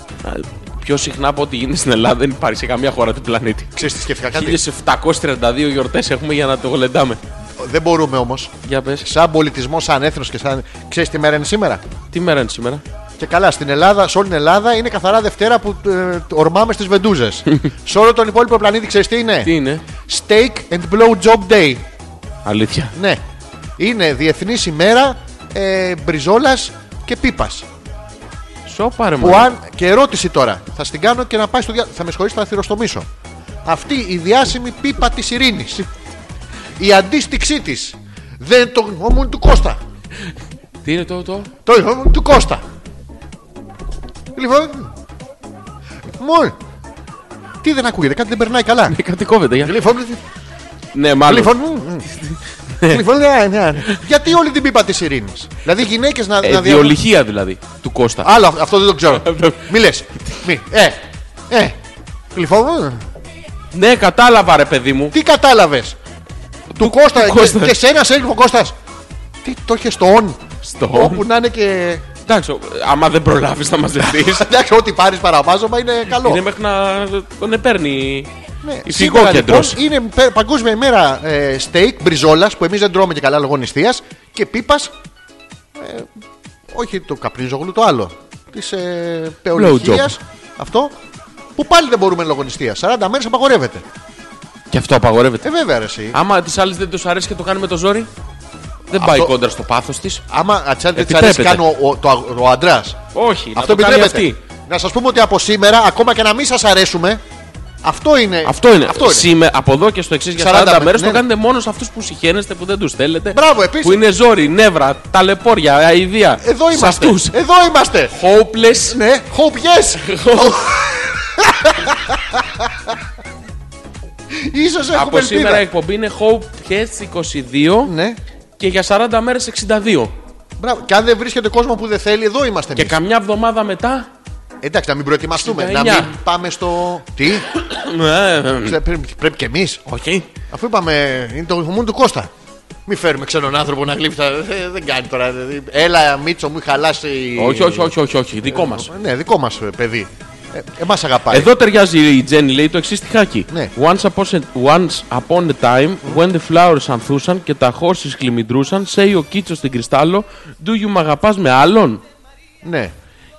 B: Πιο συχνά από ό,τι γίνεται στην Ελλάδα δεν υπάρχει σε καμία χώρα του πλανήτη.
A: Ξέρεις τι σκέφτηκα κάτι.
B: 1732 γιορτές έχουμε για να το γλεντάμε.
A: Δεν μπορούμε όμως.
B: Για πες,
A: Σαν πολιτισμό, σαν έθνος και σαν. Ξέρεις τι μέρα είναι σήμερα.
B: τι μέρα είναι σήμερα.
A: Και καλά, στην Ελλάδα, σε όλη την Ελλάδα είναι καθαρά Δευτέρα που ε, ορμάμε στις βεντούζες. σε όλο τον υπόλοιπο πλανήτη, ξέρεις τι είναι.
B: Τι είναι,
A: Steak and Blow Job Day.
B: αλήθεια.
A: Ναι. Είναι διεθνής ημέρα ε, μπριζόλας και πίπας.
B: Σοπάρε
A: Που
B: μου.
A: αν. Και ερώτηση τώρα. Θα στην κάνω και να πάει στο διά... Θα με συγχωρήσετε, θα θυροστομήσω. Αυτή η διάσημη πίπα της ειρήνης. Η αντίστοιξή της. Δεν το γνώμουν του Κώστα.
B: Τι είναι το, το.
A: Το γνώμουν του Κώστα. Λοιπόν. Μόλ. Τι δεν ακούγεται, κάτι δεν περνάει καλά.
B: Ε, Κάτι κόβεται. για-
A: Λοιπόν,
B: Ναι, μάλλον.
A: λοιπόν, μ, λοιπόν, ναι, ναι, ναι. Γιατί όλη την πίπα της ειρήνης. Δηλαδή γυναίκες να,
B: Ε,
A: να δια-
B: διολυχία δηλαδή του Κώστα.
A: Άλλο αυ- αυτό δεν το ξέρω. Μη λες. Μη. Ε. Ε. Λοιπόν,
B: Ναι, κατάλαβα ρε παιδί μου.
A: τι κατάλαβες. Του Κώστα.
B: του
A: και-
B: Κώστας.
A: Και σένα σε έλεγε ο Κώστας. Τι το είχε στο on.
B: Στο
A: Όπου να είναι και.
B: Εντάξει, ο- άμα δεν προλάβεις να μαζευτείς.
A: Εντάξει, ό,τι πάρεις παραβάζωμα είναι καλό.
B: είναι μέχρι να τον παίρνει.
A: Ναι,
B: Η
A: σήμερα,
B: φυγόκεντρος.
A: λοιπόν, είναι πε- παγκόσμια ημέρα ε, steak, μπριζόλας που εμείς δεν τρώμε και καλά λόγω νηστείας, και πίπας. όχι το καπνίζογλου, το άλλο. Της ε, πεολυχία.
B: Blowjob.
A: Αυτό. Που πάλι δεν μπορούμε λόγω νηστείας. 40 μέρες απαγορεύεται.
B: Και αυτό απαγορεύεται.
A: Ε, βέβαια, ρε, εσύ.
B: Άμα τι άλλε δεν τους αρέσει και το κάνει με το ζόρι, δεν
A: Αυτό-
B: πάει κόντρα στο πάθος της.
A: Άμα ατσάλι δεν της αρέσει
B: Επιτρέπεται.
A: καν ο, ο, το α- ο άντρα.
B: Όχι, να
A: Αυτό
B: το κάνει
A: επιτρέπεται.
B: αυτή.
A: Να σας πούμε ότι από σήμερα, ακόμα και να μην σας αρέσουμε, αυτό είναι.
B: Αυτό είναι.
A: ε, Αυτό είναι.
B: Σήμερα, από εδώ και στο εξής για
A: 40
B: 40, μέρε
A: ναι, ναι.
B: το κάνετε μόνος σε αυτούς που συχαίνεστε, που δεν τους θέλετε.
A: Μπράβο, επίσης.
B: Που είναι ζόρι, νεύρα, ταλαιπώρια, αηδία.
A: Εδώ είμαστε.
B: Σε αυτούς.
A: Εδώ είμαστε.
B: Hopeless.
A: Ναι, hope yes. Ίσως έχουμε
B: Από σήμερα
A: ελπίδα.
B: η εκπομπή είναι Hopeless 22
A: Ναι.
B: και για 40 μέρε 62.
A: Μπράβο. Και αν δεν βρίσκεται κόσμο που δεν θέλει, εδώ είμαστε
B: Και
A: εμείς.
B: καμιά εβδομάδα μετά.
A: Εντάξει, να μην προετοιμαστούμε. Να
B: 69.
A: μην πάμε στο. Τι.
B: Ε,
A: Ξε- πρέπει- Πρέπει και εμείς.
B: Όχι.
A: Αφού είπαμε, είναι το γουμούν του Κώστα. Μη φέρουμε ξένον άνθρωπο να γλύψει. τα- ε, Δεν κάνει τώρα. δηλαδή. Έλα, Μίτσο, μου έχει χαλάσει.
B: Όχι, όχι, όχι, όχι, όχι. Δικό μας.
A: Ναι, δικό μας παιδί. Ε, Εμάς αγαπάει.
B: Εδώ ταιριάζει η Τζέννη, λέει το εξής στιχάκι.
A: Ναι.
B: Once, upon a, once upon a time, when the flowers ανθούσαν και τα χόρσεις κλιμιντρούσαν, say ο Κίτσος στην Κρυστάλλο, do you μ' αγαπάς με άλλον.
A: Ναι.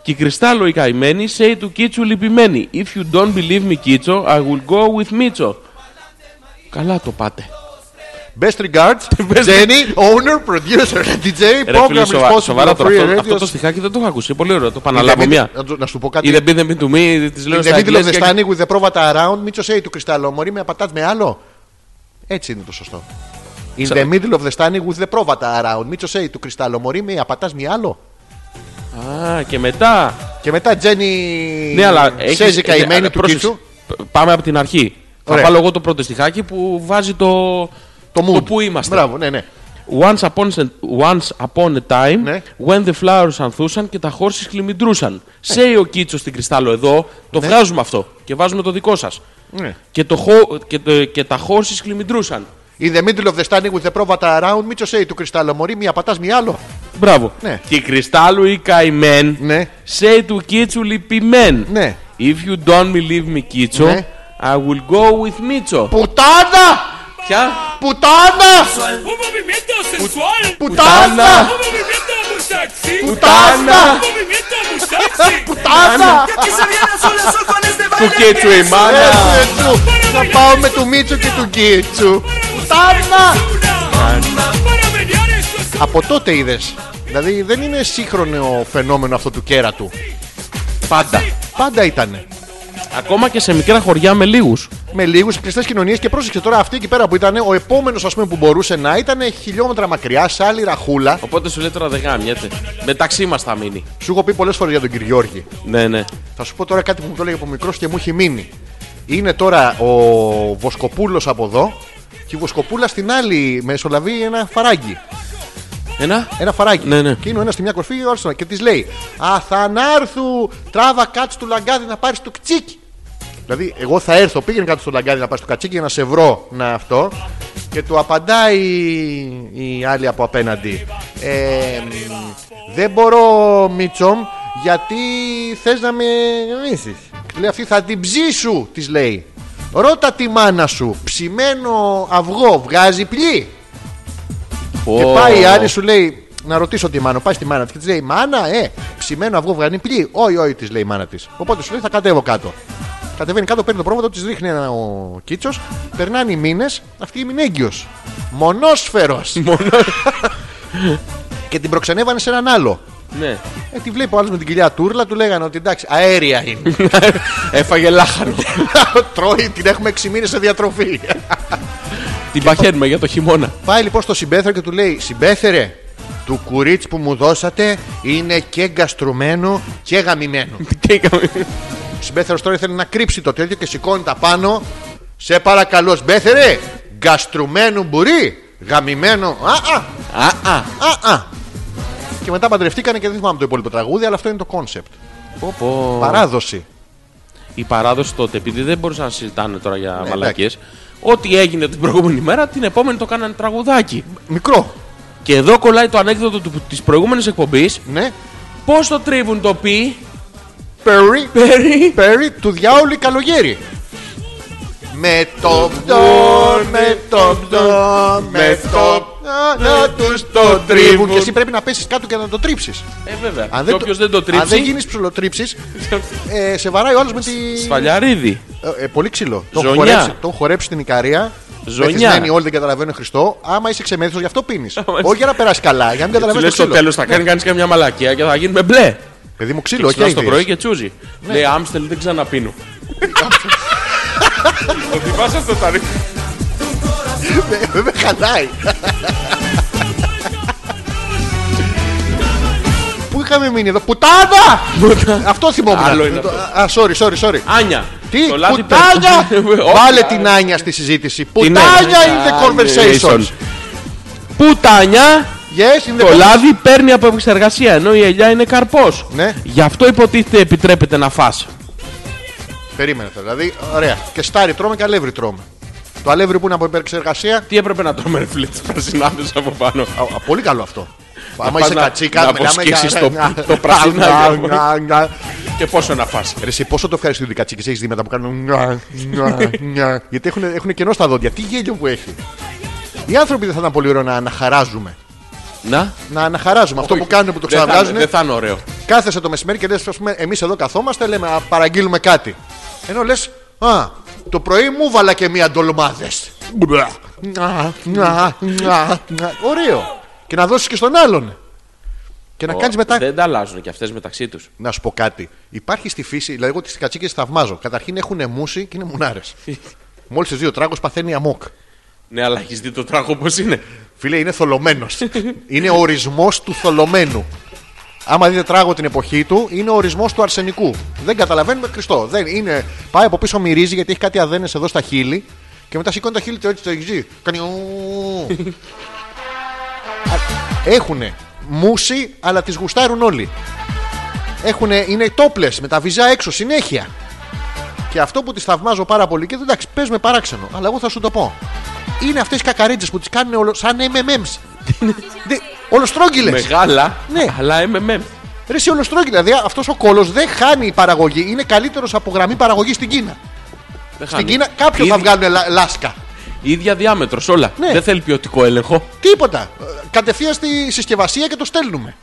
B: Και η Κρυστάλλο η καημένη, say του Κίτσου λυπημένη, if you don't believe me Κίτσο, I will go with Μίτσο. Καλά το πάτε.
A: Best regards,
B: Best-
A: Jenny, owner, producer, DJ,
B: Ρε φίλε,
A: program
B: σοβα,
A: responsible
B: σοβαρά
A: for
B: τώρα.
A: free
B: Αυτό,
A: radio.
B: αυτό το στιχάκι δεν το έχω ακούσει. πολύ ωραίο. Το επαναλάβω
A: In the
B: μια.
A: middle- να του- Να σου πω κάτι.
B: Ή δεν πείτε μην του μη, της λέω
A: In
B: στα
A: the middle of the
B: αγγλικά και-
A: standing with the πρόβατα around, Μίτσο say του κρυστάλλο, Μωρή με απατάς με άλλο. Έτσι είναι το σωστό. In the
B: Ξέρω.
A: middle of the standing with the πρόβατα around, Μίτσο say του κρυστάλλο, Μωρή με απατάς με άλλο.
B: Α, και μετά.
A: Και μετά Τζένι
B: Ναι, αλλά
A: Σέζη Ε, καημένη
B: ναι,
A: του
B: πρόσεξε.
A: Κίτσου.
B: Π- Πάμε από την αρχή.
A: Ωραία.
B: Θα βάλω εγώ το πρώτο στιχάκι που βάζει το.
A: Το mood.
B: που είμαστε.
A: Μπράβο, ναι, ναι.
B: Once upon, a, once upon a time,
A: Ναι.
B: when the flowers ανθούσαν και τα χόρσεις χλιμιντρούσαν.
A: Ναι.
B: Say ο Κίτσος στην κρυστάλλο εδώ, το βγάζουμε αυτό και βάζουμε το δικό σας.
A: Ναι.
B: Και, το, χο- και, το, και τα χόρσεις χλιμιντρούσαν.
A: In the middle of the standing with the πρόβατα around, Μίτσο say του κρυστάλλο, Μωρή με απατάς με άλλο.
B: Μπράβο.
A: Ναι.
B: Και η κρυστάλλου η καημένη,
A: Ναι.
B: say του Κίτσου λυπημένη.
A: Ναι.
B: If you don't believe me, Κίτσο,
A: Ναι.
B: I will go with Μίτσο.
A: Πουτάνα!
B: Ποια?
A: Πουτάνα!
E: Un movimiento é sensual.
A: Πουτάνα!
E: Un movimiento muy é sexy.
A: Πουτάνα!
E: Un movimiento muy sexy.
A: Πουτάνα!
D: Que se viene azul azul con este baile.
E: é
B: Του Κίτσου η μάνα.
A: Θα πάω με του Μίτσου και του Κίτσου. Πουτάνα!
E: Una. é Para mediar esto es
A: Από τότε είδες. Δηλαδή δεν είναι σύγχρονο φαινόμενο αυτό του κέρατου.
B: Πάντα.
A: Πάντα ήταν.
B: Ακόμα και σε μικρά χωριά με λίγους.
A: Με λίγους κλειστέ κοινωνίες και πρόσεξε τώρα αυτή εκεί πέρα που ήταν, ο επόμενος ας πούμε που μπορούσε να ήταν χιλιόμετρα μακριά σε άλλη ραχούλα.
B: Οπότε σου λέει τώρα δεν γάμιεται. Μεταξύ μας θα μείνει.
A: Σου έχω πει πολλές φορές για τον κύριο Γιώργη.
B: Ναι, ναι.
A: Θα σου πω τώρα κάτι που μου το έλεγε από μικρός και μου έχει μείνει. Είναι τώρα ο Βοσκοπούλος από εδώ και η Βοσκοπούλα στην άλλη μεσολαβεί ένα φαράγγι.
B: Ένα.
A: Ένα φαράκι.
B: Ναι, ναι.
A: Και είναι ο ένας στη μια κορφή, ο άλλος Και της λέει: Α, θα ανάρθου. Τράβα κάτω του λαγκάδι να πάρεις το κτσίκι. Δηλαδή, εγώ θα έρθω, πήγαινε κάτω στο λαγκάδι να πάρεις το κατσίκι για να σε βρω να αυτό. Και του απαντάει η, η άλλη από απέναντι. Ε, μ, δεν μπορώ, Μίτσομ, γιατί θες να με γαμίσεις. Λέει αυτή, θα την ψήσου, της λέει. Ρώτα τη μάνα σου, ψημένο αυγό, βγάζει πλή. Και πάει η άλλη σου λέει να ρωτήσω τη μάνα. Πάει στη μάνα της και της λέει: Μάνα, ε, ψημένο αυγό βγανή πλοή. Όχι, όχι, της λέει η μάνα της. Οπότε σου λέει: Θα κατέβω κάτω. Κατεβαίνει κάτω, παίρνει το πρόβατο, τη δείχνει ένα ο κίτσος. Περνάνε οι μήνες, αυτή είναι έγκυος. Μονόσφαιρος. και την προξενεύανε σε έναν άλλο.
B: Ναι.
A: Ε, τη βλέπει ο άλλος με την κοιλιά τούρλα, του λέγανε ότι εντάξει, αέρια είναι.
B: Έφαγε λάχανο.
A: Τρώει, την έχουμε 6 μήνες σε διατροφή.
B: Την παχαίνουμε για το χειμώνα.
A: Πάει λοιπόν στο συμπέθερο και του λέει: Συμπέθερε, του κουρίτσι που μου δώσατε είναι και γκαστρωμένο και γαμημένο.
B: Τι έκαμε.
A: Ο Συμπέθερος τώρα ήθελε να κρύψει το τέτοιο και σηκώνει τα πάνω. Σε παρακαλώ, Σμπέθερε, γκαστρωμένο μπουρί, γαμημένο. Α, α,
B: Α, α.
A: α, α. Και μετά παντρευτήκανε και δεν θυμάμαι το υπόλοιπο τραγούδι, αλλά αυτό είναι το κόνσεπτ.
B: Πω, πω.
A: Παράδοση.
B: Η παράδοση τότε, επειδή δεν μπορούσαν να συζητάνε τώρα για
A: Ναι,
B: μαλακίες, ό,τι έγινε την προηγούμενη μέρα, την επόμενη το κάνανε τραγουδάκι.
A: Μικρό.
B: Και εδώ κολλάει το ανέκδοτο της προηγούμενης εκπομπής.
A: Ναι.
B: Πώς το τρίβουν το πι,
A: Περι,
B: Περί.
A: περι, του διάολη καλογέρι. Με το πτώ, με το πτώ, με το πτώ, να τους το τρίβουν. Και εσύ πρέπει να πέσεις κάτω και να το τρίψεις.
B: Ε, βέβαια.
A: Αν
B: Και όποιο δεν το
A: Αν δεν
B: τρίψει.
A: γίνει ψιλοτρίψει, ε, σε βαράει ο άλλο με τη.
B: Σφαλιαρίδη.
A: Ε, ε, πολύ ξύλο. Το έχω
B: Ζωνιά.
A: χορέψει, το έχω χορέψει στην Ικαρία.
B: Ζωνιά.
A: Μεθυσμένοι όλοι δεν καταλαβαίνουν Χριστό. Άμα είσαι ξεμέθιστο, γι' αυτό πίνει. Όχι για να περάσει καλά, για να μην
B: Του
A: καταλαβαίνει
B: λε
A: το
B: στο
A: ξύλο. Ναι.
B: τέλο θα κάνει κανεί και μια μαλακία και θα γίνουμε μπλε.
A: Παιδί μου ξύλο,
B: Και
A: όχι
B: ξυπνάς το πρωί
A: αηδίες.
B: και τσούζει.
A: Ναι.
B: Λέει Άμστελ δεν ξαναπίνω. Το θυμάσαι αυτό τα
A: Ε, Με χαλάει. Πού είχαμε μείνει εδώ, Πουτάδα! Αυτό θυμόμουν.
B: Άλλο είναι
A: Το- Α, sorry, sorry, sorry.
B: Άνια.
A: Τι,
B: το λάδι
A: πουτάνια!
B: παίρνει. Όχι, ναι,
A: Βάλε
B: α,
A: την Άνια στη συζήτηση.
B: την
A: Πουτάνια
B: Άνια.
A: in the conversation.
B: Πουτάνια.
A: Yes, in the
B: Το
A: conversation.
B: λάδι παίρνει από επεξεργασία ενώ η ελιά είναι καρπός.
A: Ναι.
B: Γι' αυτό υποτίθεται επιτρέπεται να φας.
A: Περίμενε τώρα. Δηλαδή, ωραία. Και στάρι τρώμε και αλεύρι τρώμε. Το αλεύρι που είναι από υπερεξεργασία.
B: Τι έπρεπε να τρώμε, ρε φίλε, τι πρασινάδε από πάνω.
A: α, α, πολύ καλό αυτό. Άμα
B: πας
A: είσαι
B: να-
A: κατσίκα,
B: να
A: μιλάμε
B: αποσκύσεις
A: για-
B: το-
A: να-
B: το πρασινάκι
A: να-
B: από-
A: να- να-
B: Και πόσο να φας.
A: Ρε, εσύ πόσο το ευχαριστούν οι κατσίκες, έχεις δει μετά που κάνουν. νια, νια, νια. Γιατί έχουν, έχουν κενό στα δόντια. Τι γέλιο που έχει. Οι άνθρωποι δεν θα ήταν πολύ ωραίο να αναχαράζουμε.
B: Να.
A: Να αναχαράζουμε. Αυτό που κάνουν που το
B: Δεν θα-
A: ξαναβγάζουν.
B: Δεν θα είναι ωραίο.
A: Κάθεσαι το μεσημέρι και λες, ας πούμε, εμείς εδώ καθόμαστε, λέμε να παραγγείλουμε κάτι. Ενώ λες, Α, το πρωί μου βάλα και μία ντολμάδες. Ωραίο. Και να δώσεις και στον άλλον. Και να κάνεις μετά.
B: Δεν τα αλλάζουν και αυτές μεταξύ τους.
A: Να σου πω κάτι. Υπάρχει στη φύση, δηλαδή εγώ τις κατσίκες θαυμάζω. Καταρχήν έχουν μουσι και είναι μουνάρες. Μόλις τις δύο τράγους παθαίνει αμόκ.
B: Ναι, αλλά έχεις δει το τράγο πώς είναι.
A: Φίλε, είναι θολωμένος. είναι ο ορισμός του θολωμένου. Άμα δείτε τράγο την εποχή του, είναι ο ορισμός του αρσενικού. Δεν καταλαβαίνουμε Χριστό. Δεν είναι... Πάει από πίσω, μυρίζει γιατί έχει κάτι αδένες εδώ στα χείλη. Και μετά σηκώνει τα χείλη του έτσι το εξή. Κάνει. ου. Α, Έχουνε μουσι, αλλά τις γουστάρουν όλοι. Έχουνε, είναι τόπλε με τα βυζά έξω συνέχεια. Και αυτό που τις θαυμάζω πάρα πολύ, και εντάξει, πες με παράξενο, αλλά εγώ θα σου το πω. Είναι αυτές οι κακαρίτσες που τις κάνουν όλο, σαν MMMs. Δε- Ολοστρόγγυλες.
B: Μεγάλα.
A: Ναι.
B: Αλλά MMM.
A: Ρε, εσύ ολοστρόγγυλα. Δηλαδή αυτός ο κόλος δεν χάνει η παραγωγή. Είναι καλύτερος από γραμμή παραγωγή στην Κίνα.
B: Δεν χάνει.
A: Στην Κίνα κάποιον θα
B: Ήδη-
A: βγάλουν λα- λάσκα.
B: ίδια διάμετρος όλα.
A: Ναι.
B: Δεν θέλει ποιοτικό έλεγχο.
A: Τίποτα. Ε, Κατευθείαν στη συσκευασία και το στέλνουμε.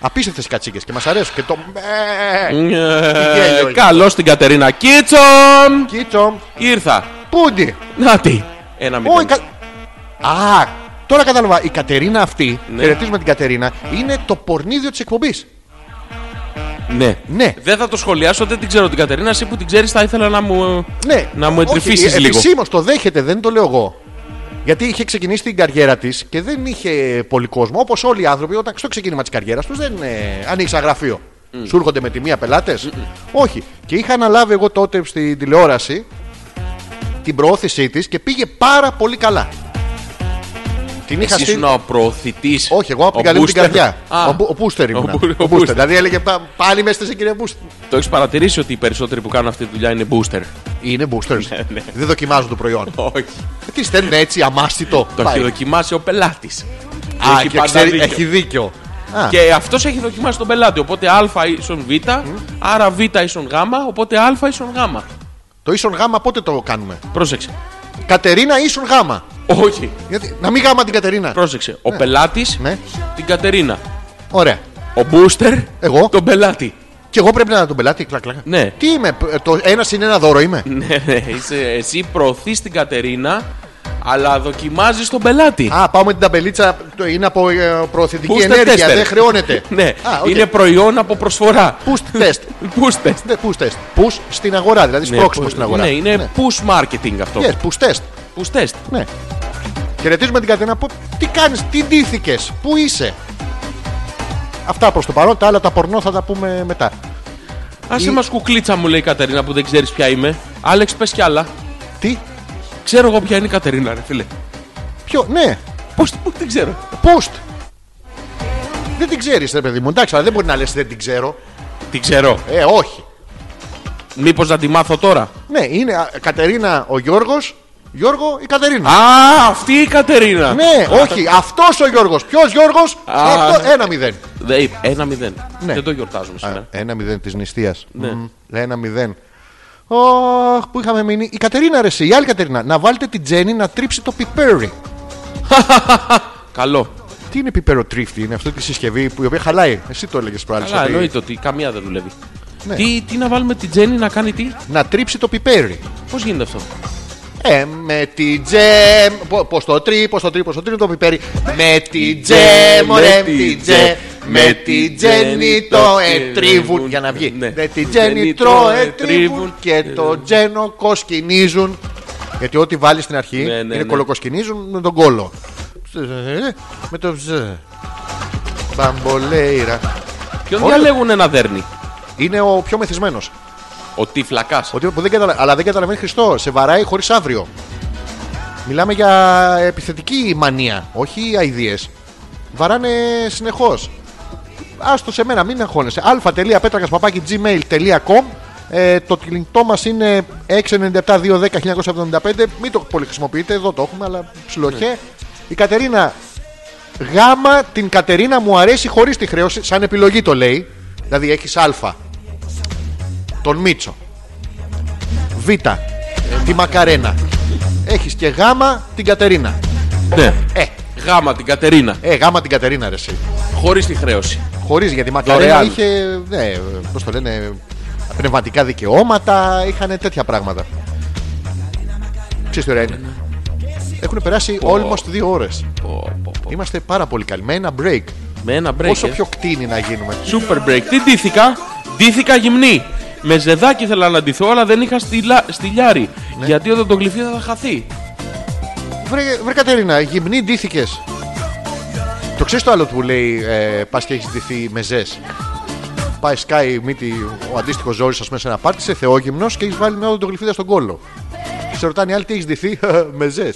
A: Απίστευτες κατσίκες και μας αρέσουν. Και το. Ε, γέλιο είναι.
B: Καλώς την Κατερίνα Κίτσον!
A: Κίτσο.
B: Ήρθα.
A: Πούντι.
B: Να τι. Ένα
A: Ω, η
B: μηδέν.
A: Κα- Α, τώρα κατάλαβα. Η Κατερίνα αυτή,
B: Ναι.
A: χαιρετίζουμε την Κατερίνα, είναι το πορνίδιο της εκπομπής.
B: Ναι.
A: Ναι.
B: Δεν θα το σχολιάσω, δεν την ξέρω την Κατερίνα. Εσύ που την ξέρεις, θα ήθελα να μου.
A: Ναι.
B: Να μου εντρυφήσεις λίγο.
A: Επισήμως το δέχεται, δεν το λέω εγώ. Γιατί είχε ξεκινήσει την καριέρα της και δεν είχε πολύ κόσμο. Όπως όλοι οι άνθρωποι, όταν στο ξεκίνημα της καριέρας τους δεν ε, ανοίξει ένα γραφείο. Σου έρχονται με τη μία πελάτες. Όχι. Και είχα αναλάβει εγώ τότε στην τηλεόραση την προώθησή της και πήγε πάρα πολύ καλά. Την είχα
B: Εσύ
A: στην.
B: ήσουν ο προωθητής.
A: Όχι, εγώ από την καλή μου την καρδιά. Ο, Μπου- ο Μπούστερ
B: Ο
A: ήμουν.
B: Μπου- ο
A: Ο Μπούστερ.
B: Μπούστερ.
A: Δηλαδή έλεγε «Πα- πάλι μέσα σε κύριε Μπούστερ.
B: Το έχεις παρατηρήσει ότι οι περισσότεροι που κάνουν αυτή τη δουλειά είναι booster.
A: Είναι Μπούστερ.
B: Ναι,
A: Δεν δοκιμάζουν το προϊόν.
B: Όχι.
A: Τι στέλνουν έτσι αμάστητο.
B: Ε, Το
A: Πάει.
B: έχει δοκιμάσει ο πελάτης.
A: Α, και ξέρει- έχει δίκιο. Α,
B: Και αυτός έχει δοκιμάσει τον πελάτη. Οπότε α ίσον β, άρα β ίσον γ, οπότε α ίσον γ.
A: Το ίσον γάμα πότε το κάνουμε.
B: Πρόσεξε.
A: Κατερίνα ίσον γάμα.
B: Όχι.
A: Γιατί, να μην γάμα την Κατερίνα.
B: Πρόσεξε. Ο πελάτης
A: Ναι.
B: την Κατερίνα.
A: Ωραία.
B: Ο μπούστερ
A: Εγώ.
B: τον πελάτη.
A: Και εγώ πρέπει να τον πελάτη, κλακ, κλακ.
B: Ναι.
A: Τι είμαι, π- το ένα είναι ένα δώρο είμαι.
B: Ναι, ναι, είσαι, εσύ προωθείς την Κατερίνα, αλλά δοκιμάζεις τον πελάτη.
A: Α, πάω με την ταμπελίτσα, το- είναι από ε, προωθητική
B: Booster
A: ενέργεια,
B: tester.
A: δεν χρεώνεται.
B: Ναι,
A: Α, οκ.
B: είναι προϊόν από προσφορά.
A: Push test.
B: Push test.
A: Δεν push test. Push στην αγορά, δηλαδή σπρώξιμο στην αγορά.
B: Ναι, είναι push marketing αυτό.
A: Yes, push test.
B: Push test.
A: Ναι. Χαιρετίζουμε την Κατερίνα. Πού- Τι κάνεις, τι ντύθηκες, πού είσαι. Αυτά προς το παρόν, τα άλλα τα πορνό θα τα πούμε μετά.
B: Άσε μας κουκλίτσα μου λέει η Κατερίνα που δεν ξέρεις ποια είμαι. Άλεξ πες κι άλλα.
A: Τι,
B: Ξέρω εγώ ποια είναι η Κατερίνα ρε φίλε.
A: ποιο, ναι,
B: Πώς, πώς την ξέρω.
A: post. Δεν την ξέρεις ρε παιδί μου, εντάξει, αλλά δεν μπορεί να λες δεν την ξέρω.
B: Την ξέρω.
A: Ε, όχι.
B: Μήπως να τη μάθω τώρα.
A: Ναι, είναι α, Κατερίνα ο Γιώργος, Γιώργο η Κατερίνα.
B: Α, αυτή η Κατερίνα.
A: ναι, όχι, αυτός ο Γιώργος. Ποιος Γιώργος,
B: Α.
A: αυτό, ένα μηδέν.
B: Δε- Ένα μηδέν.
A: Ναι.
B: Δεν το γιορτάζουμε
A: Α,
B: σήμερα.
A: Ένα μηδέν της νηστείας.
B: Ναι.
A: Μμμ, Ένα μηδέν. Ωχ, που είχαμε μείνει. Η Κατερίνα ρε εσύ, η άλλη Κατερίνα. Να βάλετε την Τζέννη να τρίψει το πιπέρι.
B: Καλό.
A: Τι είναι πιπέρο τρίφτη, είναι αυτή τη συσκευή που η οποία χαλάει. Εσύ το έλεγες προάλλη.
B: Καλά, εννοείται ότι καμία δεν δουλεύει.
A: Ναι.
B: Τι, τι να βάλουμε την Τζέννη να κάνει τι,
A: Να τρίψει το πιπέρι.
B: πώς γίνεται αυτό.
A: Ε, με τη τζεμ. Πώς το τρί, πώς το τρί, πώς το τρί το πιπέρι. Με τη τζεμ, ωραία, με τη τζε. Με τη ε, τζένι το ετρίβουν. Για να βγει.
B: Ναι.
A: Με τη τζένι το ετρίβουν και το τζένο κοσκινίζουν. Γιατί ό,τι βάλεις στην αρχή
B: Ναι, ναι,
A: είναι
B: ναι.
A: κολοκοσκινίζουν με τον κόλο. Με το ψ. Μπαμπολέιρα.
B: Ποιον
A: Όλα-
B: διαλέγουν ένα δέρνη.
A: Είναι ο πιο μεθυσμένος.
B: Ο τυφλακάς.
A: Ο τύπος που δεν καταλα... Αλλά δεν καταλαβαίνει Χριστό. Σε βαράει χωρίς αύριο. Μιλάμε για επιθετική μανία, όχι αειδίε. Βαράνε συνεχώς. Άστο σε μένα, μην αγχώνεσαι. αλφα.πέτρακα.gmail.com ε, Το κινητό μας είναι 697-210-1975. Μην το πολύ χρησιμοποιείτε, εδώ το έχουμε, αλλά ψιλοχέ. Η Κατερίνα Γάμα την Κατερίνα μου αρέσει χωρίς τη χρέωση, σαν επιλογή το λέει. Δηλαδή έχεις Α. Τον Μίτσο. Β. τη Μακαρένα. Έχεις και Γ. την Κατερίνα.
B: Ναι.
A: Ε,
B: Γάμα την Κατερίνα.
A: ε, Γ την Κατερίνα, ρε.
B: Χωρίς τη χρέωση.
A: Χωρίς γιατί η Μακαρένα
B: Δωρεάν.
A: είχε. Ναι, πώς το λένε. Πνευματικά δικαιώματα, είχαν τέτοια πράγματα. Ξέρεις τι ωραία είναι. Έχουν περάσει almost δύο ώρες.
B: Πω, πω, πω.
A: Είμαστε πάρα πολύ καλοί. Με ένα break.
B: Με ένα break.
A: Όσο
B: ε.
A: πιο κτίνη να γίνουμε.
B: Super break. Τι ντύθηκα. Ντύθηκα γυμνή. Με ζεδάκι ήθελα να ντυθώ, αλλά δεν είχα στυλα... στυλιάρι.
A: Ναι.
B: Γιατί όταν το γλυφεί θα χαθεί.
A: Βρε, βρε Κατερίνα, γυμνή ντύθηκες. Το ξέρεις το άλλο που λέει ε, πας και έχεις ντυθεί με ζες. Πάει σκάει μύτη ο αντίστοιχος ζόρις, ας πούμε, σε ένα πάρτι, σε θεόγυμνος και έχεις βάλει μια οδοντογλυφίδα στον κόλο. Και σε ρωτάνε οι άλλοι τι έχεις ντυθεί με ζες.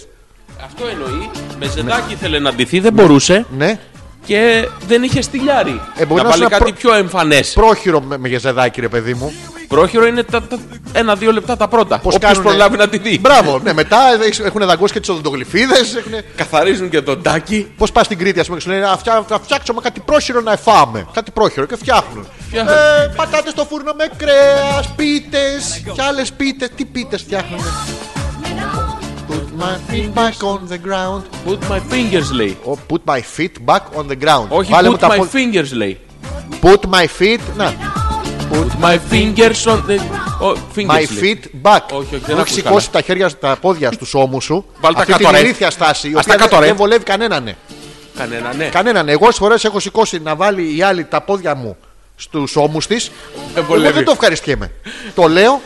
B: Αυτό εννοεί. Με ζεδάκι ήθελε να ντυθεί, δεν μπορούσε
A: Ναι,
B: και δεν είχε στυλιάρι.
A: Ε, μπορεί
B: να
A: να
B: βάλει
A: σου να
B: κάτι
A: προ-
B: πιο εμφανές.
A: πρόχειρο με, με γεζεδάκι, ρε παιδί μου.
B: Πρόχειρο είναι τα, τα ένα-δύο λεπτά τα πρώτα.
A: Πώς
B: Όποιος
A: κάνουνε.
B: προλάβει να τη δει.
A: Μπράβο, ναι, μετά έχουν δαγκώσει και τις οδοντογλυφίδες.
B: Καθαρίζουν και τον τάκι.
A: Πώς πας στην Κρήτη, ας πούμε, και σου λένε «Να φτιά- Να φτιάξουμε κάτι πρόχειρο να φάμε. Κάτι πρόχειρο και φτιάχνουν.
B: Φτιάχνουν.
A: Ε, πατάτες στο φούρνο με κρέας, πίτες και άλλες πίτες. Τι πίτες φτιάχνουν. Put my feet back on the ground.
B: Put my fingers λέει.
A: Oh, put my feet back on the ground.
B: Όχι,
A: Βάλε μου
B: put my
A: πο-
B: fingers λέει.
A: Put my feet. Να.
B: Put my fingers on the. Ο,
A: My
B: fingers, λέει.
A: feet back.
B: όχι, δεν
A: Μου
B: ακούς
A: έχεις σηκώσει τα χέρια, τα πόδια στους ώμους σου.
B: Βάλ τα
A: Αυτή
B: κάτω,
A: την
B: ρε.
A: ηλίθια στάση. Η
B: Ας τα
A: οποία
B: κάτω,
A: δεν-
B: ρε.
A: δεν βολεύει κανέναν. ναι.
B: Κανένα, ναι.
A: Κανέναν. Εγώ στι φορές έχω σηκώσει να βάλει η άλλη τα πόδια μου στους ώμους της. Εγώ
B: βολεύει.
A: δεν το ευχαριστιέμαι. το λέω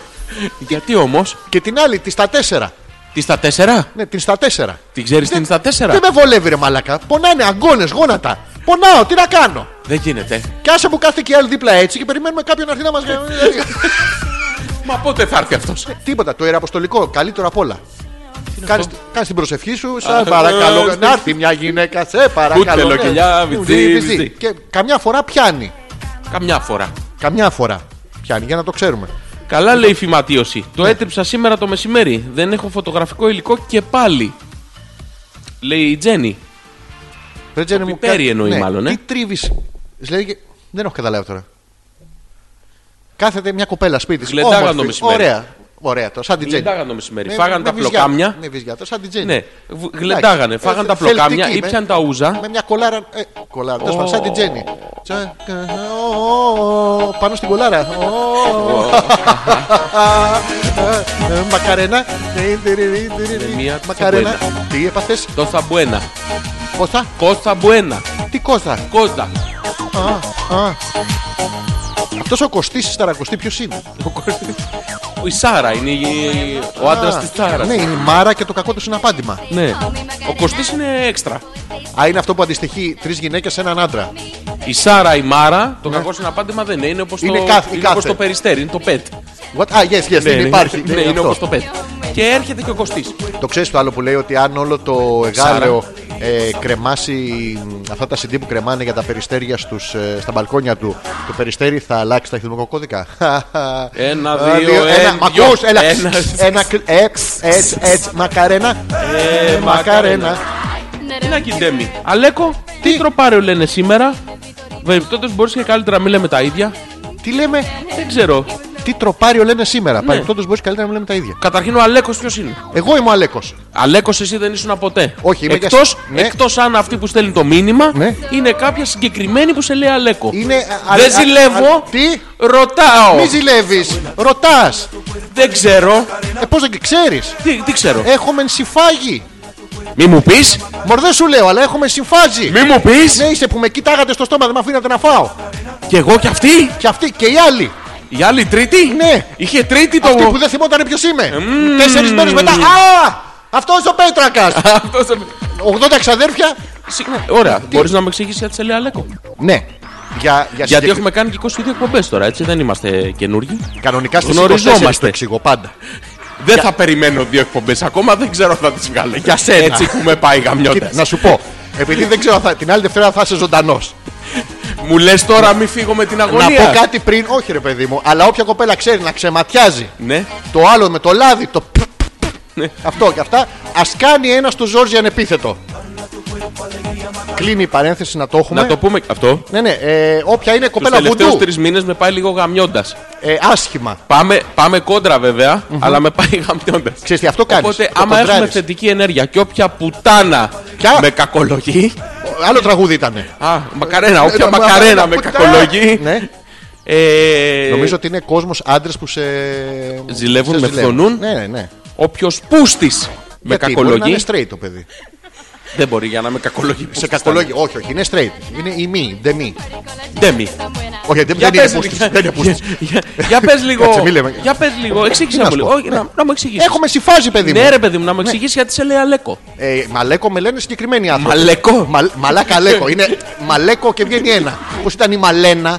B: Γιατί όμως.
A: και την άλλη, τη στα τέσσερα.
B: Τη στα τέσσερα.
A: Ναι, την στα τέσσερα.
B: Την ξέρεις την στα τέσσερα.
A: Δεν με βολεύει, ρε Μαλακά. Πονάνε αγκώνες, γόνατα. Πονάω, τι να κάνω.
B: Δεν γίνεται.
A: Και άσε που κάθεται και η άλλη δίπλα έτσι και περιμένουμε κάποιον να έρθει να μας.
B: Μα πότε θα έρθει αυτός.
A: Τίποτα, το ιεραποστολικό, καλύτερο απ' όλα. Κάνει την προσευχή σου,
B: Α,
A: σε παρακαλώ.
B: ε,
A: Να έρθει μια γυναίκα, σε παρακαλώ.
B: Κούτελο,
A: ναι.
B: κελιά,
A: Βυζί,
B: βυζί,
A: βυζί.
B: βυζί.
A: Και καμιά φορά πιάνει.
B: Καμιά φορά.
A: Καμιά φορά πιάνει, για να το ξέρουμε.
B: Καλά λέει η φυματίωση. Το έτριψα σήμερα το μεσημέρι. Δεν έχω φωτογραφικό υλικό και πάλι. Λέει η Τζέννη.
A: Ρε Τζένι μου,
B: πιπέρι
A: κα- ναι,
B: εννοεί μάλλον, ε.
A: Τι τρίβεις. Δεν έχω καταλάβει τώρα. Κάθεται μια κοπέλα σπίτι. της,
B: Γλεντάγαν το
A: όμορφη,
B: μεσημέρι.
A: Ωραία. Ωραία το, σαν την Τζέννη.
B: Γλεντάγανε το μεσημέρι. Φάγανε τα πλοκάμια.
A: Ναι, βυζιά το, σαν την Τζέννη.
B: Ναι, β- γλεντάγανε. Φάγανε τα πλοκάμια,
A: Θελτική,
B: ήπιαν
A: με-
B: τα ούζα.
A: Με μια κολάρα. Ε, κολάρα, τέλος πάντων, σαν την Τζέννη. Τσα- κα- ο, ο, ο, Πάνω στην κολάρα. Ο, ο, ε, Μακαρένα. Ε, τυριρι, τυριρι.
B: μία
A: Μακαρένα.
B: τσαμπουένα.
A: Τι έπαθες,
B: Τόσα μπουένα.
A: Κώστα.
B: Κώστα μπουένα.
A: Τι Κώστα.
B: Κώστα.
A: Αυτός ο Κωστής Σταρακοστή ποιος είναι.
B: Ο Κώστας- Η Σάρα είναι η- ο άντρα
A: Α,
B: της Σάρας.
A: Ναι, είναι η Μάρα και το κακό του συναπάντημα.
B: Ναι. Ο Κωστής είναι έξτρα.
A: Α, είναι αυτό που αντιστοιχεί τρεις γυναίκες σε έναν άντρα.
B: Η Σάρα, η Μάρα, το κακό συναπάντημα δεν είναι. Είναι όπω
A: Ναι. Είναι
B: το,
A: κάθε- η
B: είναι όπως
A: κάθε.
B: το περιστέρι, είναι το πετ.
A: What? Α, yes, yes, δεν υπάρχει.
B: Ναι,
A: Ναι,
B: είναι
A: αυτό.
B: όπως το πετ. Και έρχεται και ο Κωστής.
A: Το ξέρεις το άλλο που λέει ότι αν όλο το εγάλεο ε, κρεμάσει μ, αυτά τα CD που κρεμάνε για τα περιστέρια στους, ε, στα μπαλκόνια του, το περιστέρι θα αλλάξει ταχυδρομικό κώδικα.
B: Ένα,
A: Α,
B: δύο, εν,
A: μ'
B: δυο.
A: ακούς, έλα.
B: Ένα.
A: Ένα, κλ- εξ, έτσι, έτσι, μακαρένα.
B: Ε,
A: Μακαρένα.
B: Τι να κοιτέμει. Αλέκο, τι τροπάριο λένε σήμερα. Βεβαιπτόντω μπορείς και καλύτερα να μην λέμε τα ίδια.
A: Τι λέμε,
B: Δεν ξέρω.
A: τι τροπάριο λένε σήμερα.
B: Ναι.
A: Παρεμπιπτόντως μπορείς καλύτερα να λέμε τα ίδια.
B: Καταρχήν ο Αλέκος ποιος είναι.
A: Εγώ είμαι ο Αλέκος.
B: Αλέκος, εσύ δεν ήσουν ποτέ.
A: Όχι, είμαι
B: Εκτό
A: για- ναι.
B: εκτός αν αυτή που στέλνει το μήνυμα
A: Ναι.
B: είναι κάποια συγκεκριμένη που σε λέει Αλέκο.
A: Είναι, α,
B: δεν
A: α, α,
B: ζηλεύω.
A: α, τι?
B: Ρωτάω.
A: Μη ζηλεύεις, ρωτάς.
B: Δεν ξέρω.
A: Ε, πώς δεν ξέρεις.
B: Τι, τι ξέρω.
A: Έχουμε συμφάγει.
B: Μη μου πεις.
A: Μωρ δεν σου λέω, αλλά έχουμε συμφάζει.
B: Μη μου πεις.
A: Ναι, είσαι που με κοιτάγατε στο στόμα, δεν με αφήνατε να φάω.
B: Και εγώ και αυτή.
A: Και αυτοί και οι άλλοι.
B: Η άλλη τρίτη.
A: Ναι.
B: Είχε τρίτη το.
A: Αυτοί που δεν θυμόταν ποιος είμαι. Τέσσερις μέρες μετά. Α! Αυτός ο Πέτρακας.
B: Αυτός δεν-
A: 80 ξαδέρφια.
B: Συγγνώμη, Ωραία. Μπορείς να με εξηγήσει γιατί σε λέει Αλέκο.
A: Ναι. Για, για
B: Γιατί
A: συγκεκρι-
B: έχουμε κάνει και 22 εκπομπές τώρα, έτσι δεν είμαστε καινούργοι.
A: Κανονικά στις 24
B: Γνωριζόμαστε.
A: το εξηγώ πάντα.
B: Δεν θα περιμένω δύο εκπομπές ακόμα, δεν ξέρω αν θα τις βγάλω. Για σένα. Έτσι έχουμε πάει
A: Κοίτα,
B: γαμιώτα.
A: να σου πω. Επειδή δεν ξέρω, αν θα, την άλλη Δευτέρα θα είσαι ζωντανός.
B: Μου λες τώρα μη φύγω με την
A: Να
B: αγωνία.
A: πω κάτι πριν, όχι ρε παιδί μου, αλλά όποια κοπέλα ξέρει να ξεματιάζει
B: Ναι.
A: το άλλο με το λάδι, το π- π- π- αυτό και αυτά, ας κάνει ένας του Ζόρζι ανεπίθετο. Κλείνει η παρένθεση να το έχουμε.
B: Να το πούμε και αυτό.
A: Ναι, ναι, ε, όποια είναι
B: Τους
A: κοπέλα
B: τελευταίους
A: βουντού.
B: τρεις μήνες με πάει λίγο γαμιώντας.
A: Ε, άσχημα.
B: Πάμε, πάμε κόντρα βέβαια, αλλά με πάει γαμιώντας.
A: Ξέρεις τι, αυτό κάνεις.
B: Οπότε,
A: Το
B: άμα έχουμε
A: κοντράρεις.
B: θετική ενέργεια και όποια πουτάνα
A: Ποια?
B: με κακολογεί.
A: Άλλο τραγούδι ήταν.
B: Α, μακαρένα, όποια
A: Ε, μα-
B: μακαρένα με
A: πουτά.
B: κακολογεί.
A: Ναι.
B: Ε,
A: Νομίζω ότι είναι κόσμος άντρες που σε.
B: Ζηλεύουν,
A: σε
B: με φθονούν.
A: Ναι, ναι, ναι.
B: Όποιος πούστης με
A: Γιατί, μπορεί να
B: κακολογεί.
A: Είναι straight το παιδί.
B: Δεν μπορεί για να με κακολογεί.
A: Σε κακολόγη. Όχι, όχι, είναι straight. Είναι η μη, δεν μη.
B: Ντέμι.
A: Όχι, δεν
B: Για
A: δεν είναι
B: πες,
A: πούστης,
B: για-
A: Δεν είναι πούστης.
B: για- για πες λίγο.
A: Κάτσε, μη λέμε.
B: Για πες λίγο. Εξήγησε
A: Τι να
B: μου
A: σου
B: λίγο.
A: πω.
B: Όχι, να- Να μου εξηγήσεις.
A: Έχουμε συμφάζει, παιδί μου.
B: Ναι, ρε παιδί μου, να μου εξηγήσεις γιατί σε λέει Αλέκο.
A: Ε, μαλέκο με λένε συγκεκριμένοι άνθρωποι.
B: Μαλέκο.
A: Μα- μαλάκα λέκο. Είναι μαλέκο και βγαίνει ένα. Όπω ήταν η Μαλένα.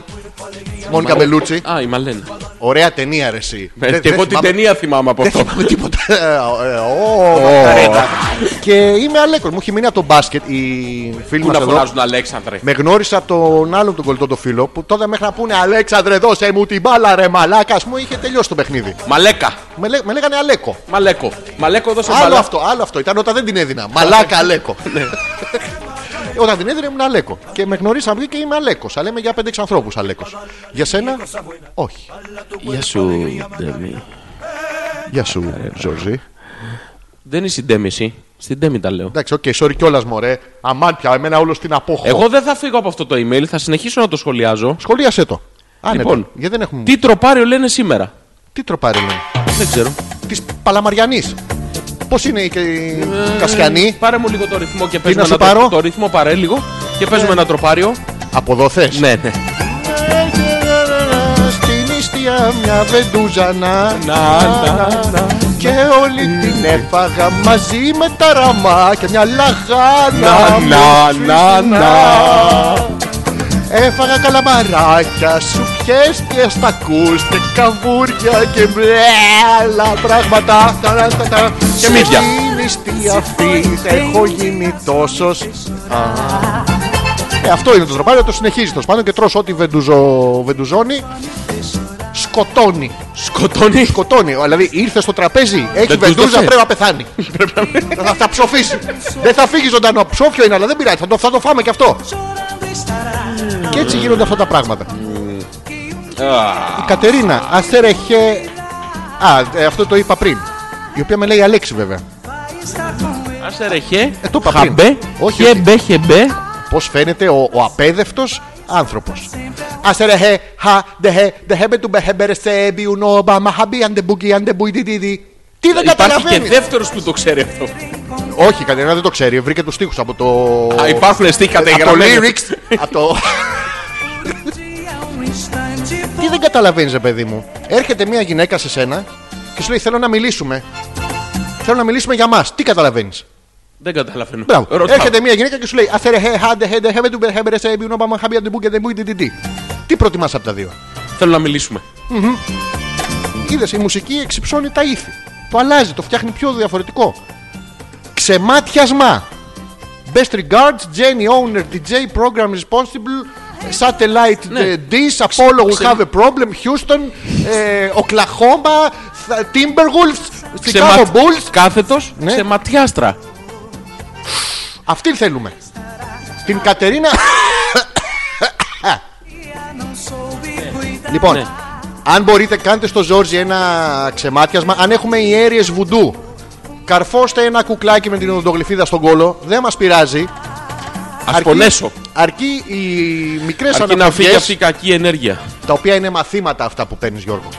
A: Μόνικα Μπελούτσι.
B: Α, η Μαλένα.
A: Ωραία ταινία, ρε. εσύ.
B: Ε,
A: Δεν-
B: Και εγώ
A: δεν
B: την
A: θυμάμαι-
B: ταινία θυμάμαι από αυτό.
A: Πάμε τίποτα. Ε, ε, ω, Μακαρένα. Και είμαι Αλέκο. Μου έχει μείνει από το μπάσκετ η φίλη
B: Πού
A: μας
B: να
A: εδώ.
B: φωνάζουν Αλέξανδρε.
A: Με γνώρισε από τον άλλον τον κολλητό το φίλο που τότε μέχρι να πούνε Αλέξανδρε, δώσε μου την μπάλα, ρε μαλάκα. Μου είχε τελειώσει το παιχνίδι.
B: Μαλέκα.
A: Με, λέ- με λέγανε Αλέκο.
B: Μαλέκο. Μαλέκο δώσε
A: Άλλο
B: μπαλά.
A: αυτό, άλλο αυτό. Ήταν όταν δεν την έδινα. Μαλάκα Αλέκο.
B: Ναι.
A: όταν την έδινα ήμουν Αλέκο. Και με γνωρίσαμε εκεί και είμαι Αλέκος. Αλλά είμαι για 5-6 ανθρώπους Αλέκος. Για σένα, όχι.
B: Γεια σου, Ντέμι.
A: Γεια σου,
B: Ε, ναι.
A: Ζορζή.
B: Δεν είσαι η Ντέμι, εσύ. Στην Ντέμι τα λέω.
A: Εντάξει, οκ, sorry κιόλας μωρέ. Αμάν πια, εμένα όλο την απόχω.
B: Εγώ δεν θα φύγω από αυτό το email, θα συνεχίσω να το σχολιάζω.
A: Σχολίασε το. Άνετα.
B: Λοιπόν,
A: γιατί δεν έχουμε. Τι,
B: Τι τροπάριο λένε σήμερα.
A: τι τροπάρι λένε.
B: Δεν ξέρω.
A: Της Παλαμαριανής. Πώς είναι η, η Κασιανή.
B: Ε, Πάρε μου λίγο το ρυθμό και παίζουμε
A: να σου
B: ένα
A: πάρω?
B: το, το ρυθμό παρέ λίγο και παίζουμε ένα τροπάριο.
A: Από εδώ θες.
B: Ναι, ναι.
A: Στην ιστιά μια βεντούζα να,
B: Να,
A: ναι.
B: να, να.
A: Και όλη την έφαγα μαζί με τα ραμά Και μια λαχάνα
B: Να,
A: μου
B: να,
A: σφίχνα.
B: να, να.
A: Έφαγα καλαμαράκια, σουφιές και στακούς Και καβούρια και μπλε άλλα πράγματα Τα, τα, τα, τα.
B: Και μύδια.
A: Στην ιστιά αυτή έχω γίνει τόσος Α. ε, αυτό είναι το στροπάριο, το συνεχίζει το σπάνιο και τρως ό,τι βεντουζο- βεντουζώνει σκοτώνει.
B: Σκοτώνει.
A: Σκοτώνει. Δηλαδή ήρθε στο τραπέζι, έχει
B: Δεν τους
A: βεντούζα,
B: δώσε.
A: πρέπει να πεθάνει. θα, θα ψοφήσει. δεν θα φύγει ζωντανό. Ψόφιο είναι, αλλά δεν πειράζει. Θα το, θα το φάμε κι αυτό. και έτσι γίνονται αυτά τα πράγματα. Η Κατερίνα, αστερεχέ. Α, ε, αυτό το είπα πριν. Η οποία με λέει Αλέξη βέβαια.
B: Άσε ρε χε.
A: Ε, το είπα πριν.
B: Χαμπέ.
A: Όχι, όχι.
B: Χεμπέ, χεμπέ.
A: Πώς φαίνεται ο, ο απέδευτος άνθρωπος. Άσε ρε χε, χα, ντε χε, ντε χε με του μπεχέμπερ σε εμπιου νόμπα, μα χαμπί αντε μπουκι, αντε μπουιντιδίδι. Τι δεν
B: Υπάρχει και
A: καταλαβαίνεις.
B: δεύτερος που το ξέρει αυτό.
A: Όχι, κανένα δεν το ξέρει. Βρήκε τους τοίχου από το. Ε,
B: Α, υπάρχουν στίχοι κατεγραμμένοι.
A: Από το lyrics. από το...
E: é
A: Τι δεν καταλαβαίνεις, ρε παιδί μου. Έρχεται μια γυναίκα σε σένα και σου λέει: Θέλω να μιλήσουμε. Θέλω να μιλήσουμε για μας. Τι καταλαβαίνεις.
B: Δεν καταλαβαίνω.
A: Μπράβο.
B: Ρωτάω.
A: Έρχεται μια γυναίκα και σου λέει: Αθερε, χε, χάντε, χέντε, χέμε του μπερχέμπερε, σε εμπειρνό, πάμε, χάμπια, ντεμπού και ντεμπού, ντιντιντί. Τι προτιμά από τα δύο.
B: Θέλω να μιλήσουμε.
A: Είδες, η μουσική εξυψώνει τα ύφη. Το αλλάζει, το φτιάχνει πιο διαφορετικό. Ξεμάτιασμα. Best regards, Jenny Owner, DJ, Program Responsible, Satellite
B: Ναι.
A: ε, Dish, Apollo We
B: ξε-
A: Have a Problem, Houston, ε, Oklahoma, Th- Timberwolves, Chicago Bulls.
B: Κάθετος
A: Ναι.
B: σε ματιάστρα.
A: Αυτήν θέλουμε. Την Κατερίνα. λοιπόν,
B: Ναι.
A: αν μπορείτε, κάντε στο Ζόρζι ένα ξεμάτιασμα. Αν έχουμε ιέρειε βουντού, καρφώστε ένα κουκλάκι με την οδοντογλυφίδα στον κόλο. Δεν μας πειράζει.
B: Ας πονέσω.
A: Αρκεί οι μικρές
B: Αρκεί να φύγει αυτή
A: αναφορέ,
B: η κακή ενέργεια.
A: τα οποία είναι μαθήματα αυτά που παίρνεις, Γιώργο.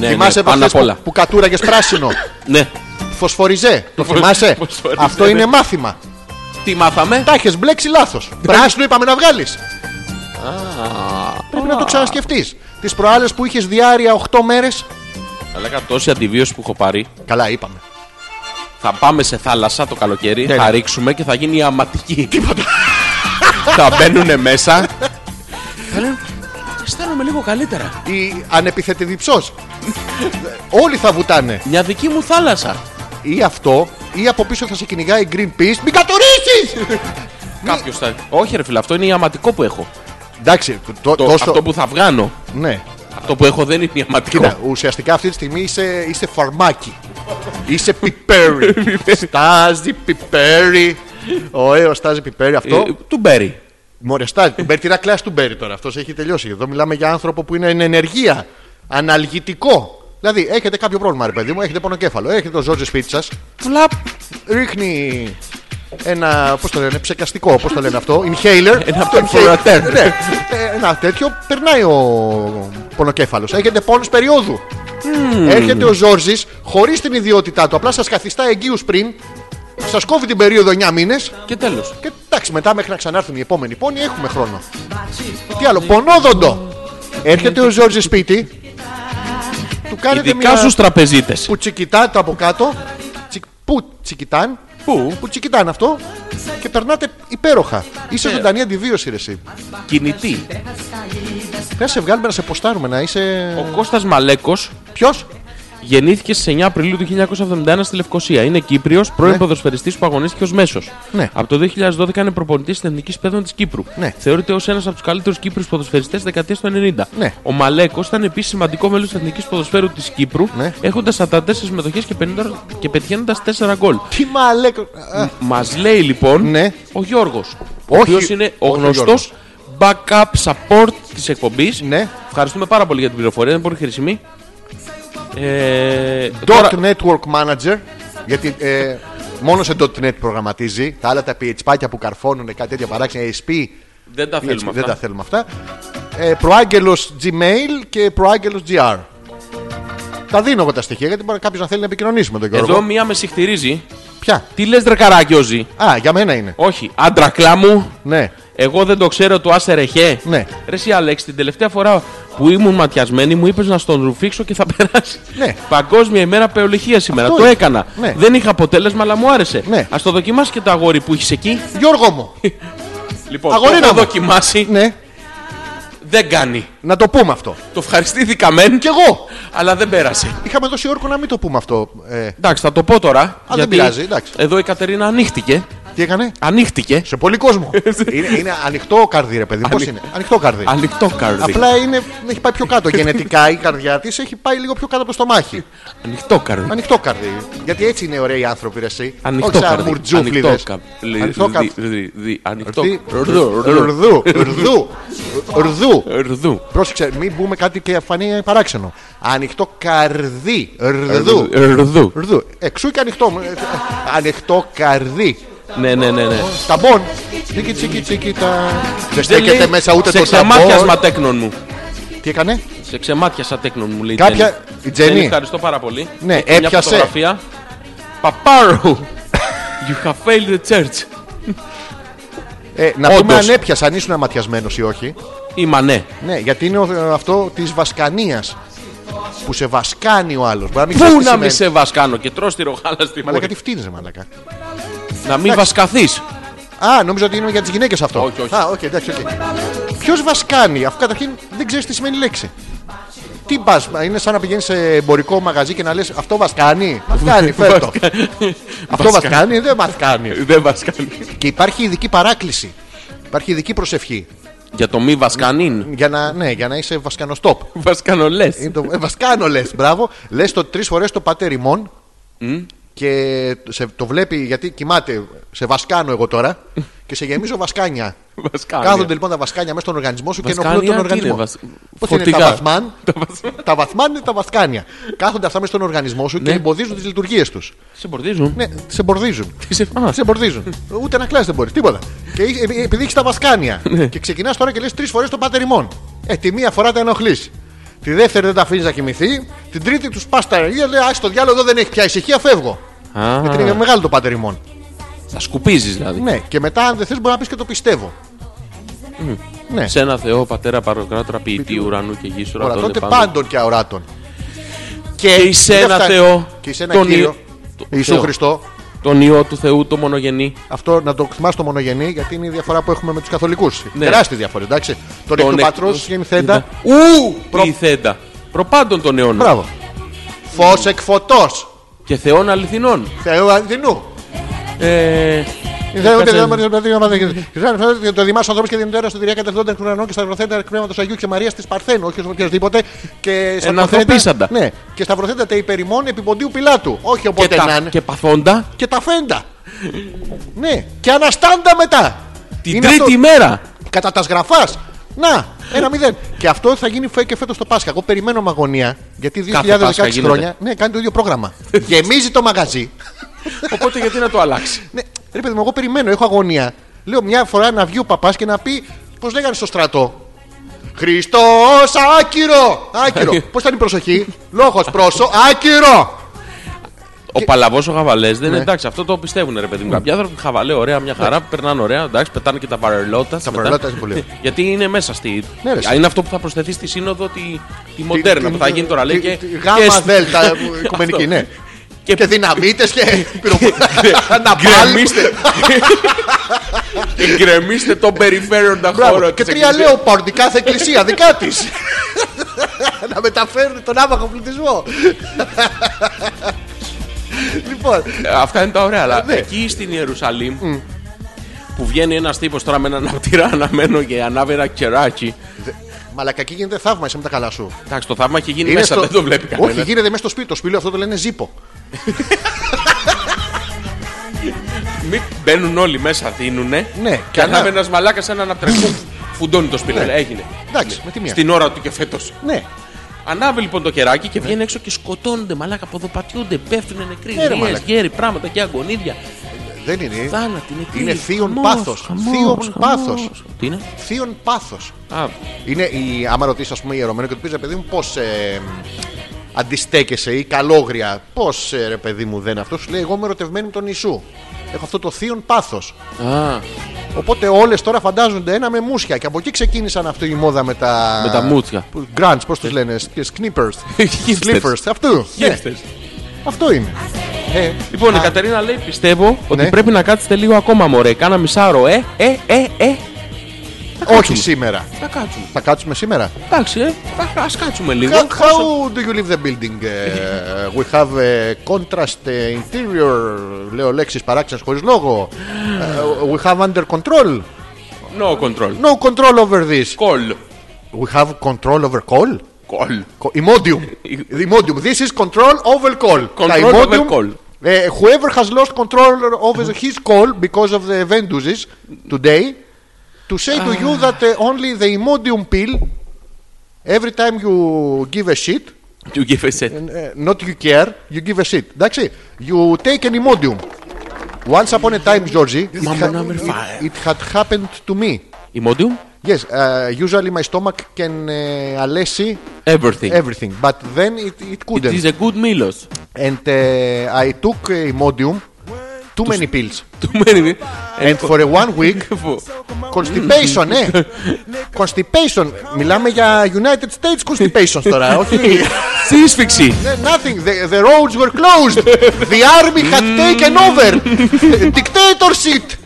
B: Ναι,
A: Θυμάσαι
B: ναι, πάνω
A: επαφές
B: απ' όλα.
A: που, που κατούραγες πράσινο.
B: Ναι.
A: Φωσφοριζέ. Το
B: Φω-
A: θυμάσαι.
B: φωσφοριζέ,
A: Αυτό
B: ναι.
A: είναι μάθημα.
B: Τι μάθαμε.
A: Τα έχεις μπλέξει λάθος. Πράσινο είπαμε να βγάλεις. Πρέπει να το ξανασκεφτείς. Τις προάλλες που είχες διάρκεια 8 μέρε.
B: Λέγα τόση αντιβίωση που έχω πάρει.
A: Καλά, είπαμε.
B: Θα πάμε σε θάλασσα το καλοκαίρι,
A: Ναι, ναι.
B: θα ρίξουμε και θα γίνει η αματική. Τίποτα. θα μπαίνουν μέσα. θα λένε, αισθάνομαι λίγο καλύτερα.
A: Η ανεπιθέτη διψός. Όλοι θα βουτάνε.
B: Μια δική μου θάλασσα.
A: Ή αυτό, ή από πίσω θα σε κυνηγάει η Greenpeace. Μην κατορίσεις!
B: Κάποιος θα. Όχι, ρε φίλε, αυτό είναι η αματικό που έχω.
A: Εντάξει, το,
B: Το,
A: τόσο.
B: Αυτό που θα βγάνω.
A: Ναι.
B: Αυτό που έχω δεν είναι η αματικό.
A: Κοίτα, ουσιαστικά αυτή τη στιγμή είσαι, είσαι φαρμάκι. είσαι πιπέρι. στάζει πιπέρι. Ωραίο, στάζει πιπέρι αυτό.
B: Ε, του Μπέρι.
A: Μορεστάζει. Του Μπέρι, τυρακλά του Μπέρι τώρα. Αυτός έχει τελειώσει. Εδώ μιλάμε για άνθρωπο που είναι εν ενεργεία. Αναλγητικό. Δηλαδή, έχετε κάποιο πρόβλημα, ρε παιδί μου, έχετε πονοκέφαλο. Έχετε το Ζόρτζε σπίτι σας.
B: Φλαπ.
A: Ρίχνει ένα. Πώς το λένε, ψεκαστικό, πώς το λένε αυτό. Inhaler.
B: Ένα
A: Το inhaler,
B: perforator.
A: Ναι, Ε, ένα τέτοιο περνάει ο πονοκέφαλος. Έχετε πόνους περίοδου. Έρχεται ο Ζόρζης χωρίς την ιδιότητά του. Απλά σας καθιστά εγγύου πριν. Σας κόβει την περίοδο 9 μήνες.
B: Και τέλος.
A: Και εντάξει, μετά μέχρι να ξανάρθουν οι επόμενοι πόνοι έχουμε χρόνο. Τι άλλο, πονόδοντο! Έρχεται ο Ζόρζι σπίτι, του κάνετε
B: Ειδικά
A: μια
B: στους τραπεζίτες.
A: που τσικιτάτε από κάτω. Τσι- Πού τσικιτάν,
B: Πού?
A: που τσικιτάν αυτό και περνάτε υπέροχα. Είσαι
B: Ναι.
A: ζωντανή αντιβίωση, ρε εσύ.
B: Κινητή.
A: Πρέπει να σε βγάλουμε να σε ποστάρουμε, να είσαι.
B: Ο Κώστας Μαλέκος
A: Ποιος?
B: Γεννήθηκε στις 9 Απριλίου του 1971 στη Λευκοσία. Είναι Κύπριος, πρώην
A: Ναι.
B: ποδοσφαιριστής που αγωνίστηκε ως μέσος.
A: Ναι.
B: Από το 2012 είναι προπονητής της Εθνικής Παιδών της Κύπρου.
A: Ναι.
B: Θεωρείται ως ένας από τους καλύτερους Κύπριους ποδοσφαιριστές της δεκαετίας του 90.
A: Ναι.
B: Ο Μαλέκος ήταν επίσης σημαντικό μέλος της Εθνικής Ποδοσφαίρου της Κύπρου,
A: Ναι.
B: έχοντας 44 συμμετοχές και, 50 και πετυχαίνοντας 4 γκολ.
A: Τι μαλέκο. Α,
B: Μας λέει λοιπόν
A: Ναι.
B: ο Γιώργος, ο
A: Όχι,
B: οποίος είναι ο
A: όχι ο
B: γνωστός
A: Γιώργος.
B: backup support της εκπομπής.
A: Ναι.
B: Ευχαριστούμε πάρα πολύ για την πληροφορία, είναι πολύ χρήσιμη. Ε,
A: Dot Network Manager. Γιατί ε, μόνος σε .NET προγραμματίζει. Τα άλλα τα PHP που καρφώνουν κάτι Ε, τέτοια παράξενα, ASP.
B: Δεν τα
A: PHP,
B: θέλουμε
A: δεν τα
B: αυτά.
A: θέλουμε αυτά. Ε, προάγγελος Gmail και προάγγελος GR. Τα δίνω εγώ τα στοιχεία γιατί μπορεί κάποιος να θέλει να επικοινωνήσει με τον Γιώργο.
B: Εδώ μία με συχτηρίζει.
A: Ποια.
B: Τι λες ρε καραγκιόζη.
A: Α, για μένα είναι.
B: Όχι, άντρα κλάμου.
A: Ναι.
B: Εγώ δεν το ξέρω, του άσε ρεχέ.
A: Ναι.
B: Ρε εσύ Αλέξη, την τελευταία φορά που ήμουν ματιασμένη μου είπες να στον ρουφήξω και θα περάσει.
A: Ναι.
B: Παγκόσμια ημέρα πεολυχία σήμερα.
A: Αυτό
B: το
A: είναι.
B: έκανα.
A: Ναι.
B: Δεν είχα αποτέλεσμα, αλλά μου άρεσε.
A: Ναι.
B: Ας το δοκιμάσει και το αγόρι που έχεις εκεί.
A: Γιώργο μου.
B: Λοιπόν,
A: Αγορίνα
B: το έχω
A: μου.
B: δοκιμάσει.
A: ναι.
B: Δεν κάνει.
A: Να το πούμε αυτό.
B: Το ευχαριστήθηκα μεν,
A: Κι εγώ.
B: αλλά δεν πέρασε.
A: Είχαμε δώσει όρκο να μην το πούμε αυτό. Ε,
B: Εντάξει, θα το πω τώρα.
A: δεν πειράζει, εντάξει.
B: Εδώ η Κατερίνα ανοίχτηκε.
A: τι έκανε.
B: Ανοίχτηκε.
A: Σε πολύ κόσμο. είναι, είναι ανοιχτό καρδί, ρε παιδί. Πώ
B: Ανοι-
A: είναι. Ανοιχτό καρδί.
B: Ανοιχτό καρδί.
A: Απλά είναι, έχει πάει πιο κάτω. Γενετικά η καρδιά της έχει πάει λίγο πιο κάτω από το στομάχι.
B: Ανοιχτό καρδί.
A: Ανοιχτό καρδί. Γιατί έτσι είναι ωραίοι οι άνθρωποι, ρε, εσύ.
B: Ανοιχτό
A: Όχι σαν
B: καρδί.
A: μουρτζούφλιδες. Ανοιχτό
B: Ανοιχτό κα- λι- δι-
A: καρδί.
B: δι- δι- Ανοιχτό
A: Ρδί-
B: Ρδου, ρδου,
A: Ρδού. Ρδού. Ρδού.
B: ρδου.
A: Πρόσεξε, μην πούμε κάτι και φανεί παράξενο. Ανοιχτό καρδί. Ρδού.
B: Ερδού. Ερδού.
A: Ρδού. Εξού και ανοιχτό. μου. Ε, Ανοιχτό καρδί.
B: Ναι, ναι, ναι. ναι.
A: Ταμπον. Τσίκι, τσίκι, τσίκι, τα. Δεν στέκεται
B: λέει,
A: μέσα ούτε
B: σε
A: το ταμπον.
B: ξεμάτιασμα τέκνων μου.
A: Τι έκανε.
B: Σε ξεμάτιασα τέκνων μου, λέει η
A: Κάποια-
B: Τζέννη.
A: η Τζέννη.
B: Τζέννη, Ευχαριστώ πάρα πολύ.
A: Ναι,
B: Έχει μια
A: έπιασε.
B: φωτογραφία. Παπάρου. You have failed the church.
A: Ε, να
B: Όντως.
A: πούμε αν έπιασε, αν ήσουν αματιασμένο ή όχι.
B: Είμαι ναι.
A: Ναι, γιατί είναι ο- αυτό της Βασκανίας. Που σε βασκάνει ο άλλος.
B: Πού να μη σε βασκάνω και τρώ τη ροχάλα στη
A: Μαλάκα
B: πόλη.
A: τι φτύνει, μαλάκα.
B: Να μην βασκαθείς.
A: Α, νόμιζα ότι είναι για τις γυναίκες αυτό.
B: Όχι, όχι.
A: Α, οκ, εντάξει, οκ. Ποιος βασκάνει, αφού καταρχήν δεν ξέρεις τι σημαίνει η λέξη. Τι πας, είναι σαν να πηγαίνεις σε εμπορικό μαγαζί και να λες Αυτό βασκάνει. Βασκάνει, φέρτο. Αυτό βασκάνει, δεν βασκάνει.
B: Δεν βασκάνει.
A: Και υπάρχει ειδική παράκληση. Υπάρχει ειδική προσευχή.
B: Για το μη βασκανίν.
A: Για να, ναι, για να είσαι βασκανοστόπ.
B: Βασκανολές.
A: Είναι το- ε, Βασκάνο λε, μπράβο. Λες το τρεις φορές το πατέρ ημών. Και σε, το βλέπει γιατί κοιμάται. Σε βασκάνω εγώ τώρα και σε γεμίζω βασκάνια. Κάθονται λοιπόν τα βασκάνια μέσα στον οργανισμό σου και ενοχλούν τον οργανισμό. Πώς είναι τα βαθμάν, τα βαθμάν είναι τα βασκάνια. Κάθονται αυτά μέσα στον οργανισμό σου και
B: Ναι.
A: εμποδίζουν τις λειτουργίες τους.
B: Σε μπορτίζουν.
A: Ναι, σε εμποδίζουν.
B: Είσαι- α,
A: Σε εμποδίζουν. Ούτε να κλάσει δεν μπορείς, τίποτα. Και είσαι- επει- επειδή έχεις τα βασκάνια
B: Ναι.
A: και ξεκινάς τώρα και λες τρεις φορές τον πάτερ ημών. Ε, τη μία φορά τα ενοχλείς. Τη δεύτερη δεν τα αφήνεις να κοιμηθεί. Την τρίτη τους πας τα ρελία, λέει Α, το διάλογο εδώ δεν έχει πια ησυχία, φεύγω.
B: Α.
A: Γιατί είναι μεγάλο το πάτερ ημών.
B: Θα σκουπίζεις δηλαδή.
A: Ναι, και μετά αν δεν θες μπορεί να πεις και το πιστεύω. Ναι,
B: Σε ένα Θεό, πατέρα, παροκράτορα, ποιητή ουρανού και γης
A: Ωρα,
B: ουρατών.
A: τότε πάντων και αοράτων.
B: Και είσαι
A: δεν
B: ένα
A: φτάνει.
B: Θεό.
A: Και σε ένα
B: τον
A: κύριο.
B: Υ- το-
A: Ιησού
B: Θεό.
A: Χριστό.
B: Τον ιό του Θεού, το μονογενή.
A: Αυτό να το θυμάσαι το μονογενή, γιατί είναι η διαφορά που έχουμε με τους καθολικούς.
B: Ναι.
A: Τεράστια διαφορά, εντάξει. Τον, εκ του
B: εκ-
A: πατρός
B: Ναι.
A: γεννηθέντα.
B: Ου!
A: Προ-
B: Πληθέντα. Προπάντων των αιώνων.
A: Μπράβο. Φως εκ φωτός.
B: Και Θεών αληθινών.
A: Θεού αληθινού.
B: Ε,
A: Ιδέα ούτε
B: κάτσε.
A: δεν μπορεί να πει Το δημάσιο άνθρωπο και την τέρας στον τυριά κατευθύντα εκ ουρανών και σταυροθέντα εκ πνεύματο Αγίου και Μαρίας της Παρθένου, όχι οποιοδήποτε. Και
B: ανθρωπίσαντα.
A: Ναι, και σταυροθέντα τα υπερημών επίποντιου πιλάτου. Όχι
B: και,
A: οπότε να
B: τα,
A: είναι.
B: και παθόντα
A: και τα φέντα. ναι, και αναστάντα μετά.
B: την
A: Είναι
B: τρίτη
A: αυτό.
B: μέρα.
A: Κατά τα σγραφάς. Να, ένα μηδέν. και αυτό θα γίνει φε- και φέτος το Πάσχα. Εγώ περιμένω με αγωνία γιατί 2016
B: Κάθε Πάσχα γίνεται.
A: χρόνια. Ναι, κάνει το ίδιο πρόγραμμα. Γεμίζει το μαγαζί.
B: Οπότε γιατί να το αλλάξει.
A: Ναι, ρε παιδί μου, εγώ περιμένω, έχω αγωνία. Λέω μια φορά να βγει ο παπάς και να πει πώς λέγανε στο στρατό. Χριστός άκυρο! Άκυρο. πώς ήταν η προσοχή. Λόγος πρόσω, άκυρο!
B: Ο παλαβός ο χαβαλές δεν είναι
A: Ναι.
B: εντάξει, αυτό το πιστεύουν ρε παιδί μου. Κάποιοι άνθρωποι χαβαλέ, ωραία, μια χαρά, περνάνε ωραία, εντάξει, πετάνε και τα βαρελότα. Τα
A: βαρελότα είναι πολύ ωραία.
B: Γιατί είναι μέσα στη.
A: Ναι, ρε,
B: είναι αυτό που θα προσθεθεί στη σύνοδο τη, τη
A: τη-
B: μοντέρνα που θα γίνει τώρα, λέει.
A: τη-
B: και-
A: τη-
B: και
A: Γάμα
B: στη-
A: δέλτα οικουμενική,
B: Αυτό.
A: ναι.
B: Και-
A: Και δυναμίτες και Να
B: Γκρεμίστε. Γκρεμίστε τον περιφέροντα χώρο.
A: Μπράβο. Και
B: της
A: τρία
B: εκκλησίας.
A: λέω πάρντι κάθε εκκλησία δικά της. να μεταφέρουν τον άβαχο πληθυσμό. λοιπόν,
B: Ε, Αυτά είναι τα ωραία, αλλά
A: ναι.
B: εκεί στην Ιερουσαλήμ που βγαίνει ένας τύπος τώρα με έναν απτήρα αναμένο και ανάβει ένα κεράκι.
A: μαλακακή γίνεται θαύμα, είσαι με τα καλά σου.
B: Εντάξει, το θαύμα έχει γίνει μέσα,
A: στο-
B: δεν το βλέπει κανένας.
A: Όχι, γίνεται μέσα στο σπίτι. Το σπίτι αυτό το λένε ζύπο.
B: Μην μπαίνουν όλοι μέσα, δίνουνε.
A: Ναι, και
B: και ανάβει
A: ανά-
B: ένας μαλάκας σαν έναν απτήρα. Φου- Φουντώνει το σπίτι. Έγινε.
A: Εντάξει, με τη μία.
B: Στην ώρα του και φέτος.
A: Ναι,
B: Ανάβει λοιπόν το κεράκι και βγαίνει έξω και σκοτώνονται μαλάκα, ποδοπατιούνται, πέφτουν νεκροί,
A: Ναι, ρε,
B: γριές,
A: μαλάκα.
B: γέροι, πράγματα και αγωνίδια.
A: δεν είναι.
B: Θάνατη, νεκροί.
A: Είναι θείον
B: Χαμός,
A: πάθος.
B: χαμός,
A: Θείον
B: χαμός.
A: πάθος.
B: Τι είναι?
A: Θείον πάθος.
B: Α,
A: Είναι η, άμα ρωτήσεις, ας πούμε, ιερωμένο και του πεις ρε παιδί μου, πώς ε, μ, αντιστέκεσαι ή καλόγρια, πώς ε, ρε παιδί μου δεν είναι αυτό, σου λέει Εγώ είμαι ερωτευμένη με τον Ιησού. Έχω αυτό το θείον πάθος.
B: α,
A: Ναι. Οπότε όλες τώρα φαντάζονται ένα με μουσια και από εκεί ξεκίνησαν αυτή η μόδα με τα.
B: Με τα μούτσια.
A: Grunts, πώς τους λένε, snippers.
B: Hipsters.
A: Slippers, αυτό. Ναι,
B: Χέστες.
A: αυτό είναι. Ε,
B: Λοιπόν, η
A: α,
B: Κατερίνα λέει: Πιστεύω ότι
A: Ναι.
B: πρέπει να κάτσετε λίγο ακόμα, μωρέ. Κάνα μισάρο, ε, ε, ε, ε.
A: Όχι σήμερα.
B: Να κάτσουμε.
A: Θα κάτσουμε σήμερα.
B: Εντάξει, ε. Ας κάτσουμε λίγο.
A: How, how do you leave the building? Ε, we have a contrast ε, interior, λέω λέξεις παράξενες χωρίς λόγο. Ε, we have under control.
B: No control.
A: No control over this.
B: Call.
A: We have control over call.
B: Call.
A: Co- Imodium. Imodium. This is control over call.
B: Ε, Control
A: Τα
B: over
A: Imodium,
B: call.
A: ε, whoever has lost control over his call because of the event uses today, to say to you uh, that ε, only the Imodium pill, every time you give a shit,
B: You give a set.
A: Ε, Not you care, you give a shit. Εντάξει. You take an Imodium. Once upon a time, Georgie, it,
B: Mamma
A: had-
B: number five.
A: it, it had happened to me.
B: Imodium.
A: Yes, uh, usually my stomach can uh, alessi
B: Everything.
A: everything, but then it, it
B: It
A: couldn't.
B: is a good melos.
A: And uh, I took uh, Imodium, too many pills.
B: Too many.
A: And for a one week, constipation, ε! Constipation. Μιλάμε για United States constipation τώρα, όχι.
B: Σύσφυξη.
A: Ναι, Nothing. The, the roads were closed. The army had
B: Mm.
A: taken over. Dictatorship.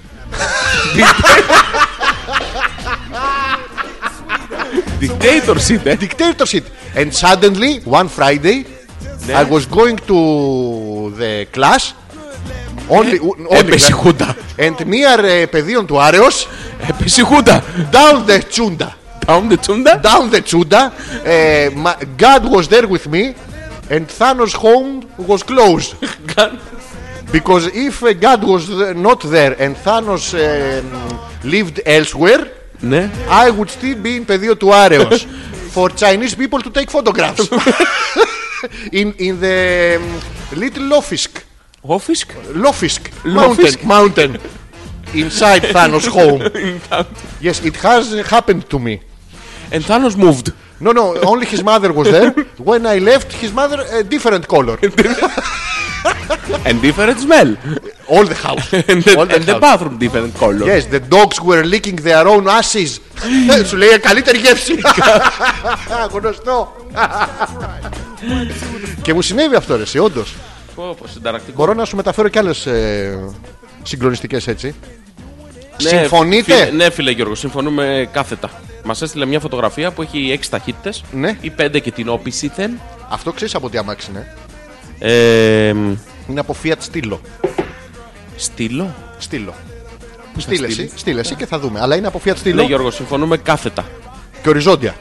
B: Dictatorship, ε.
A: Dictatorship. And suddenly, one Friday,
B: Ναι.
A: I was going to the class. Only, only
B: Έπεσε η χούντα.
A: And near ε, πεδίων του Άρεος,
B: Έπεσε η χούντα.
A: down the chunda.
B: Down the τσούντα.
A: down the Chuda. Uh, my- God was there with me, and Thanos' home was closed.
B: Καν-
A: Because if uh, God was th- not there and Thanos um, lived elsewhere,
B: Ναι.
A: I would still be in πεδίο του Άρεος for Chinese people to take photographs. in, in the um, little Lofisk,
B: Όφισκ.
A: Lofisk, mountain, mountain inside Thanos' home. yes, it has happened to me.
B: And Thanos moved.
A: No, no, only his mother was there. When I left, his mother, a different color.
B: And different smell.
A: All the house.
B: And the,
A: All the
B: and the
A: house.
B: bathroom different color.
A: Yes, the dogs were licking their own asses. Σου λέει «Ε, καλύτερη γεύση. Γνωστό. και μου συνέβη αυτό, ρε, εσύ, όντως.
B: Πω, πως, συνταρακτικός.
A: Μπορώ να σου μεταφέρω κι άλλες ε, συγκλονιστικές έτσι.
B: Ναι,
A: Συμφωνείτε?
B: Φίλε, ναι, φίλε Γιώργο, συμφωνούμε κάθετα. Μας έστειλε μια φωτογραφία που έχει 6 ταχύτητες
A: Ναι.
B: ή 5 και την όπιση θέλ.
A: Αυτό ξέρεις από τι αμάξι είναι.
B: Ε,
A: Είναι από Fiat Stilo.
B: στείλω.
A: Stilo.
B: στείλεις?
A: Στείλεσαι, στείλεσαι ε, και θα δούμε. Αλλά είναι από Fiat
B: Ναι,
A: Stilo
B: Γιώργο, συμφωνούμε κάθετα.
A: και οριζόντια.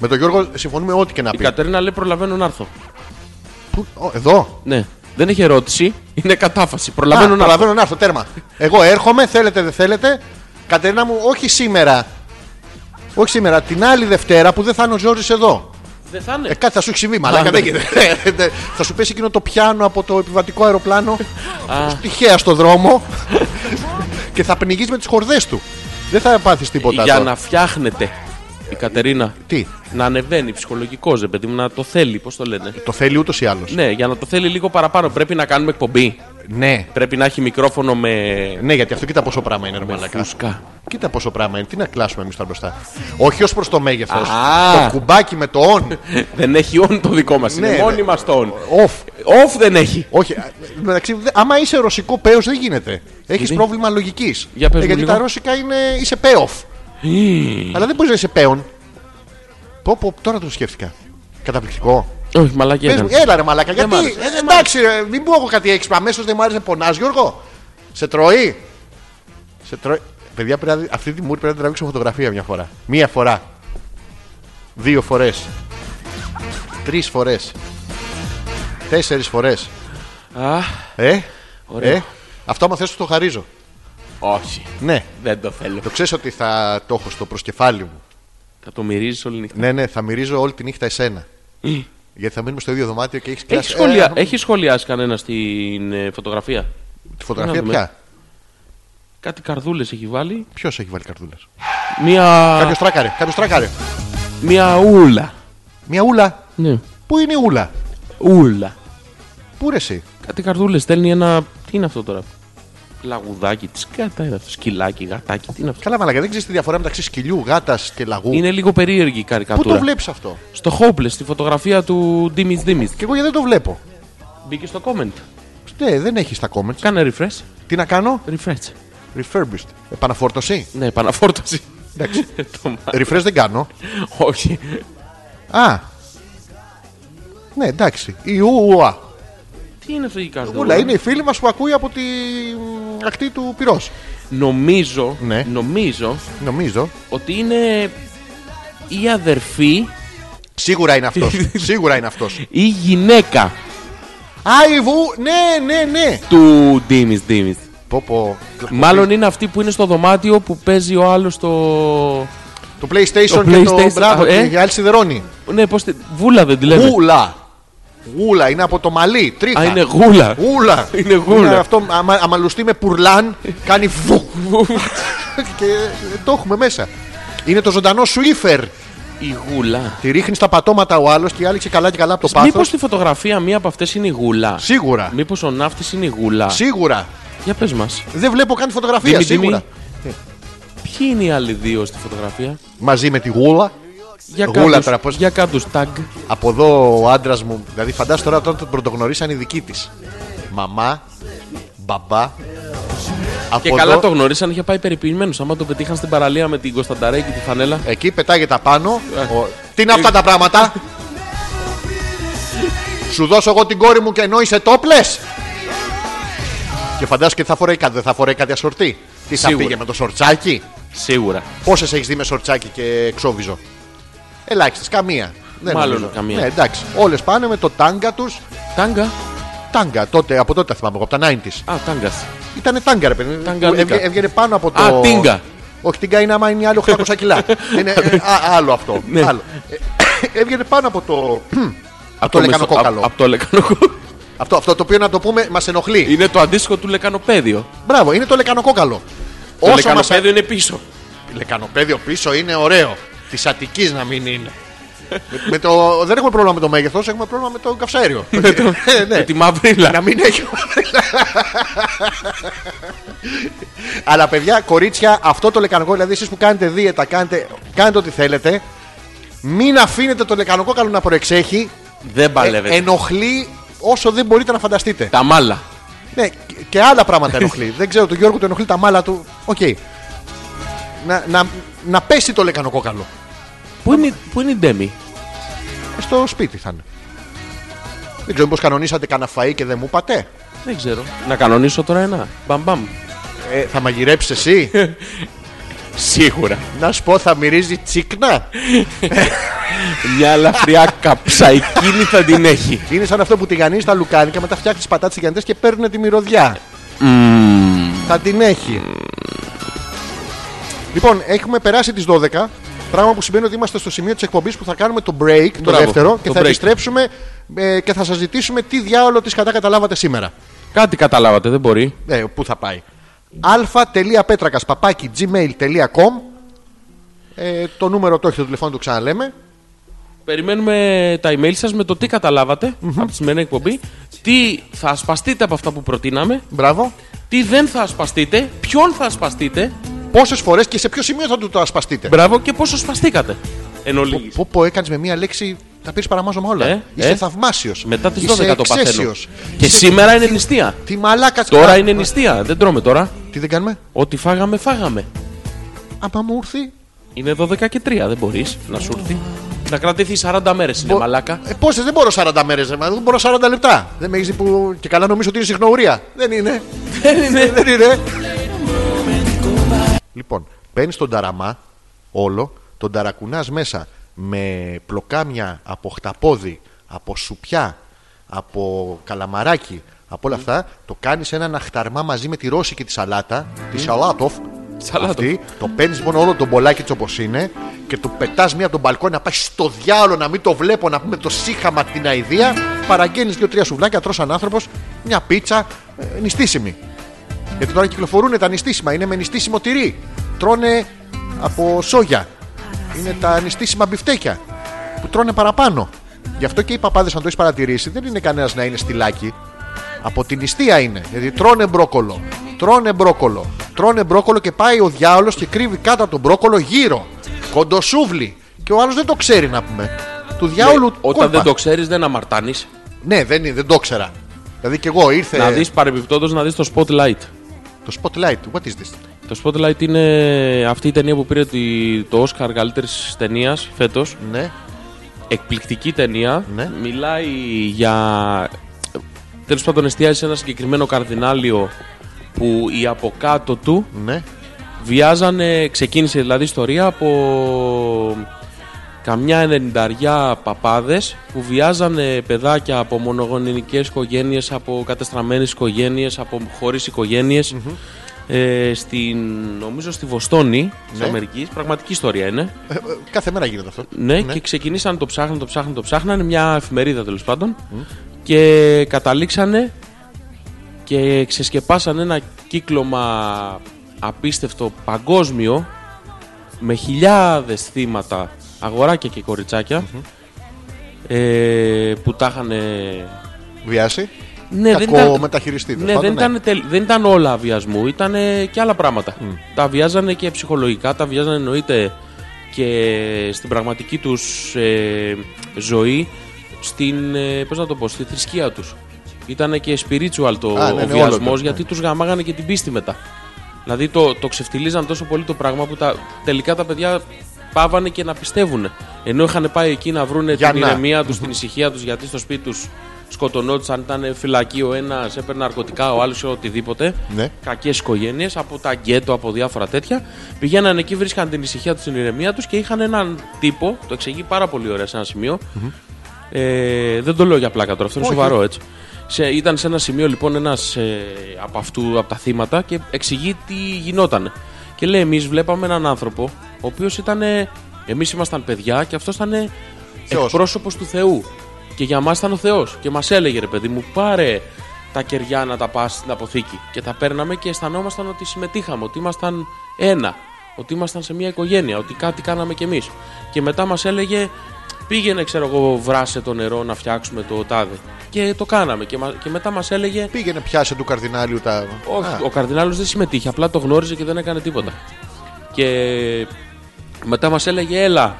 A: Με τον Γιώργο συμφωνούμε ό,τι και να
B: Η
A: πει.
B: Κατερίνα λέει: Προλαβαίνω να έρθω.
A: Πού- Ω, Εδώ.
B: Ναι. Δεν έχει ερώτηση, είναι κατάφαση.
A: Α,
B: Προλαβαίνω να έρθω.
A: Προλαβαίνω να έρθω τέρμα. Εγώ έρχομαι, θέλετε δεν θέλετε. Κατερίνα μου, όχι σήμερα. Όχι σήμερα, την άλλη Δευτέρα που δεν θα είναι ο Ζόρις εδώ.
B: Δεν θα
A: Ε,
B: είναι.
A: κάτι θα σου έχει συμβεί, μαλάκα.
B: ναι.
A: δεν γίνεται. Ε, θα σου πέσει εκείνο το πιάνο από το επιβατικό αεροπλάνο. τυχαία στο δρόμο. και θα πνιγείς με τις χορδές του. Δεν θα πάθεις τίποτα.
B: Για
A: τώρα.
B: να φτιάχνεται η Κατερίνα.
A: Τι,
B: Να ανεβαίνει ψυχολογικό, ρε παιδί μου, να το θέλει, πώς το λένε.
A: το θέλει ούτως ή άλλως.
B: Ναι, για να το θέλει λίγο παραπάνω πρέπει να κάνουμε εκπομπή.
A: Ναι.
B: Πρέπει να έχει μικρόφωνο με.
A: Ναι, γιατί αυτό κοίτα πόσο πράγμα είναι, ρε μαλάκα.
B: Φούσκα.
A: Κοίτα πόσο πράγμα είναι. Τι να κλάσουμε εμείς τώρα μπροστά. Όχι ως προς το μέγεθος.
B: Α.
A: Το κουμπάκι με το on.
B: Δεν έχει on το δικό μας.
A: Ναι,
B: Είναι
A: ναι.
B: μόνοι μας το on.
A: Off.
B: Off δεν έχει.
A: Όχι. α, μεταξύ, δε- άμα είσαι ρωσικό πέος δεν γίνεται. Έχεις
B: Γιατί?
A: πρόβλημα λογικής.
B: Για πες μου
A: γιατί
B: λίγο.
A: τα ρώσικα είναι. είσαι payoff. Αλλά δεν μπορείς να είσαι πέον. Πω, πω, τώρα το σκέφτηκα. Καταπληκτικό.
B: Όχι, μαλακία
A: Πες μου,
B: ήταν.
A: έλα ρε μαλάκα, γιατί.
B: μ' άρεσε.
A: ε, εντάξει, ρε, μην πω εγώ κάτι έξυπνο. Αμέσως δεν μου άρεσε πονάς, Γιώργο. Σε τρώει. Σε τρώει. Παιδιά, πρέπει να δει- αυτή τη μούρη πρέπει να την τραβήξω φωτογραφία μια φορά. Μία φορά. Δύο φορές. Τρεις φορές. Τέσσερις φορές.
B: Α,
A: Ε,
B: Ωραίο.
A: ε, αυτό άμα θες σου το χαρίζω.
B: όχι.
A: Ναι.
B: Δεν το θέλω.
A: Το ξέρεις ότι θα το έχω στο προσκεφάλι μου.
B: Θα το μυρίζεις όλη νύχτα.
A: Ναι, ναι, θα μυρίζω όλη τη νύχτα εσένα.
B: Ε.
A: Γιατί θα μείνουμε στο ίδιο δωμάτιο και έχεις
B: Έχεις,
A: κλάσει.
B: σχολια...
A: Ε,
B: έχεις σχολιάσει κανένα την ε, φωτογραφία.
A: τη φωτογραφία
B: Να δούμε.
A: πια.
B: Κάτι καρδούλες έχει βάλει.
A: Ποιος έχει βάλει καρδούλες. Κάποιο
B: Μία.
A: τράκαρε, κάποιος τράκαρε.
B: Μία ούλα.
A: Μια ούλα.
B: Ναι.
A: Πού είναι η ούλα.
B: Ούλα.
A: Πού ρε εσύ.
B: Κάτι καρδούλες στέλνει ένα. Τι είναι αυτό τώρα. Λαγουδάκι της. Κατά είναι αυτό. Σκυλάκι, γατάκι. Τι είναι αυτό.
A: Καλά, μαλακά, δεν ξέρεις τη διαφορά μεταξύ σκυλιού, γάτας και λαγού.
B: Είναι λίγο περίεργη η
A: Πού
B: καρικατούρα.
A: το βλέπεις αυτό.
B: Στο Hopeless, στη φωτογραφία του Ντίμι Ντίμι.
A: Και εγώ γιατί δεν το βλέπω.
B: Μπήκε στο comment.
A: Ναι, δεν έχεις τα comments.
B: Κάνε refresh.
A: Τι να κάνω.
B: Refresh.
A: Refurbished. Επαναφόρτωση.
B: Ναι, επαναφόρτωση.
A: Εντάξει.
B: Το μα-
A: Refresh δεν κάνω.
B: Όχι.
A: Α. Ναι, εντάξει. Η Ουα.
B: Τι είναι αυτό η καρδούλα.
A: Ούλα είναι η φίλη μας που ακούει από την ακτή του πυρός.
B: Νομίζω,
A: Ναι.
B: νομίζω
A: Νομίζω.
B: ότι είναι η αδερφή
A: Σίγουρα είναι αυτός. Σίγουρα είναι αυτός.
B: ή η γυναίκα
A: Άιβου, ναι, ναι, ναι.
B: του Ντίμι Ντίμι.
A: Πω, πω.
B: Μάλλον είναι αυτή που είναι στο δωμάτιο που παίζει ο άλλος το.
A: Το PlayStation
B: Το
A: και το
B: PlayStation,
A: μπράβο,
B: ε.
A: και η άλλη σιδερώνει.
B: Ναι, πώς. Βούλα δεν τη λέμε.
A: Ούλα. Γούλα, είναι από το μαλλί. Τρίχα.
B: Α, είναι γούλα.
A: Γούλα.
B: Είναι γούλα.
A: αυτό, άμα, άμα λουστεί με πουρλάν, κάνει βου. και ε, το έχουμε μέσα. Είναι το ζωντανό σουίφερ.
B: Η γούλα.
A: Τη ρίχνει στα πατώματα ο άλλος και η άλλη καλά και καλά από το πάθος.
B: Μήπως στη φωτογραφία μία από αυτές είναι η γούλα.
A: Σίγουρα.
B: Μήπως ο ναύτης είναι η γούλα.
A: Σίγουρα.
B: Για πες μας.
A: Δεν βλέπω καν τη φωτογραφία. σίγουρα.
B: Ποιοι είναι οι άλλοι δύο στη φωτογραφία.
A: Μαζί με τη γούλα.
B: Για
A: Γούλα
B: κάτους-
A: τώρα, πώς-
B: Για κάτω tag.
A: Από εδώ ο άντρας μου. Δηλαδή φαντάζομαι τώρα όταν τον πρωτογνωρίσαν οι δικοί της. Μαμά, μπαμπά. Από
B: Και
A: εδώ-
B: καλά το γνωρίσαν, είχε πάει περιποιημένος. Άμα το πετύχαν στην παραλία με την Κωνστανταρέκη τη φανέλα.
A: Εκεί πετάγεται απάνω.
B: Ε.
A: Ο- Τι είναι αυτά τα πράγματα. Σου δώσω εγώ την κόρη μου και ενώ είσαι τόπλες. Και φαντάζομαι και τι θα φοράει κάτι, δεν θα φοράει κάτι ασορτή. Τι θα
B: Σίγουρα.
A: πήγε με το σορτσάκι.
B: Σίγουρα.
A: Πόσες έχεις δει με σορτσάκι και εξόβιζο. Ελάχιστες, καμία. Δεν
B: Μάλλον καμία.
A: Ναι, εντάξει. Όλες πάνε με το τάγκα τους.
B: Τάγκα.
A: Τάγκα, τότε από τότε τα θυμάμαι εγώ, από τα 90s.
B: Α, τάγκας.
A: Ήτανε τάγκα, ρε παιδί.
B: Τάγκα,
A: Έβγε-
B: νίκα.
A: Έβγαινε πάνω από το.
B: Α, τίγκα.
A: Όχι, τίγκα είναι άμα είναι άλλο 800 κιλά. είναι ε, α, άλλο αυτό.
B: Ναι.
A: άλλο. Ε, Έβγαινε πάνω από το. από το λεκανοκόκαλο.
B: Από το λεκανοκόκαλο.
A: Αυτό, αυτό το οποίο να το πούμε μας ενοχλεί.
B: Είναι το αντίστοιχο του λεκανοπέδιο.
A: Μπράβο, είναι το λεκανοκόκαλο.
B: Το
A: Όσο μας
B: λεκανοπέδιο είναι πίσω.
A: Λεκανοπέδιο πίσω είναι ωραίο. Της Αττικής να μην είναι. με, με το... Δεν έχουμε πρόβλημα με το μέγεθος, έχουμε πρόβλημα με το καυσαέριο. Ε, ναι.
B: Με τη μαυρίλα.
A: Να μην έχει. Αλλά παιδιά, κορίτσια, αυτό το λεκανικό, δηλαδή εσείς που κάνετε δίαιτα, κάνετε, κάνετε ό,τι θέλετε. Μην αφήνετε το λεκανικό καλό να προεξέχει.
B: Δεν
A: Ε,
B: παλεύεται.
A: ενοχλεί όσο δεν μπορείτε να φανταστείτε.
B: Τα μάλα.
A: Ναι, και- και άλλα πράγματα ενοχλεί. δεν ξέρω, τον Γιώργο του ενοχλεί τα μάλα του. Οκ. Να, να, να πέσει το λεκανοκόκαλο.
B: Πού είναι, πού είναι η Ντέμι.
A: Ε, Στο σπίτι θα είναι. Δεν ξέρω, μήπως κανονίσατε κανένα φαΐ και δεν μου είπατε.
B: Δεν ξέρω. Να κανονίσω τώρα ένα. Μπαμ μπαμ.
A: Ε, θα μαγειρέψεις εσύ.
B: Σίγουρα.
A: να σου πω, θα μυρίζει τσίκνα.
B: Μια ελαφριά καψαϊκίνη θα την έχει.
A: Είναι σαν αυτό που τηγανίζει τα λουκάνικα, μετά φτιάχνει τις πατάτες τηγανιτέ και παίρνουν τη μυρωδιά. Θα την έχει. Λοιπόν, έχουμε περάσει τις 12. Πράγμα που σημαίνει ότι είμαστε στο σημείο της εκπομπής που θα κάνουμε το break, το
B: Μπράβο,
A: δεύτερο, και
B: το
A: θα
B: break.
A: επιστρέψουμε ε, και θα σας ζητήσουμε τι διάολο της κατά καταλάβατε σήμερα.
B: Κάτι καταλάβατε, δεν μπορεί.
A: Ε, πού θα πάει. αλφα.πέτρακα παπάκι gmail.com ε, Το νούμερο το έχει το τηλεφώνου, το ξαναλέμε.
B: Περιμένουμε τα email σας με το τι καταλάβατε από τη σημερινή εκπομπή, τι θα ασπαστείτε από αυτά που προτείναμε,
A: Μπράβο.
B: τι δεν θα ασπαστείτε, ποιον θα ασπαστείτε,
A: Πόσες φορές και σε ποιο σημείο θα του το ασπαστείτε.
B: μπράβο και πόσο σπαστήκατε. Εν ολίγης.
A: Πω, πω, έκανες με μία λέξη. Τα πήρες παραμάζωμα όλα.
B: Ε,
A: Είσαι
B: ε.
A: θαυμάσιος.
B: Μετά τις 12 το παθαίνω. Και
A: Είσαι...
B: σήμερα είναι νηστεία.
A: Τι μαλάκας
B: Τώρα είναι νηστεία, δεν τρώμε τώρα.
A: Τι δεν κάνουμε.
B: Ό,τι φάγαμε, φάγαμε.
A: Άμα μου έρθει.
B: Είναι 12 και 3, δεν μπορείς να σου έρθει. Να κρατήθει 40 μέρες, είναι μαλάκα.
A: Ε, Πόσες, δεν μπορώ 40 μέρε, δεν μπορώ 40 λεπτά. Δεν με έχεις δει που. Και καλά νομίζω ότι είναι συχνορία. Δεν είναι.
B: Δεν είναι.
A: δεν είναι. λοιπόν, παίρνεις τον ταραμά όλο, τον ταρακουνάς μέσα με πλοκάμια από χταπόδι, από σουπιά, από καλαμαράκι, από όλα αυτά. Το κάνεις έναν αχταρμά μαζί με τη ρώση και τη σαλάτα, τη σαλάτοφ.
B: Σαλάτοφ.
A: αυτή. το παίρνεις μόνο όλο τον μπολάκι τη όπως είναι και του πετάς μία από τον μπαλκόνι να πάει στο διάλογο να μην το βλέπω, να πούμε το σύχαμα την αηδία. Παραγγέλνεις δύο-τρία σουβλάκια, τρώ σαν άνθρωπος, μια πίτσα, ε, νηστίσιμη. Γιατί τώρα κυκλοφορούν τα νηστίσιμα. Είναι με νηστίσιμο τυρί. Τρώνε από σόγια. Είναι τα νηστίσιμα μπιφτέκια που τρώνε παραπάνω. Γι' αυτό και οι παπάδες, αν το έχεις παρατηρήσει, δεν είναι κανένας να είναι στυλάκι. Από την νηστεία είναι. Δηλαδή τρώνε μπρόκολο. Τρώνε μπρόκολο. Τρώνε μπρόκολο και πάει ο διάολος και κρύβει κάτω από τον μπρόκολο γύρω. Κοντοσούβλι. Και ο άλλος δεν το ξέρει να πούμε. Του διάολου
B: Ναι, Όταν
A: κόλπα.
B: δεν το ξέρεις, δεν αμαρτάνεις.
A: Ναι, δεν, είναι- δεν το ξέρα. Δηλαδή και εγώ ήρθε.
B: Να δεις παρεμπιπτόντως να δεις το spotlight.
A: Το spotlight. What is this?
B: Το Spotlight είναι αυτή η ταινία που πήρε τη- το Oscar καλύτερης ταινίας φέτος.
A: Ναι.
B: Εκπληκτική ταινία.
A: Ναι.
B: Μιλάει για. Τέλος πάντων, εστιάζει σε ένα συγκεκριμένο καρδινάλιο που οι από κάτω του
A: Ναι.
B: βιάζανε. Ξεκίνησε δηλαδή η ιστορία από καμιά ενενηνταριά παπάδες που βιάζανε παιδάκια από μονογονεϊκές οικογένειες, από κατεστραμμένες οικογένειες, από χωρίς οικογένειες. ε, στην, νομίζω στη Βοστόνη της
A: Ναι.
B: Αμερικής. Πραγματική ιστορία είναι.
A: Ε, ε, κάθε μέρα γίνεται αυτό.
B: Ναι, και ξεκινήσαν το ψάχναν, το ψάχναν, το ψάχναν. Μια εφημερίδα τέλος πάντων. Και καταλήξανε και ξεσκεπάσαν ένα κύκλωμα απίστευτο παγκόσμιο με χιλιάδες θύματα, αγοράκια και κοριτσάκια ε, που τα είχαν
A: Βιάσει.
B: ναι,
A: Κακό
B: δεν ήταν...
A: μεταχειριστή, τέλος
B: Ναι,
A: πάντων,
B: δεν,
A: ναι.
B: ήταν τελ- δεν ήταν όλα βιασμού, ήταν ε, και άλλα πράγματα. Τα βιάζανε και ψυχολογικά, τα βιάζανε εννοείται και στην πραγματική τους ε, ζωή, στην, ε, πώς να το πω, στη θρησκεία τους. Ήταν και spiritual το
A: Α, ναι, ναι,
B: ο
A: όλο
B: βιασμός,
A: το-
B: γιατί τους γαμάγανε και την πίστη μετά. Δηλαδή το, το ξεφτυλίζαν τόσο πολύ το πράγμα που τα, τελικά τα παιδιά πάβανε και να πιστεύουν. Ενώ είχαν πάει εκεί να βρούνε
A: Για
B: την
A: να.
B: ηρεμία τους, την ησυχία τους, γιατί στο σπίτι τους σκοτωνόντουσαν, ήταν φυλακή ο ένας, έπαιρνε ναρκωτικά, ο άλλος οτιδήποτε.
A: Ναι.
B: Κακές οικογένειες από τα γκέτο, από διάφορα τέτοια. Πηγαίναν εκεί, βρίσκαν την ησυχία τους, την ηρεμία τους και είχαν έναν τύπο, το εξηγεί πάρα πολύ ωραία σε ένα σημείο. Ε, δεν το λέω για πλάκα τώρα, αυτό είναι
A: Όχι.
B: σοβαρό έτσι. Σε, ήταν σε ένα σημείο λοιπόν ένας από, αυτού, από τα θύματα και εξηγεί τι γινόταν. Και λέει: Εμείς βλέπαμε έναν άνθρωπο, ο οποίος ήταν. Εμείς ήμασταν παιδιά και αυτός ήταν
A: Θεός.
B: εκπρόσωπος του Θεού. Και για μας ήταν ο Θεός. Και μας έλεγε: Ρε παιδί μου, πάρε τα κεριά να τα πας στην αποθήκη. Και τα παίρναμε και αισθανόμασταν ότι συμμετείχαμε, ότι ήμασταν ένα. Ότι ήμασταν σε μια οικογένεια, ότι κάτι κάναμε κι εμείς. Και μετά μας έλεγε: Πήγαινε, ξέρω εγώ, βράσε το νερό να φτιάξουμε το τάδε. Και το κάναμε. Και, μα- και μετά μας έλεγε:
A: Πήγαινε, πιάσε του καρδινάλιου τα.
B: όχι,
A: Α,
B: ο καρδινάλος δεν συμμετείχε, απλά το γνώριζε και δεν έκανε τίποτα. Και μετά μας έλεγε, έλα,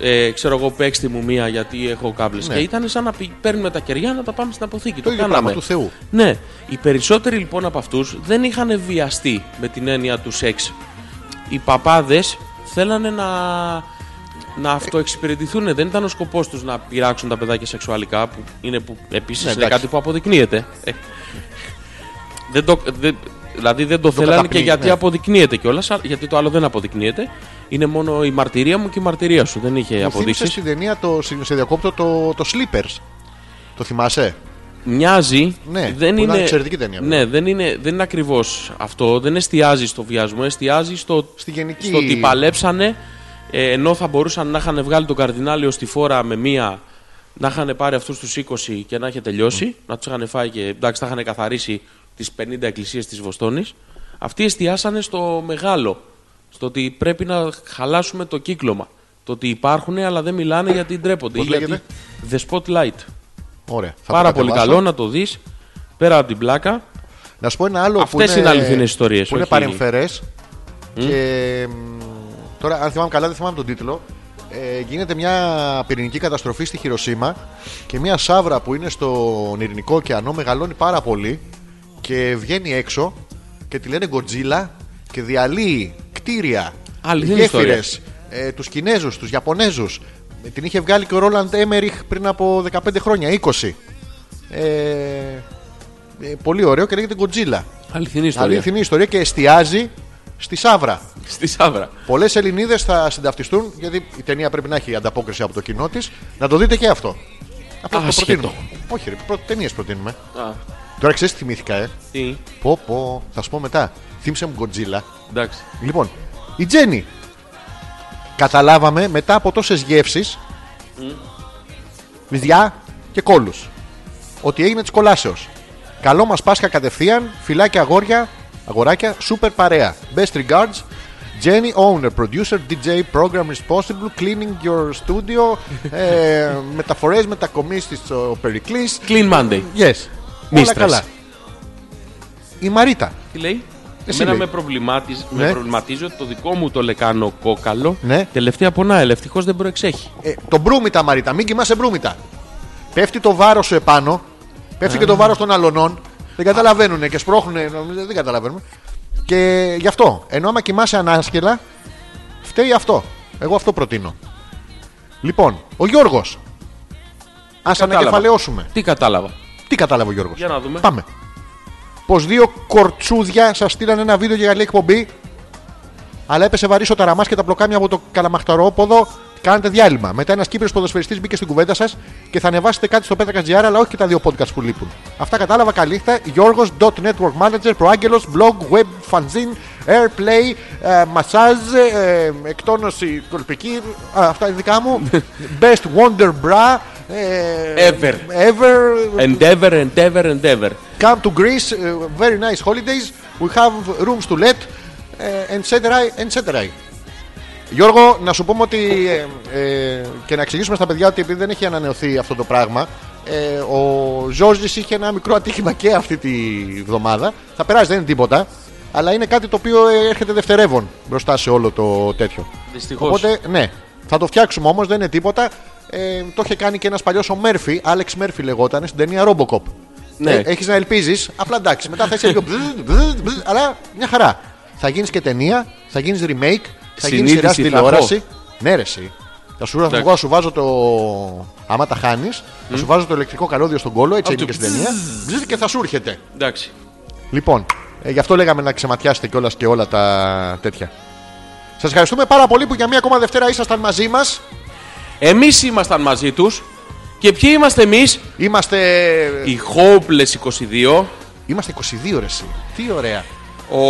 B: ε, ξέρω εγώ, παίξτε μου μία γιατί έχω κάμπλες.
A: Ναι.
B: Και ήταν σαν να πη- παίρνουμε τα κεριά να τα πάμε στην αποθήκη. Το,
A: ίδιο
B: κάναμε.
A: πράγμα του Θεού.
B: Ναι. Οι περισσότεροι λοιπόν από αυτούς δεν είχαν βιαστεί με την έννοια του σεξ. Οι παπάδες θέλανε να,
A: Ε,
B: να αυτοεξυπηρετηθούν. Δεν ήταν ο σκοπός τους να πειράξουν τα παιδάκια σεξουαλικά, που είναι που, επίσης
A: Ναι,
B: είναι
A: εντάξει.
B: κάτι που αποδεικνύεται. Ε, δεν το, δεν- δηλαδή δεν το, θέλανε και
A: καταπνίγει,
B: γιατί
A: ναι.
B: αποδεικνύεται κιόλας, γιατί το άλλο δεν αποδεικνύεται. Είναι μόνο η μαρτυρία μου και η μαρτυρία σου. Δεν είχε
A: Μου θύμισε
B: αποδείξει.
A: στην ταινία το συγγνώμη, σε διακόπτω το, το Sleepers. Το θυμάσαι.
B: Μοιάζει.
A: Ναι, που
B: δεν
A: ήταν
B: είναι,
A: εξαιρετική ταινία, βέβαια.
B: Ναι, δεν είναι, δεν είναι ακριβώς αυτό. Δεν εστιάζει στο βιασμό, εστιάζει στο,
A: Στη γενική-
B: στο ότι παλέψανε ε, ενώ θα μπορούσαν να είχαν βγάλει τον Καρδινάλιο στη φόρα με μία. Να είχαν πάρει αυτούς τους 20 και να είχε τελειώσει. Να τους είχαν φάει και εντάξει, θα είχαν καθαρίσει τις 50 εκκλησίες της Βοστόνης. Αυτοί εστιάσανε στο μεγάλο. Στο ότι πρέπει να χαλάσουμε το κύκλωμα. Το ότι υπάρχουν αλλά δεν μιλάνε γιατί ντρέπονται.
A: Πώς
B: ή γιατί...
A: λέγεται?
B: The Spotlight.
A: Ωραία. θα το
B: Πάρα πολύ
A: κατεβάσω.
B: καλό να το δεις. Πέρα από την πλάκα.
A: Να σου πω ένα άλλο που
B: Αυτές
A: είναι,
B: είναι αληθινές ιστορίες,
A: Που είναι
B: όχι-
A: παρεμφερές. Και μ, τώρα, αν θυμάμαι καλά, δεν θυμάμαι τον τίτλο. Ε, γίνεται μια πυρηνική καταστροφή στη Χειροσύμα και μια σάβρα που είναι στον Ειρηνικό ωκεανό μεγαλώνει πάρα πολύ και βγαίνει έξω και τη λένε Godzilla και διαλύει κτίρια,
B: Αληθινή
A: γέφυρες, ε, τους Κινέζους, τους Ιαπωνέζους. Την είχε βγάλει και ο Ρόλαντ Έμεριχ πριν από 15 χρόνια, 20. Ε, ε, πολύ ωραίο και λέγεται Godzilla.
B: Αληθινή ιστορία.
A: Αληθινή ιστορία και εστιάζει στη Σάβρα.
B: Στη Σάβρα.
A: Πολλές Ελληνίδες θα συνταυτιστούν, γιατί η ταινία πρέπει να έχει ανταπόκριση από το κοινό της. Να το δείτε και αυτό. Αυτό το
B: Άσχετο.
A: προτείνω. Όχι, ρε, προ... ταινίες προτείνουμε. Τώρα ξέρεις τι θυμήθηκα, ε.
B: Τι.
A: Πω, πω, θα σου πω μετά. Θύμισε μου Godzilla.
B: Εντάξει.
A: Λοιπόν, η Τζέννη. Καταλάβαμε μετά από τόσες γεύσεις, βυζιά και κόλους. Ότι έγινε της κολάσεως. Καλό μας Πάσχα κατευθείαν, φυλάκια αγόρια, αγοράκια, super παρέα. Best regards. Jenny Owner, producer, DJ, program responsible, cleaning your studio, ε, μεταφορές, μετακομίσεις στο Περικλής.
B: Clean Monday.
A: Yes. Όλα
B: Mistress.
A: καλά. Η Μαρίτα.
B: Τι λέει.
A: Εσύ
B: Εμένα
A: λέει.
B: με, προβλημάτιζε,
A: Ναι.
B: με προβληματίζει ότι το δικό μου το λεκάνο κόκαλο
A: Ναι.
B: τελευταία πονάει. Ευτυχώ δεν προεξέχει.
A: Ε, το μπρούμητα, Μαρίτα, μην κοιμάσαι μπρούμητα. Πέφτει το βάρος σου επάνω, πέφτει και το βάρος των αλωνών. Δεν καταλαβαίνουν και σπρώχνουν. Δεν καταλαβαίνουμε. Και γι' αυτό, ενώ άμα κοιμάσαι ανάσκελα, φταίει αυτό. Εγώ αυτό προτείνω. Λοιπόν, ο Γιώργος. Ας ανακεφαλαιώσουμε.
B: Τι κατάλαβα.
A: Τι κατάλαβε ο Γιώργος.
B: Για να δούμε.
A: Πάμε. Πως δύο κορτσούδια σας στείλαν ένα βίντεο για καλή εκπομπή. Αλλά έπεσε βαρύ ο ταραμά και τα πλοκάμια από το καλαμαχταρόποδο. Κάνετε διάλειμμα. Μετά ένας Κύπριος ποδοσφαιριστής μπήκε στην κουβέντα σας και θα ανεβάσετε κάτι στο 5KGR, αλλά όχι και τα δύο podcast που λείπουν. Αυτά κατάλαβα καλύχτα. Γιώργο.network manager, προάγγελος, blog, web, fanzine, airplay, ε, massage, ε, εκτόνωση κολπική. Α, αυτά είναι δικά μου. Best Wonder Bra. ε,
B: Ever.
A: Ever.
B: Endeavor, endeavor, endeavor.
A: Come to Greece, uh, very nice holidays. We have rooms to let, uh, etc. etc. Γιώργο, να σου πούμε ότι ε, ε, και να εξηγήσουμε στα παιδιά ότι επειδή δεν έχει ανανεωθεί αυτό το πράγμα, ε, ο Ζόρζης είχε ένα μικρό ατύχημα και αυτή τη βδομάδα. Θα περάσει, δεν είναι τίποτα. Αλλά είναι κάτι το οποίο ε, έρχεται δευτερεύον μπροστά σε όλο το τέτοιο.
B: Δυστυχώς.
A: Οπότε, ναι. Θα το φτιάξουμε όμως, δεν είναι τίποτα. Ε, το είχε κάνει και ένας παλιός ο Μέρφυ, Άλεξ Μέρφυ λεγόταν, στην ταινία Robocop.
B: Ναι.
A: Ε, έχεις να ελπίζεις, απλά εντάξει. Μετά θα είσαι λίγο. μπζζ, μπζζ, μπζζ, αλλά μια χαρά. Θα γίνει και ταινία, θα γίνει remake, θα γίνει
B: Συνείδηση
A: σειρά
B: θα
A: στην τηλεόραση. Ναι, ρε, εσύ. Θα σου θα
B: Εντάξει.
A: βγω, σου βάζω το. Άμα τα χάνεις, θα σου βάζω το ηλεκτρικό καλώδιο στον κόλο, έτσι
B: Α,
A: είναι
B: το
A: και στην ταινία. Μπζζ, Και θα σου έρχεται.
B: Εντάξει.
A: Λοιπόν, ε, γι' αυτό λέγαμε να ξεματιάσετε κιόλας και όλα τα τέτοια. Σας ευχαριστούμε πάρα πολύ που για μία ακόμα Δευτέρα ήσασταν μαζί μας.
B: Εμείς ήμασταν μαζί τους. Και ποιοι είμαστε εμείς,
A: Είμαστε.
B: οι Hopeless 22,
A: Είμαστε 22 ρε εσύ. Τι ωραία.
B: ο.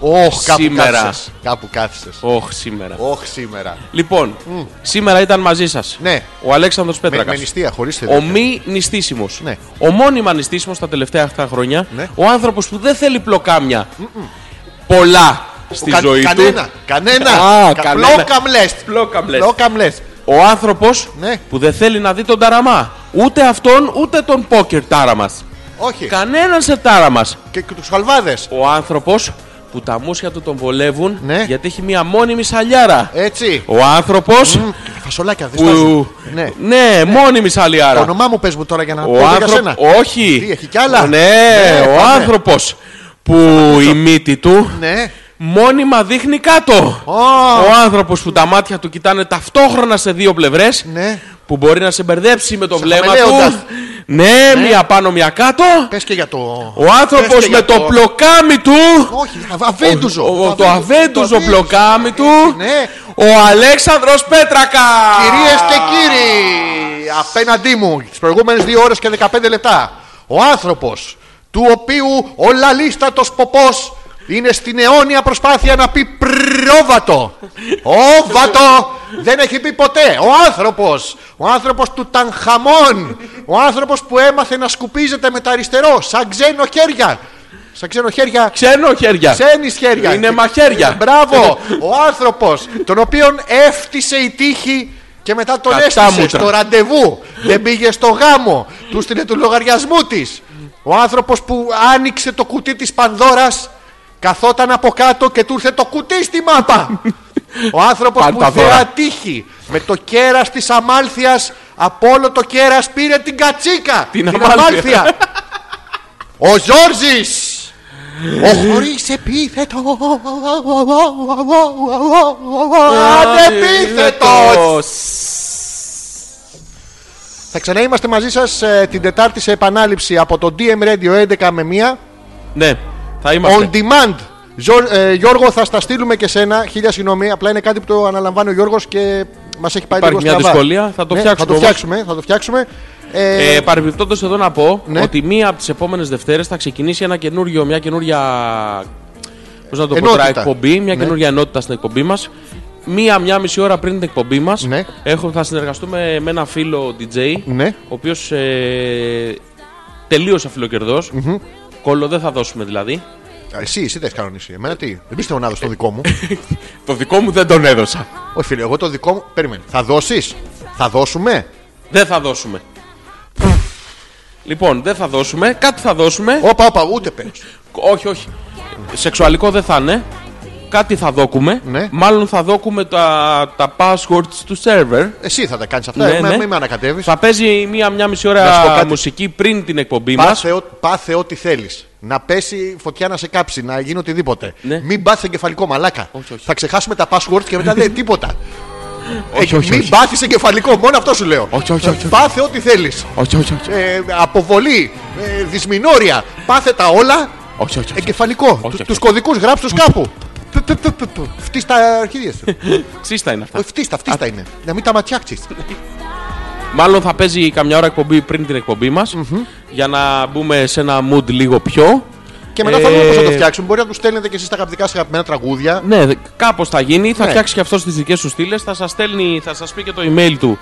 A: Όχ, κάπου
B: Σήμερα.
A: κάθισες. Κάπου κάθισες.
B: Όχι σήμερα.
A: Όχ, σήμερα.
B: Λοιπόν, σήμερα ήταν μαζί σας
A: Ναι.
B: ο Αλέξανδρος
A: Με, με
B: Πέτρακας.
A: νηστεία, χωρίς
B: Ο μη νηστήσιμος.
A: Ναι.
B: Ο μόνιμα νηστήσιμος τα τελευταία 7 χρόνια.
A: Ναι.
B: Ο άνθρωπος που δεν θέλει πλοκάμια. Πολλά στη ζωή
A: κανένα,
B: του.
A: Κανένα.
B: Α,
A: Κα-
B: κανένα.
A: Πλόκαμλες.
B: Πλόκαμλες.
A: Πλόκαμλες.
B: Ο άνθρωπος
A: Ναι.
B: που δεν θέλει να δει τον ταραμά. Ούτε αυτόν ούτε τον πόκερ τάρα μας.
A: Όχι.
B: Κανέναν σε τάρα μας.
A: Και, και τους χαλβάδες.
B: Ο άνθρωπος που τα μουσια του τον βολεύουν
A: Ναι. Ε.
B: γιατί έχει μία μόνιμη σαλιάρα.
A: Έτσι.
B: Ο άνθρωπος
A: Μμ, Φασολάκια, δεν
B: που.
A: στάζει. Ναι.
B: ναι, μόνιμη σαλιάρα.
A: Το όνομά μου πες μου τώρα για να πω
B: Ο
A: για
B: άνθρωπο.
A: σένα.
B: Όχι.
A: Τι, έχει κι άλλα?
B: Ναι,
A: Ναι,
B: ο
A: πάμε.
B: άνθρωπος που η μύτη του
A: Ναι.
B: μόνιμα δείχνει κάτω. Ο άνθρωπος που τα μάτια του κοιτάνε ταυτόχρονα σε δύο πλευρές.
A: Ναι.
B: Που μπορεί να σε μπερδέψει με το
A: Σε
B: βλέμμα
A: χαμελέοντας.
B: του. Ναι, μία πάνω, μία κάτω.
A: Πες και για το.
B: Ο άνθρωπος
A: πες και
B: με
A: για
B: το πλοκάμι του.
A: Όχι, αβ- αβέντουζο.
B: Ο- ο-
A: Αβέντουζο.
B: Το αβέντουζο πλοκάμι του.
A: Ναι.
B: Ο Αλέξανδρος Πέτρακα.
A: Κυρίες και κύριοι, απέναντί μου τις προηγούμενες 2 ώρες και 15 λεπτά, ο άνθρωπος του οποίου ο λαλίστατος ποπός είναι στην αιώνια προσπάθεια να πει πρόβατο. Όβατο δεν έχει πει ποτέ. Ο άνθρωπος, ο άνθρωπος του Τανχαμών, ο άνθρωπος που έμαθε να σκουπίζεται με τα αριστερό, σαν ξένο χέρια. Σαν ξένο χέρια,
B: Ξένο χέρια.
A: Ξένης χέρια.
B: Είναι μαχαίρια.
A: Μπράβο. Ο άνθρωπος, τον οποίον έφτισε η τύχη και μετά τον
B: Κατάμουτρα.
A: έστησε στο ραντεβού. Δεν πήγε στο γάμο. Του στείλε του λογαριασμού της. Ο άνθρωπος που άνοιξε το κουτί της Πανδώρας καθόταν από κάτω και του ήρθε το κουτί στη μάπα. Ο άνθρωπος που
B: Πανταδόρα.
A: θεά τύχη με το κέρας της Αμάλθειας από όλο το κέρας πήρε την κατσίκα.
B: Την Αμάλθεια.
A: Ο Ζόρζης ο χωρίς επίθετο Ανεπίθετος Θα ξανά είμαστε μαζί σας ε, την Τετάρτη σε επανάληψη Από το DM Radio 11 με 1
B: Ναι, θα
A: On
B: είμαστε.
A: demand Ζω- ε, Γιώργο θα στα στείλουμε και σένα Χίλια συγγνώμη απλά είναι κάτι που το αναλαμβάνει ο Γιώργος Και μας έχει πάει
B: Υπάρχει
A: λίγο
B: μια
A: στραβά.
B: δυσκολία, θα το
A: Ναι, Θα
B: φτιάξουμε
A: το
B: όμως.
A: φτιάξουμε, θα το φτιάξουμε. Ε,
B: Ε, παρεμπιπτόντως εδώ να πω
A: Ναι.
B: ότι μία από τις επόμενες Δευτέρες θα ξεκινήσει ένα καινούριο, μια καινούρια πώς να το πω
A: Ενότητα.
B: τώρα, εκπομπή, μια
A: Ναι.
B: καινούρια ενότητα στην εκπομπή μας. Μία, μία μισή ώρα πριν την εκπομπή μας
A: Ναι.
B: έχω, θα συνεργαστούμε με ένα φίλο DJ,
A: Ναι.
B: ο οποίος ε, τελείωσε φιλοκερδός. Κόλλο δεν θα δώσουμε δηλαδή.
A: Εσύ, εσύ δεν έχει κανονίσει. Εμένα τι. Δεν πιστεύω να δώσω
B: Ε,
A: το δικό μου.
B: Το δικό μου δεν τον έδωσα.
A: Όχι, φίλε, εγώ το δικό μου. Περίμενε. Θα δώσεις. Θα δώσουμε.
B: Δεν θα δώσουμε. λοιπόν, δεν θα δώσουμε. Κάτι θα δώσουμε.
A: Όπα, όπα, ούτε πε.
B: όχι, όχι. Σεξουαλικό δεν θα είναι. Κάτι θα δόκουμε.
A: Ναι.
B: Μάλλον θα δόκουμε τα, τα passwords του server.
A: Εσύ θα τα κάνεις αυτά.
B: Ναι,
A: Ναι,
B: ναι.
A: Μην με ανακατεύεις.
B: Θα παίζει μία, μία μισή
A: Να σου πω
B: ώρα
A: κάτι.
B: μουσική πριν την εκπομπή μας.
A: Πάθε, ό- πάθε ό,τι θέλεις. Να πέσει φωτιά να σε κάψει, να γίνει οτιδήποτε.
B: Ναι.
A: Μην πάθει εγκεφαλικό μαλάκα.
B: Όχι, όχι.
A: Θα ξεχάσουμε τα passwords και μετά δεν τίποτα. Ε,
B: Όχι, όχι,
A: Μην
B: όχι.
A: πάθεις εγκεφαλικό, μόνο αυτό σου λέω.
B: Όχι, όχι, όχι.
A: Πάθε ό,τι θέλεις.
B: Όχι, όχι, όχι.
A: Ε, αποβολή, ε, δυσμηνόρια. Πάθε τα όλα.
B: όχι, όχι, όχι.
A: Εγκεφαλικό.
B: όχι.
A: Του κωδικού γράψου κάπου. Π, π, π, π, π. Φτύστα αρχίδια σου.
B: Ξύστα είναι αυτά.
A: Όχι, φτύστα, φτύστα είναι. Να μην τα ματιάξεις.
B: Μάλλον θα παίζει καμιά ώρα εκπομπή πριν την εκπομπή μας για να μπούμε σε ένα mood λίγο πιο.
A: Και μετά θα
B: Ε,
A: δούμε πώς θα το φτιάξουμε. Μπορεί να τους στέλνετε και εσείς τα αγαπητικά σας αγαπημένα τραγούδια.
B: Ναι, κάπως θα γίνει. Θα
A: Ναι.
B: φτιάξει και αυτός τις δικές σου στήλες. Θα σας στέλνει, θα σας πει και το email του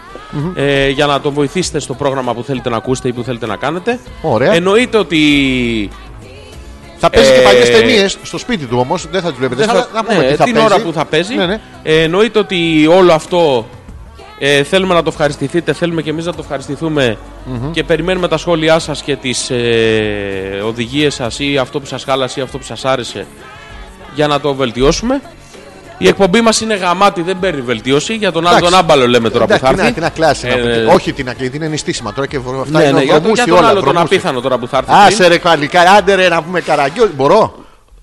B: ε, για να τον βοηθήσετε στο πρόγραμμα που θέλετε να ακούσετε ή που θέλετε να κάνετε.
A: Ωραία.
B: Εννοείται ότι.
A: Θα παίζει
B: Ε,
A: και παλιές ταινίες στο σπίτι του όμως. Δεν θα τι βλέπετε.
B: δεν
A: αλλά
B: θα-
A: Να πούμε
B: ναι,
A: τι θα
B: την
A: παίζει.
B: ώρα που θα παίζει.
A: Ναι, ναι.
B: Ε, εννοείται ότι όλο αυτό ε, θέλουμε να το ευχαριστηθείτε, θέλουμε και εμείς να το ευχαριστηθούμε και περιμένουμε τα σχόλιά σας και τις ε, οδηγίες σας ή αυτό που σας χάλασε ή αυτό που σας άρεσε για να το βελτιώσουμε. Η εκπομπή μας είναι γαμάτη, δεν παίρνει βελτίωση. Για τον άλλο
A: Εντάξει.
B: τον άμπαλο λέμε τώρα που
A: Εντάξει,
B: θα
A: την,
B: έρθει.
A: την ακλάση να
B: Ε,
A: πούμε.
B: ε,
A: Όχι την ακλήτη, είναι νηστίσιμα τώρα και βρω- αυτά
B: ναι,
A: είναι
B: ναι, για, τον- για
A: βρωμούσι
B: τον
A: όλα.
B: άλλο τον
A: βρωμούσι.
B: απίθανο τώρα που θα έρθει.
A: Άσε ρε καλικά, άντε ρε να πούμε καραγκιόζι. Μπορώ.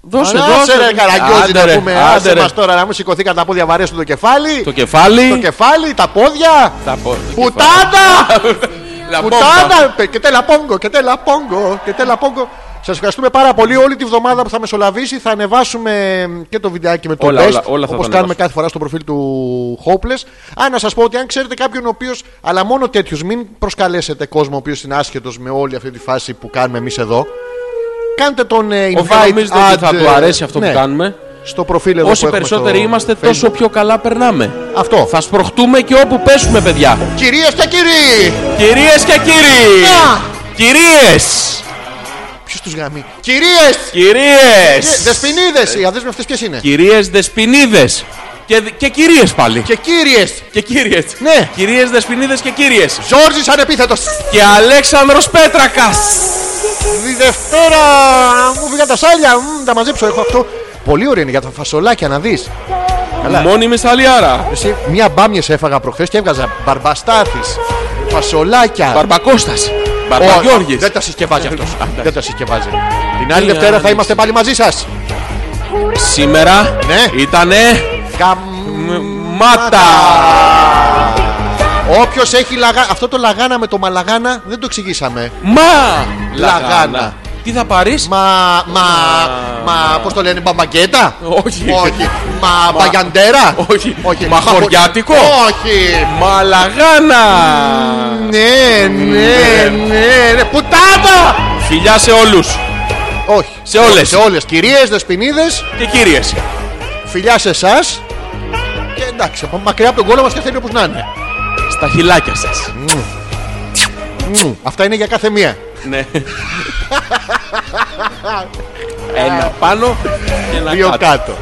B: δώσε,
A: Άσε,
B: δώσε,
A: ρε καραγκιόζι
B: ναι, Άντε
A: να
B: ρε,
A: πούμε.
B: άντε
A: Άσε
B: ρε.
A: μας τώρα να μου σηκωθήκατε τα πόδια βαρέσουν το κεφάλι.
B: Το κεφάλι.
A: Το κεφάλι, τα πόδια.
B: τα πο- το κεφάλι.
A: Πουτάνα!
B: La bomba.
A: Πουτάνα! Και τέλα πόγκο, και τέλα πόγκο, και τέλα πόγκο. Σας ευχαριστούμε πάρα πολύ. Όλη τη βδομάδα που θα μεσολαβήσει θα ανεβάσουμε και το βιντεάκι με το
B: Όλα,
A: best.
B: όλα, όλα θα τα
A: όπως
B: ανεβάσουμε.
A: κάνουμε κάθε φορά στο προφίλ του Hopeless. Α, να σας πω ότι αν ξέρετε κάποιον ο οποίος. Αλλά μόνο τέτοιους, μην προσκαλέσετε κόσμο ο οποίος είναι άσχετος με όλη αυτή τη φάση που κάνουμε εμείς εδώ. Κάντε τον ε,
B: Όποιο
A: invite.
B: νομίζετε
A: add,
B: ότι θα του αρέσει
A: ε,
B: αυτό
A: ναι,
B: που κάνουμε.
A: Στο προφίλ εδώ
B: Όσοι
A: που έχουμε
B: περισσότεροι
A: στο
B: είμαστε,
A: Facebook. Λοιπόν.
B: τόσο πιο καλά περνάμε.
A: Αυτό.
B: Θα σπροχτούμε και όπου πέσουμε, παιδιά.
A: Κυρίες και κύριοι!
B: Κυρίες και κύριοι! Κυρίες!
A: Ποιος τους γαμεί. Κυρίες!
B: Κυρίες!
A: Δεσποινίδε! Ε, Οι αδέσμευτες ποιες είναι.
B: Κυρίες δεσποινίδες! Και, δι- και κυρίες πάλι. Και,
A: Και κύριες!
B: κυρίες.
A: Ναι.
B: Κυρίες δεσποινίδες και κυρίες.
A: Ζόρζης ανεπίθετος!
B: Και Αλέξανδρος Πέτρακας.
A: Τη Δευτέρα! Μου βγήκαν τα σάλια! Μμμ, τα μαζέψω, έχω αυτό. Πολύ ωραία είναι για τα φασολάκια να δεις.
B: Μόνιμη Σαλιάρα.
A: Εσύ, μία μπάμιες έφαγα προχθές και έβγαζα μπαρμπαστάθης. Φασολάκια.
B: Μπαρμπακώστας.
A: Ω,
B: Μπαρμπαγιώργης.
A: Δεν τα συσκευάζει αυτός.
B: Α, εντάξει. Ε,
A: Δεν τα συσκευάζει. Την άλλη
B: Τι
A: Δευτέρα θα
B: άνοιξε.
A: είμαστε πάλι μαζί σας.
B: Σήμερα
A: Ναι.
B: ήτανε Ε, μάτα. ε,
A: Όποιος έχει λαγάνα. Αυτό το λαγάνα με το μαλαγάνα δεν το εξηγήσαμε.
B: Μα!
A: Λαγάνα.
B: Τι θα πάρεις?
A: Μα, μα, μα, πώς το λένε, μπαμπαγκέτα.
B: Όχι.
A: Όχι. Μα, μπαγιαντέρα.
B: Όχι. Μαχωριάτικο.
A: Όχι.
B: Μαλαγάνα!
A: Ναι, ναι, ναι, ναι. Πουτάνα!
B: Φιλιά σε όλους
A: Όχι.
B: Σε όλες.
A: Σε όλες. Κυρίες, δεσπινίδε,
B: και κύριες.
A: φιλιά σε εσάς. Και εντάξει, από μακριά από τον κόλλο μας και θέλει όπως να είναι.
B: Στα χυλάκια σας.
A: Μμμ. Αυτά είναι για κάθε μία.
B: Ναι. Ένα πάνω και ένα
A: Δύο
B: κάτω.
A: κάτω.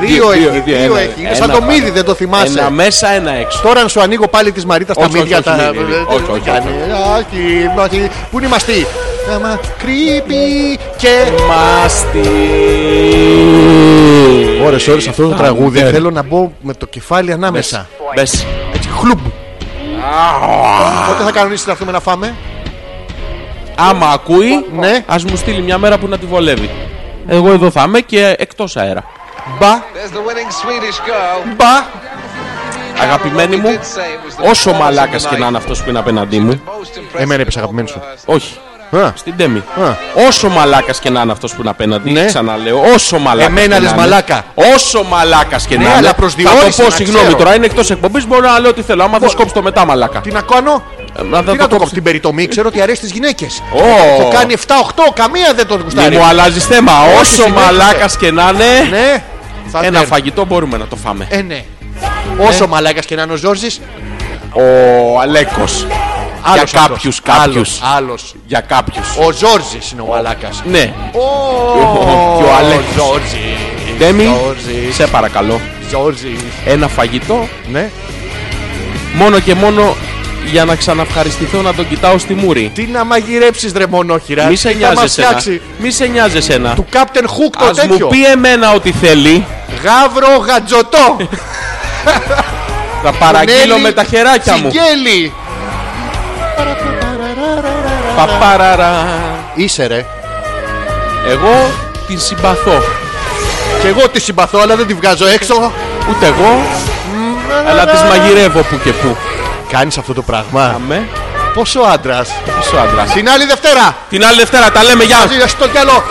A: Δύο έχει. Δύο
B: ένα,
A: έχει. Είναι
B: ένα
A: σαν το
B: πάνω.
A: μύδι, δεν το
B: Ένα
A: θυμάσαι.
B: μέσα, ένα έξω.
A: Τώρα αν σου ανοίγω πάλι τη Μαρίτα τα
B: Όχι, όχι,
A: μύδια
B: όχι,
A: τα.
B: μη, μη, μη.
A: δεν
B: Όχι,
A: το
B: όχι,
A: κάνει. Όχι, όχι. Πού είναι η μαστή. Άμα κρύπη και.
B: Μάστι.
A: Ωρες, ώρες αυτό το τραγούδι
B: ναι.
A: θέλω να μπω με το κεφάλι ανάμεσα.
B: Μπες.
A: Έτσι, χλουμπ. Πότε θα κανονίσετε αυτό με να φάμε.
B: Άμα ακούει,
A: Ναι.
B: ας μου στείλει μια μέρα που να τη βολεύει. Εγώ εδώ θα είμαι και εκτός αέρα.
A: Μπα,
F: There's the winning Swedish girl.
A: μπα.
B: Αγαπημένη μου, όσο μαλάκας και να είναι αυτός που είναι απέναντί μου,
A: Εμένα είπες αγαπημένη σου.
B: όχι,
A: Α,
B: στην Τέμι.
A: Α.
B: Όσο μαλάκας και να είναι αυτός που είναι απέναντι,
A: Ναι.
B: ξαναλέω, όσο μαλάκας.
A: Εμένα λες μαλάκα.
B: Όσο μαλάκας και να
A: Ναι,
B: είναι.
A: αλλά
B: Θα
A: προσδιορίσαι,
B: το πω,
A: να
B: συγγνώμη
A: ξέρω.
B: τώρα, είναι εκτός εκπομπής, μπορώ να λέω ό,τι θέλω. Άμα δεν σκόψει το μετά, μαλάκα.
A: Τι να κάνω.
B: Ε, να
A: Τι να
B: δεν το
A: το κόψω
B: κόψεις.
A: την περιτομή, ξέρω ότι αρέσει τις γυναίκες.
B: Ω. Ναι,
A: Το κάνει 7-8, καμία δεν το
B: Μη
A: γουστάρει.
B: μου αλλάζεις θέμα.
A: Όχι,
B: Όσο
A: συνέχισε.
B: μαλάκας και να είναι.
A: Ναι, θα
B: Ένα
A: τέρμα.
B: φαγητό μπορούμε να το φάμε.
A: Ε, ναι. Όσο μαλάκας και να είναι ο Ζόρζης,
B: Ο Αλέκος. Για
A: άλλος αυτός.
B: κάποιους, κάποιους.
A: Άλλος, άλλος.
B: Για κάποιους.
A: Ο Ζόρζης είναι ο μαλάκας.
B: Ναι.
A: Ο,
B: και ο Αλέξης.
A: Ζόρζης.
B: Ντέμι,
A: Ζόρζης.
B: σε παρακαλώ.
A: Ζόρζης.
B: Ένα φαγητό
A: Ναι.
B: μόνο και μόνο για να ξαναευχαριστηθώ να τον κοιτάω στη μούρη.
A: Τι να μαγειρέψεις ρε μονόχυρα.
B: Μη σε
A: τι θα μας
B: νοιάζει ένα.
A: φτιάξει.
B: Μη σε νοιάζει εσένα.
A: Του Captain Hook το
B: Ας μου
A: τέτοιο.
B: πει εμένα ό,τι θέλει,
A: Γάβρο γατζωτό.
B: θα παραγγείλω με τα χεράκια μου.
A: Συγγέλη.
B: Παπαραρα.
A: Είσαι ρε.
B: Εγώ την συμπαθώ.
A: Κι εγώ τη συμπαθώ, αλλά δεν τη βγάζω έξω.
B: Ούτε εγώ, αλλά τις μαγειρεύω που και που.
A: Κάνεις αυτό το πράγμα.
B: Αμέ,
A: Πόσο άντρα.
B: πίσω άντρας.
A: Την άλλη Δευτέρα.
B: Την άλλη Δευτέρα τα λέμε, γεια.
A: Μαζί στο κιάλο.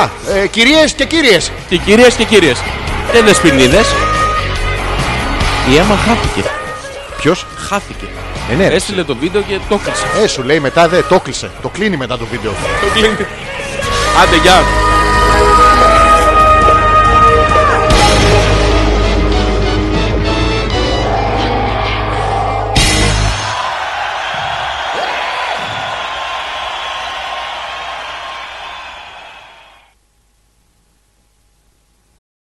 A: Α, ε, κυρίες και κύριες.
B: Και κυρίες και κύριες, Δεν είναι σπινίδε. Η αίμα χάθηκε.
A: Ποιο.
B: Χάθηκε.
A: Ε, ναι, ρε.
B: Έστειλε το βίντεο και το κλείσε.
A: Ε, σου λέει μετά δε, το κλείσε. Το κλείνει μετά το βίντεο.
B: Το κλείνει. Άντε, γεια.